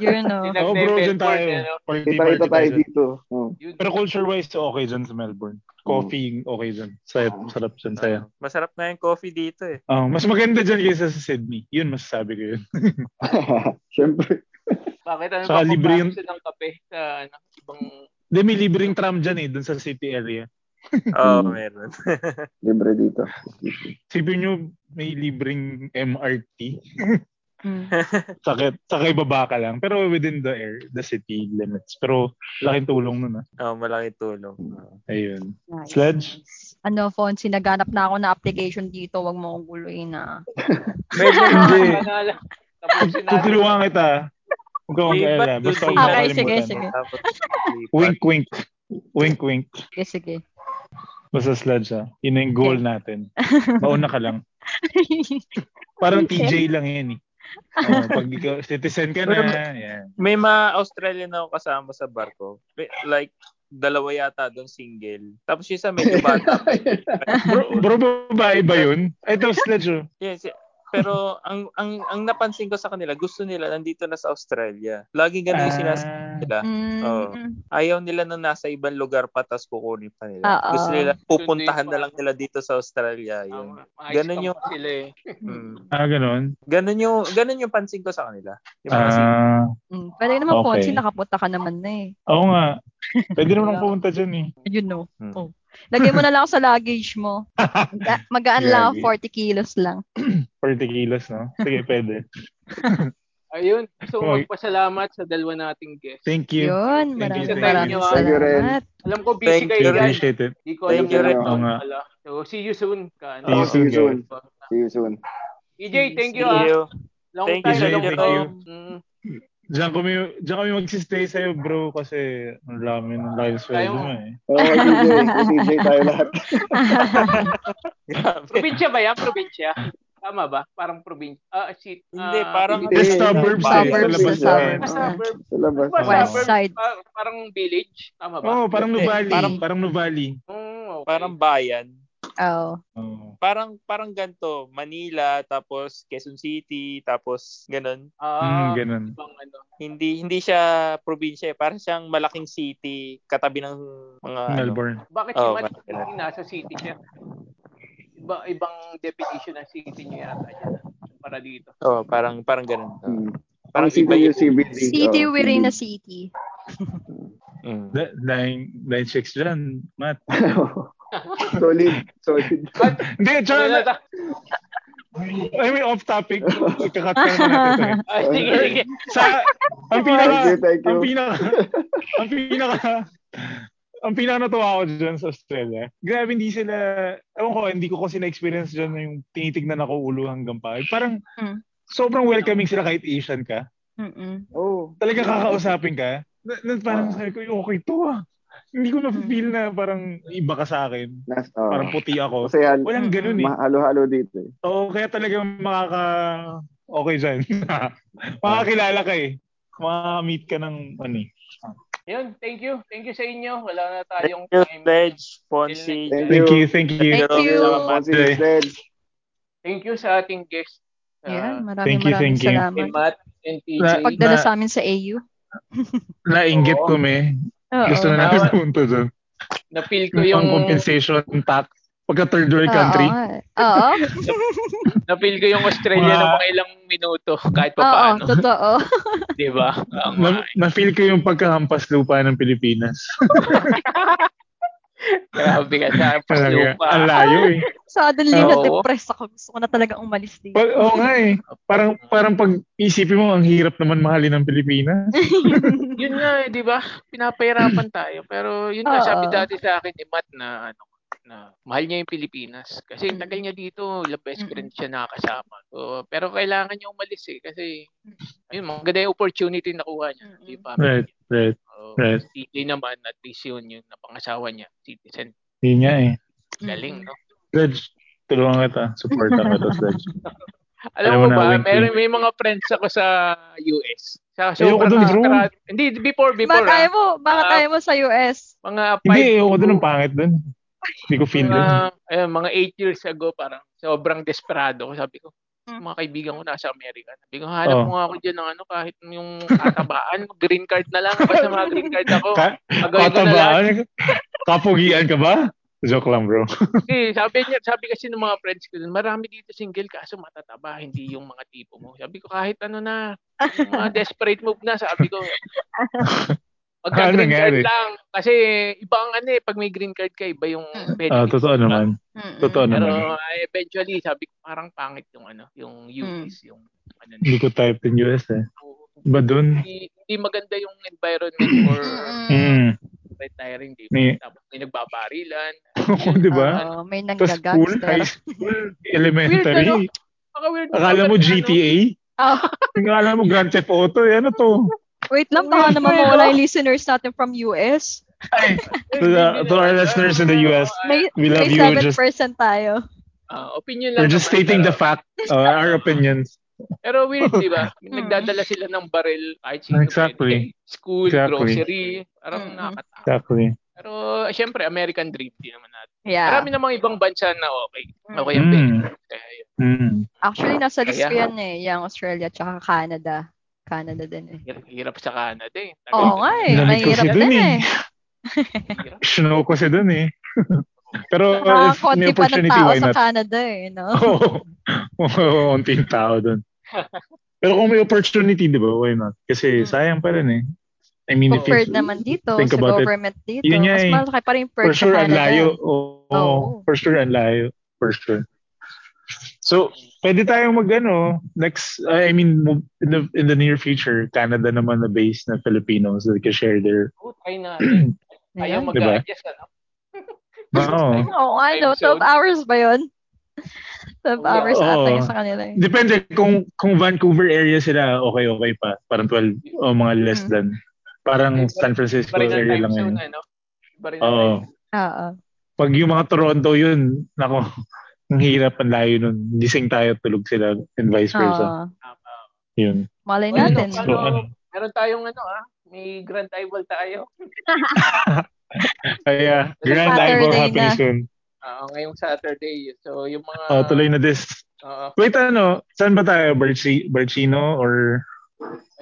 Speaker 1: Yun o.
Speaker 2: Sila-
Speaker 3: Oo, Ah, oh, bro, dyan
Speaker 2: Melbourne,
Speaker 3: tayo.
Speaker 2: ano?
Speaker 3: Party,
Speaker 4: Kita-kita
Speaker 3: party
Speaker 4: tayo
Speaker 3: dyan.
Speaker 4: dito. Oh. Oo.
Speaker 2: Yun.
Speaker 3: Pero culture-wise, okay dyan sa Melbourne. Coffee, okay dyan. Sayap, sarap dyan, saya.
Speaker 5: Ah, masarap na yung coffee dito eh.
Speaker 3: Oh, mas maganda dyan kaysa sa Sydney. Yun, masasabi ko yun.
Speaker 4: Siyempre.
Speaker 2: Bakit ano ba
Speaker 3: Saka libre
Speaker 2: libre
Speaker 3: yun.
Speaker 2: ng kape sa ano, ibang
Speaker 3: Hindi, may libreng tram dyan eh, dun sa city area.
Speaker 5: Oo,
Speaker 4: Mm.
Speaker 5: meron.
Speaker 4: Libre dito.
Speaker 3: Sipin nyo, may libreng MRT.
Speaker 1: Hmm.
Speaker 3: Sakit. Sakay baba ka lang. Pero within the air, the city limits. Pero laking tulong nun ah.
Speaker 5: Oh, malaki tulong.
Speaker 1: Mm.
Speaker 3: Ayun.
Speaker 1: Nice.
Speaker 3: Sledge?
Speaker 1: Ano, Fonsi, naghanap na ako na application dito. Huwag mo akong guluhin ah. na.
Speaker 5: Medyo
Speaker 3: Hindi.
Speaker 2: Tapusin natin.
Speaker 3: Tutulungan kita. Huwag ka
Speaker 5: Diba?
Speaker 3: mag-alala. Basta huwag mo
Speaker 1: Okay,
Speaker 3: kalimutan.
Speaker 1: sige, sige.
Speaker 3: Wink, wink. Wink, wink.
Speaker 1: Sige, sige.
Speaker 3: Basta sledge ah. Yun na yung goal natin. Mauna ka lang. Parang TJ lang yan eh. Oh, pag ikaw, citizen ka na. Yan.
Speaker 5: May mga Australian ako kasama sa barko. Like, dalawa yata doon single. Tapos yung isa medyo bata. pa.
Speaker 3: Bro, bro babae ba yun? Ay, ito, sledge oh.
Speaker 5: Yes, yeah. pero ang ang ang napansin ko sa kanila, gusto nila nandito na sa Australia. Laging ganun yung sinasabi
Speaker 3: Ah.
Speaker 5: nila.
Speaker 1: Mm.
Speaker 5: Oo. Ayaw nila na nasa ibang lugar pa tapos kukunin pa nila.
Speaker 1: Oo.
Speaker 5: Gusto nila pupuntahan na lang nila dito sa Australia. Yun.
Speaker 2: Tama. Maayos
Speaker 5: Ganun
Speaker 2: ka
Speaker 5: yung-
Speaker 2: pa sila eh.
Speaker 5: Mm.
Speaker 3: Ah, ganun.
Speaker 5: Ganun yung ganun yung pansin ko sa kanila. Yung mga single.
Speaker 3: Ah,
Speaker 1: Mm. Pwede naman,
Speaker 3: Okay.
Speaker 1: Fonsi, nakapunta ka naman na eh.
Speaker 3: oo nga. Pwede naman akong pumunta dyan eh.
Speaker 1: You know.
Speaker 5: Mm.
Speaker 1: Oh. Lagay mo na lang ako sa luggage mo. Maga- Magaan lang, ako, 40 kilos lang.
Speaker 3: 40 kilos, no? Sige, pwede.
Speaker 2: Ayun. So,
Speaker 3: Okay.
Speaker 2: magpasalamat sa dalawa nating guest.
Speaker 3: Thank you.
Speaker 1: Yun,
Speaker 3: Thank you,
Speaker 1: maraming
Speaker 2: thank you.
Speaker 1: maraming
Speaker 2: Thank
Speaker 4: you rin.
Speaker 1: salamat.
Speaker 2: Alam ko busy
Speaker 5: Thank
Speaker 3: We
Speaker 2: kayo guys.
Speaker 3: appreciate it.
Speaker 2: Hindi ko alam
Speaker 5: Thank
Speaker 2: na
Speaker 5: you rin.
Speaker 2: nandun
Speaker 3: Oo nga.
Speaker 2: pala. So, see you soon. Ka,
Speaker 3: See you soon,
Speaker 4: soon.
Speaker 2: guys.
Speaker 4: See you soon.
Speaker 2: EJ, thank you
Speaker 5: Thank
Speaker 2: ah.
Speaker 5: you.
Speaker 2: Long
Speaker 5: Thank
Speaker 2: time,
Speaker 5: you,
Speaker 2: long
Speaker 3: thank
Speaker 2: time.
Speaker 3: you.
Speaker 2: Mm.
Speaker 3: Diyan kami, diyan kami magsistay sa'yo, bro, kasi ang dami ng live sweldo mo eh.
Speaker 4: Oh, TJ. TJ tayo lahat.
Speaker 5: Grabe.
Speaker 2: Probinsya ba yan? Probinsya? Tama ba? Parang probinsya. Ah, shit. Ah,
Speaker 5: Hindi, parang
Speaker 4: Hindi.
Speaker 3: It's suburbs eh. Sa
Speaker 1: Suburbs, sa
Speaker 3: labas pa.
Speaker 1: suburbs.
Speaker 2: Ah, suburbs.
Speaker 4: Sa labas.
Speaker 2: Ano ba,
Speaker 3: West
Speaker 2: suburbs?
Speaker 1: side.
Speaker 2: Pa- parang village? Tama ba?
Speaker 3: Oo, oh, parang
Speaker 5: Hindi,
Speaker 3: Nuvali. Parang,
Speaker 1: parang-
Speaker 3: parang Nuvali.
Speaker 2: Mm, okay.
Speaker 5: Parang bayan.
Speaker 1: Oh.
Speaker 3: Oo.
Speaker 5: Parang parang ganto, Manila, tapos Quezon City, tapos ganun.
Speaker 3: Mm,
Speaker 2: Ah,
Speaker 3: ganun.
Speaker 2: ibang ano.
Speaker 5: Hindi hindi siya probinsya eh. Parang siyang malaking city katabi ng mga ano.
Speaker 3: Melbourne.
Speaker 2: Bakit
Speaker 5: Oh,
Speaker 2: si Matt
Speaker 5: bakit ganun?
Speaker 2: nasa city siya? Iba, ibang definition ng city niya yata yan. Para dito.
Speaker 5: Oh, parang parang ganun. Oh.
Speaker 4: Hmm.
Speaker 5: Parang
Speaker 4: Ang city
Speaker 5: iba
Speaker 4: yung
Speaker 5: yung
Speaker 4: CBD.
Speaker 1: City
Speaker 4: Oh,
Speaker 1: within a
Speaker 4: CBD.
Speaker 1: city.
Speaker 5: Mm.
Speaker 3: Da- Dying, dying chicks dyan, Matt.
Speaker 4: solid. Solid.
Speaker 2: But,
Speaker 3: Hindi,
Speaker 2: ano na
Speaker 3: tsaka,
Speaker 2: ta?
Speaker 3: I mean, off topic. Ikakat ka naman natin to eh.
Speaker 2: Ay, sige, sige.
Speaker 3: Sa, ang
Speaker 4: Thank you,
Speaker 3: pinaka,
Speaker 4: thank you.
Speaker 3: ang pinaka, ang pinaka, ang pinaka natuwa ko dyan sa Australia, grabe hindi sila, ewan ko, hindi ko kasi na-experience dyan yung tinitignan ako ulo hanggang pa. Parang,
Speaker 1: Mm.
Speaker 3: sobrang welcoming sila kahit Asian ka.
Speaker 1: Mm-mm.
Speaker 4: Oh.
Speaker 3: Talaga kakausapin ka. Na, na, parang sabi ko, okay to ah. Hindi ko na-feel na parang iba ka sa akin.
Speaker 4: Nas, oh.
Speaker 3: Parang puti ako.
Speaker 4: Kasi hal-
Speaker 3: Walang ganun eh.
Speaker 4: mahalo-halo dito eh.
Speaker 3: Oo, kaya talagang makaka... Okay dyan. Makakilala ka eh. Makameet ka ng ano eh.
Speaker 2: Yun, thank you. Thank you sa inyo. Wala na
Speaker 5: Thank
Speaker 2: tayong
Speaker 5: you,
Speaker 2: time.
Speaker 5: Sledge, Fonsi.
Speaker 2: Thank
Speaker 3: Thank you, thank you.
Speaker 1: Thank you.
Speaker 4: Once
Speaker 5: Salamat.
Speaker 4: it's dead,
Speaker 2: Thank you sa ating guest.
Speaker 1: Yan,
Speaker 2: Uh,
Speaker 1: maraming
Speaker 3: thank you,
Speaker 1: maraming
Speaker 3: thank you.
Speaker 2: kay
Speaker 1: salamat.
Speaker 2: Matt and
Speaker 3: Na-
Speaker 2: TJ.
Speaker 1: Pagdala
Speaker 3: Na-
Speaker 1: sa amin sa AU.
Speaker 3: Nainggit
Speaker 2: Oo.
Speaker 3: ko me.
Speaker 1: Oo.
Speaker 3: Gusto
Speaker 2: Tawa.
Speaker 3: na namin pumunta dyan.
Speaker 2: Na-feel ko
Speaker 3: Yung
Speaker 2: yung...
Speaker 3: compensation tax. Pagka third world
Speaker 1: Oo,
Speaker 3: country.
Speaker 1: nga eh. Oo.
Speaker 2: Na-feel ko yung Australia
Speaker 3: Mga-
Speaker 2: ng mga ilang minuto kahit pa
Speaker 1: Oo,
Speaker 2: paano.
Speaker 1: totoo.
Speaker 2: Di ba? Ang-
Speaker 3: Na- na-feel ko yung pagkahampas lupa ng Pilipinas.
Speaker 2: Grabe ka sa
Speaker 3: Talaga.
Speaker 2: paslupa.
Speaker 3: Ang layo eh.
Speaker 1: Suddenly,
Speaker 2: Oo.
Speaker 1: na-depress ako. Gusto ko na talaga umalis dito.
Speaker 3: Pa- Oo nga eh. Parang, parang pag isipin mo, ang hirap naman mahalin ng Pilipinas.
Speaker 2: Yun nga eh, di ba? Pinapahirapan tayo. Pero yun nga,
Speaker 1: Oo.
Speaker 2: sabi dati sa akin ni Matt na ano, na mahal niya yung Pilipinas. Kasi
Speaker 1: Mm.
Speaker 2: tagal niya dito, ilang beses ko
Speaker 1: Mm-mm.
Speaker 2: rin siya nakakasama. So, pero kailangan niya umalis eh. Kasi, yun, maganda yung opportunity na nakuha niya.
Speaker 1: Mm-mm.
Speaker 2: Di ba?
Speaker 3: Right, right,
Speaker 2: So,
Speaker 3: right.
Speaker 2: si TJ naman, at least yun, yung napangasawa niya, citizen.
Speaker 3: Yun nga eh.
Speaker 2: Galing, no?
Speaker 3: Sledge, tulungan kita. Supportan kita, Sledge.
Speaker 2: Alam
Speaker 3: Alam
Speaker 2: mo
Speaker 3: mo na,
Speaker 2: ba,
Speaker 3: wink,
Speaker 2: may, may mga friends ako sa US. Sa
Speaker 3: Ayoko
Speaker 2: sobrang
Speaker 3: dun, bro.
Speaker 2: desperado- Hindi, before,
Speaker 1: Bakit
Speaker 2: before.
Speaker 1: ayaw
Speaker 2: ah.
Speaker 1: mo? Bakit
Speaker 2: Ah.
Speaker 1: ayaw mo sa US?
Speaker 2: Mga
Speaker 3: Hindi,
Speaker 2: five
Speaker 3: ayoko doon. Ang pangit doon. Hindi ko feel doon.
Speaker 2: mga, ayun, mga 8 years ago, parang sobrang desperado ko. Sabi ko,
Speaker 1: Mm.
Speaker 2: mga kaibigan ko nasa Amerika. Sabi ko, hanap
Speaker 3: Oh.
Speaker 2: mo nga ako dyan ng ano, kahit yung katabaan, green card na lang. Basta mga green card ako.
Speaker 3: Ka-
Speaker 2: Agawin ko na lahat.
Speaker 3: katabaan? Kapugian ka ba? Joke lang, bro.
Speaker 2: Kasi sabi niya, sabi kasi ng mga friends ko, dun, marami dito single kaso matataba, hindi yung mga tipo mo. Sabi ko, kahit ano na, yung mga desperate move na, sabi ko, Pagka
Speaker 3: Ano
Speaker 2: green card
Speaker 3: nangyari?
Speaker 2: lang. Kasi iba ang ano eh, pag may green card ka, iba yung benefits.
Speaker 3: Ah, totoo naman.
Speaker 1: Mm-mm.
Speaker 3: Totoo
Speaker 2: Pero
Speaker 3: naman.
Speaker 2: ah, eventually, sabi ko parang pangit yung ano, yung
Speaker 1: Hmm.
Speaker 2: UPs, yung ano
Speaker 3: Hindi ko type in US eh.
Speaker 2: na-
Speaker 3: Ba dun?
Speaker 2: hindi, hindi maganda yung environment for
Speaker 1: Mm-mm.
Speaker 3: Mm.
Speaker 2: retiring, di
Speaker 3: Ni-
Speaker 2: ba? Tapos may nagbabarilan.
Speaker 3: di ba?
Speaker 1: Oo, may
Speaker 3: Tapos school, high
Speaker 1: nanggagangster.
Speaker 3: school, elementary.
Speaker 2: Baka weird.
Speaker 3: Akala mo GTA?
Speaker 1: Oh,
Speaker 3: Akala mo Grand Theft Auto? eh, Ano to?
Speaker 1: wait lang, baka naman mawala yung listeners natin from US.
Speaker 3: Ay, to, the- to
Speaker 2: eh.
Speaker 3: our listeners in the US,
Speaker 1: May,
Speaker 3: we love
Speaker 1: may
Speaker 3: you.
Speaker 1: 7%
Speaker 3: We're just,
Speaker 1: tayo.
Speaker 2: Ah, opinion lang.
Speaker 3: we're just
Speaker 2: naman,
Speaker 3: stating the
Speaker 2: pero-
Speaker 3: fact, uh, our opinions.
Speaker 2: Pero weird, di ba?
Speaker 1: Mm.
Speaker 2: Nagdadala sila ng baril kahit sino
Speaker 3: Exactly.
Speaker 2: pwede. School,
Speaker 3: Exactly.
Speaker 2: grocery. Parang
Speaker 1: Mm-mm.
Speaker 2: nakakatawa.
Speaker 3: Exactly.
Speaker 2: Pero syempre, American dream din naman natin.
Speaker 1: Yeah.
Speaker 2: Marami namang ibang bansa na okay. Okay ang
Speaker 3: Mm.
Speaker 2: benefits. Kaya yun.
Speaker 3: Mm.
Speaker 1: Actually, nasa list
Speaker 2: Kaya-
Speaker 1: ko yan eh. Yung Australia tsaka Canada. Canada din eh.
Speaker 2: Hir- hirap sa Canada eh.
Speaker 1: Oo nga eh.
Speaker 3: Lamig
Speaker 1: Mahirap
Speaker 3: kasi dun
Speaker 1: din
Speaker 3: eh.
Speaker 1: eh.
Speaker 3: Snow kasi dun eh.
Speaker 1: Mga
Speaker 3: Pero if may
Speaker 1: konti pa ng
Speaker 3: opportunity,
Speaker 1: tao
Speaker 3: why
Speaker 1: sa
Speaker 3: not?
Speaker 1: Canada eh. No?
Speaker 3: Oo. Oo, konti yung tao dun. Pero kung may opportunity, di ba, why not? Kasi
Speaker 1: Mm.
Speaker 3: sayang pa rin eh. I mean, if
Speaker 1: Compared
Speaker 3: you,
Speaker 1: naman dito
Speaker 3: think
Speaker 1: sa
Speaker 3: about it,
Speaker 1: government dito.
Speaker 3: yun nga
Speaker 1: Mas
Speaker 3: eh.
Speaker 1: malaki pa rin yung
Speaker 3: for
Speaker 1: perk sa
Speaker 3: sure, ang
Speaker 1: Canada.
Speaker 3: layo. Oo,
Speaker 1: Oo.
Speaker 3: for sure, ang layo. For sure. So, pwede tayong mag ano, next, I mean, mo- in the, in the near future, Canada naman na base na Filipinos that can share their,
Speaker 2: Oh, try natin.
Speaker 1: Ayun.
Speaker 2: Ayaw
Speaker 3: Diba?
Speaker 2: mag-adjust. Ano?
Speaker 3: Oo.
Speaker 1: Oo, ano,
Speaker 2: Time zone.
Speaker 1: 12 hours ba yun? 12
Speaker 2: Oo.
Speaker 1: hours ata
Speaker 3: Oo.
Speaker 1: yun sa kanila eh.
Speaker 3: Depende kung kung Vancouver area sila, okay okay pa. Parang 12 o mga less
Speaker 1: Mm.
Speaker 3: than. Parang
Speaker 2: Iba-
Speaker 3: San Francisco
Speaker 2: Iba rin ang
Speaker 3: area
Speaker 2: time
Speaker 3: lang yun.
Speaker 2: zone, ano? Iba rin ang
Speaker 3: Oo.
Speaker 2: time zone.
Speaker 1: Oo.
Speaker 3: Pag yung mga Toronto yun, nako, ang hirap ang layo nun. Gising tayo, tulog sila and vice versa.
Speaker 1: Oo.
Speaker 2: Tama.
Speaker 3: Yun.
Speaker 1: Malay
Speaker 2: Well,
Speaker 1: natin.
Speaker 2: ano,
Speaker 3: So, ano?
Speaker 2: Meron tayong ano ah, may Grand Eyeball tayo.
Speaker 3: Kaya,
Speaker 2: Sa
Speaker 3: grand
Speaker 1: Saturday
Speaker 3: eyeball happening
Speaker 1: na.
Speaker 3: soon.
Speaker 2: Ah, ngayong Saturday. So yung mga
Speaker 3: Oh, tuloy na this.
Speaker 2: Oo.
Speaker 3: Wait, ano? Saan ba tayo? Berchi, Berchino or...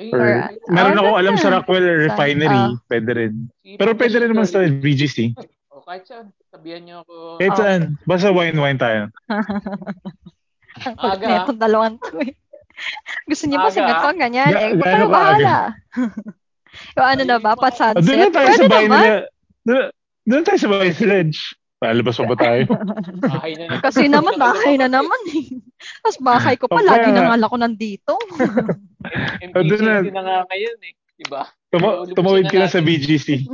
Speaker 2: Ay,
Speaker 3: or
Speaker 1: Or-
Speaker 3: meron
Speaker 1: oh,
Speaker 3: ako
Speaker 1: ano
Speaker 3: alam
Speaker 1: na?
Speaker 3: sa Rockwell
Speaker 1: Saan?
Speaker 3: Refinery.
Speaker 1: Ah.
Speaker 3: Pwede rin.
Speaker 2: si-
Speaker 3: Pero pwede rin naman sa BGC.
Speaker 2: O Oh, kahit saan, sabihan niyo ako. ah,
Speaker 3: Kahit
Speaker 1: Oh.
Speaker 3: saan. Basta wine-wine tayo.
Speaker 1: Ang kulit
Speaker 2: Aga.
Speaker 1: na itong dalawang to eh. Gusto niyo ba
Speaker 2: Aga.
Speaker 1: singat ko? Ganyan.
Speaker 3: Ga-
Speaker 1: Eh,
Speaker 3: gaano
Speaker 1: pero
Speaker 3: ka
Speaker 1: bahala. yung ano na ba? Pat
Speaker 3: Ah, Doon na
Speaker 1: sunset?
Speaker 3: tayo sa
Speaker 1: Pwede
Speaker 3: bahay
Speaker 1: naman.
Speaker 3: nila. Doon- Doon tayo sa bahay nila. Edge. Palabas pa ba tayo?
Speaker 2: Bahay na naman.
Speaker 1: Kasi naman, bahay na naman eh. Tapos bahay ko pa,
Speaker 3: Okay
Speaker 1: lagi
Speaker 3: nga.
Speaker 1: nangal ako nandito.
Speaker 3: Oh,
Speaker 2: MPC
Speaker 3: doon na.
Speaker 2: na nga ngayon eh. Diba?
Speaker 3: Tuma- tumawid ka na sa BGC.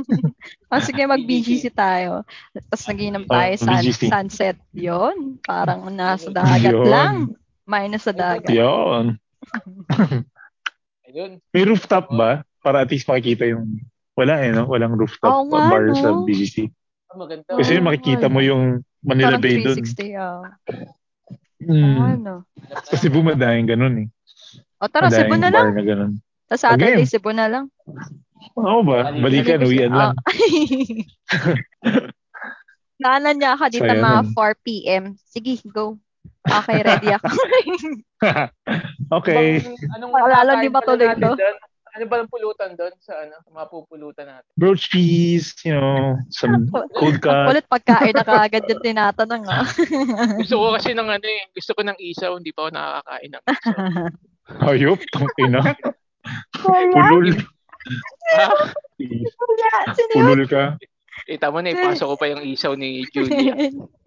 Speaker 1: Ah, sige, mag-BGC tayo. Tapos nagiinom
Speaker 3: Oh,
Speaker 1: tayo sun-
Speaker 3: BGC.
Speaker 1: sunset. Yun. Parang nasa dagat
Speaker 3: Yun.
Speaker 1: lang. Minus sa dagat.
Speaker 3: Yun.
Speaker 2: Ayun.
Speaker 3: May rooftop ba? Para at least makikita yung... Wala eh, no? Walang rooftop
Speaker 1: Oo nga,
Speaker 3: bar sa
Speaker 1: no?
Speaker 3: BGC.
Speaker 2: Ang Ah, maganda.
Speaker 3: Kasi
Speaker 1: Oo.
Speaker 3: makikita mo yung Manila
Speaker 1: Parang
Speaker 3: Bay doon.
Speaker 1: 360. Oh.
Speaker 3: Mm.
Speaker 1: Ano?
Speaker 3: Sa Cebu madayang ganun eh.
Speaker 1: O tara, Cebu
Speaker 3: Madayang
Speaker 1: na lang.
Speaker 3: bar na ganun.
Speaker 1: Tapos Saturday,
Speaker 3: Game.
Speaker 1: Cebu na lang.
Speaker 3: Oo ba? Balikan,
Speaker 2: Balikan.
Speaker 3: uwian lang.
Speaker 1: oh. Naanan niya ako dito
Speaker 3: So, yun.
Speaker 1: mga 4 p.m. Sige, go. Okay, ready ako. Ah.
Speaker 3: okay.
Speaker 2: Anong- Anong
Speaker 1: Maalala niyo ba
Speaker 2: kakain pala
Speaker 1: tuloy
Speaker 2: natin
Speaker 1: to?
Speaker 2: doon? Ano ba ang pulutan doon sa ano? Sa mga pupulutan natin?
Speaker 3: Broach cheese, you know, some
Speaker 1: Ang
Speaker 3: cold cut.
Speaker 1: kulit pagkain na kaagad yung tinatanong. Oh.
Speaker 2: Gusto ko kasi ng ano eh. Gusto ko ng isaw. Hindi pa ako nakakain ng isaw.
Speaker 3: Hayop, tangkay na. Ulul.
Speaker 2: Ha?
Speaker 3: Ulul ka.
Speaker 2: Eh, tama na. Ipasok ko pa yung isaw ni Julia.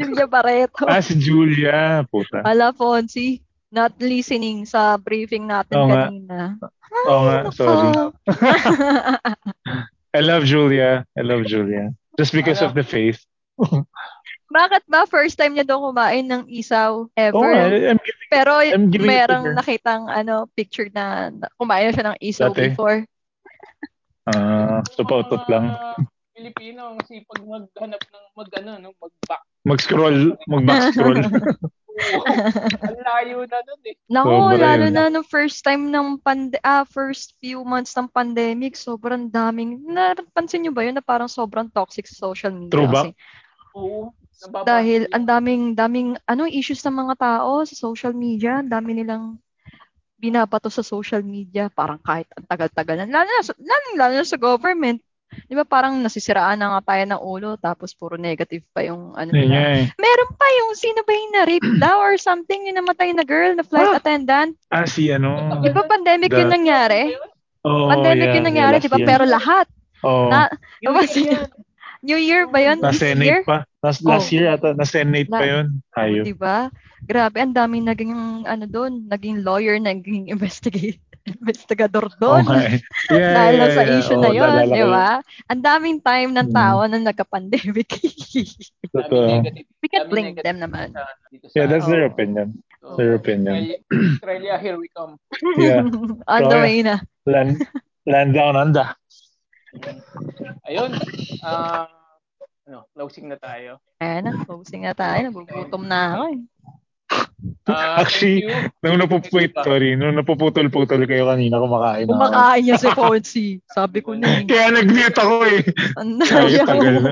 Speaker 1: Julia Barreto.
Speaker 3: Ah, si Julia. Puta.
Speaker 1: Ala, Fonzie. Not listening sa briefing natin
Speaker 3: Oo nga.
Speaker 1: kanina.
Speaker 3: Oo nga,
Speaker 1: Nako.
Speaker 3: sorry. I love Julia. I love Julia. Just because of the face.
Speaker 1: Bakit ba first time niya daw kumain ng isaw
Speaker 3: Oh,
Speaker 1: ever?
Speaker 3: I, I'm giving,
Speaker 1: Pero
Speaker 3: I'm giving it to
Speaker 1: merong
Speaker 3: her.
Speaker 1: nakitang ano picture na na- kumain na siya ng isaw
Speaker 3: Dati?
Speaker 1: before.
Speaker 3: ah, supportot lang.
Speaker 2: Pilipino ang sipag maghanap ng mag ano, no? mag-back.
Speaker 3: Mag-scroll, mag-back-scroll.
Speaker 2: Ang layo na nun eh.
Speaker 1: Nako,
Speaker 3: Sobra
Speaker 1: lalo
Speaker 3: yun.
Speaker 1: na no first time ng pande ah, first few months ng pandemic, sobrang daming napansin niyo ba yun na parang sobrang toxic sa social media
Speaker 3: True ba?
Speaker 1: kasi
Speaker 2: Oo. nababasa
Speaker 1: dahil
Speaker 2: yun.
Speaker 1: ang daming daming ano issues ng mga tao sa social media, ang dami nilang binabato sa social media parang kahit ang tagal-tagal na lalo na, sa- lalo, lalo na sa government 'di ba parang nasisiraan na nga tayo ng ulo tapos puro negative pa yung ano
Speaker 3: Yun
Speaker 1: nila.
Speaker 3: nga eh.
Speaker 1: Meron pa yung sino ba yung na-rape daw or something yung namatay na girl na flight
Speaker 3: Ah.
Speaker 1: attendant.
Speaker 3: Ah, si ano.
Speaker 1: Di ba Eh, pandemic
Speaker 3: The-
Speaker 1: yun nangyari?
Speaker 3: Oh,
Speaker 1: pandemic
Speaker 3: yeah,
Speaker 1: yun nangyari,
Speaker 3: yeah,
Speaker 1: di ba?
Speaker 3: last year.
Speaker 1: Pero lahat,
Speaker 3: Oh,
Speaker 1: Na,
Speaker 2: Yun,
Speaker 1: Tapos-
Speaker 2: yun, yun.
Speaker 1: New Year ba yun?
Speaker 3: na
Speaker 1: This year?
Speaker 3: Senate pa. Nas, Last
Speaker 1: Oh.
Speaker 3: year ata, na Senate pa
Speaker 1: Na-
Speaker 3: yun. Hayop.
Speaker 1: Di ba? Grabe, ang daming naging, ano doon, naging lawyer, naging investigate, investigador
Speaker 3: Oh
Speaker 1: doon.
Speaker 3: my. Yeah,
Speaker 1: dahil
Speaker 3: yeah,
Speaker 1: lang sa
Speaker 3: yeah.
Speaker 1: issue
Speaker 3: Oh,
Speaker 1: na yun,
Speaker 3: naalala ko
Speaker 1: di ba? Ang daming time ng
Speaker 3: Mm.
Speaker 1: tao na nagka-pandemic.
Speaker 3: Totoo.
Speaker 2: Daming negative.
Speaker 1: We can't
Speaker 2: Daming
Speaker 1: blame
Speaker 2: negative
Speaker 1: them naman.
Speaker 2: sa- dito sa-
Speaker 3: Yeah, that's their
Speaker 1: Oh.
Speaker 3: opinion.
Speaker 2: So,
Speaker 3: Their opinion.
Speaker 2: Australia- Australia, here we come.
Speaker 3: Yeah.
Speaker 1: On the
Speaker 3: Kaya-
Speaker 1: way na.
Speaker 3: Land, land down under.
Speaker 2: Ayun. Ah, ano, closing na tayo.
Speaker 1: Ayan, na, closing na tayo. Nagugutom na ako eh.
Speaker 2: Ah,
Speaker 3: Actually,
Speaker 2: thank you.
Speaker 3: Nung napupwit, sorry, nung napuputol-putol kayo kanina, kumakain na ako.
Speaker 1: Kumakain niya si Fonzie. Sabi ko na eh.
Speaker 3: Kaya nag-mute ako eh.
Speaker 1: Ang
Speaker 3: Sorry,
Speaker 1: ayaw.
Speaker 3: tagal na.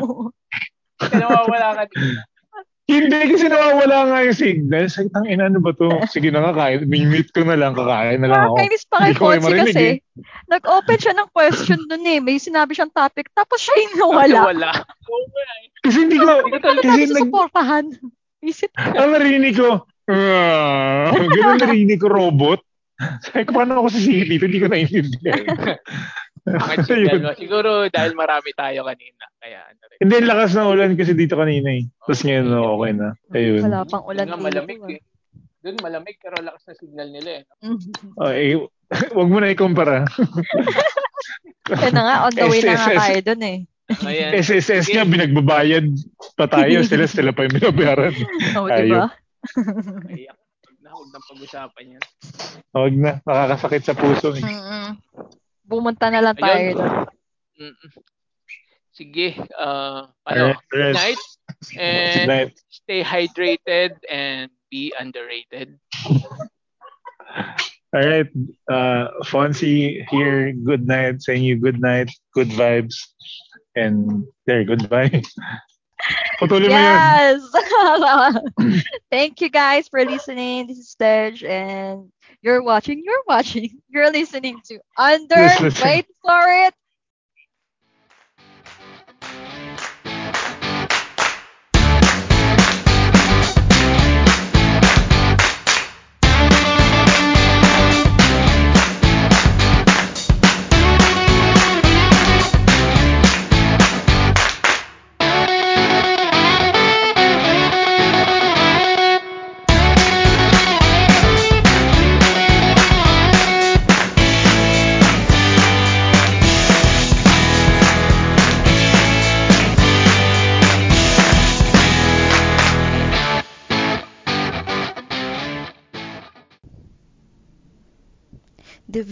Speaker 2: Kasi nawawala ka dito.
Speaker 3: Hindi kasi nawawala nga yung signal. Sabi, tang ina, ano ba to? Sige na nga, kahit mute ko na lang, kakain na lang ako.
Speaker 1: Nakakainis pa kay
Speaker 3: Hindi ko kayo
Speaker 1: Fonzie
Speaker 3: marinig
Speaker 1: kasi.
Speaker 3: eh.
Speaker 1: Nag-open siya ng question dun eh. May sinabi siyang topic. Tapos siya yung nawala.
Speaker 2: Nawala. Oo nga eh.
Speaker 3: Kasi hindi ko,
Speaker 2: Hindi ko
Speaker 1: Paano
Speaker 3: kasi
Speaker 1: natin
Speaker 3: nag,
Speaker 1: susuportahan? Isip
Speaker 3: ang narinig ko, ah, ganun narinig ko, robot. Sabi ko, paano ako sisingit dito? Hindi ko naiintindihan.
Speaker 2: Mga
Speaker 3: Ayun.
Speaker 2: signal mo. Siguro dahil marami tayo kanina. Kaya ano rin.
Speaker 3: Hindi, ang lakas ng ulan kasi dito kanina eh. Tapos ngayon, no, okay na. Ayun.
Speaker 1: Wala pang
Speaker 2: Doon
Speaker 1: ulan.
Speaker 2: nga malamig eh. Doon malamig pero lakas na signal nila eh.
Speaker 3: Oh, eh, wag mo na ikumpara.
Speaker 1: Kaya na nga, on the way na nga
Speaker 3: SSS.
Speaker 1: tayo dun eh.
Speaker 2: Ayan.
Speaker 3: SSS niya, binagbabayad pa tayo. Sila, sila pa yung binabayaran.
Speaker 1: Oo, Oh, di ba?
Speaker 2: Ayan. Huwag na, huwag na pag-usapan yan.
Speaker 3: Huwag na, nakakasakit sa puso. Eh.
Speaker 1: Mm-mm. Bumunta na lang tayo
Speaker 2: Ayun.
Speaker 1: dun.
Speaker 2: Mm-mm. Sige. ah, ano?
Speaker 3: Alright,
Speaker 2: Good
Speaker 3: rest.
Speaker 2: night.
Speaker 3: Good
Speaker 2: And
Speaker 3: night.
Speaker 2: stay hydrated and be underrated.
Speaker 3: Alright, uh, Fonzie here, good night, saying you good night, good vibes, and there, goodbye. Putulin mo yun.
Speaker 1: Yes! Thank you guys for listening. This is Tej and you're watching, you're watching, you're listening to Under,
Speaker 3: Yes, listening.
Speaker 1: wait for it,
Speaker 6: The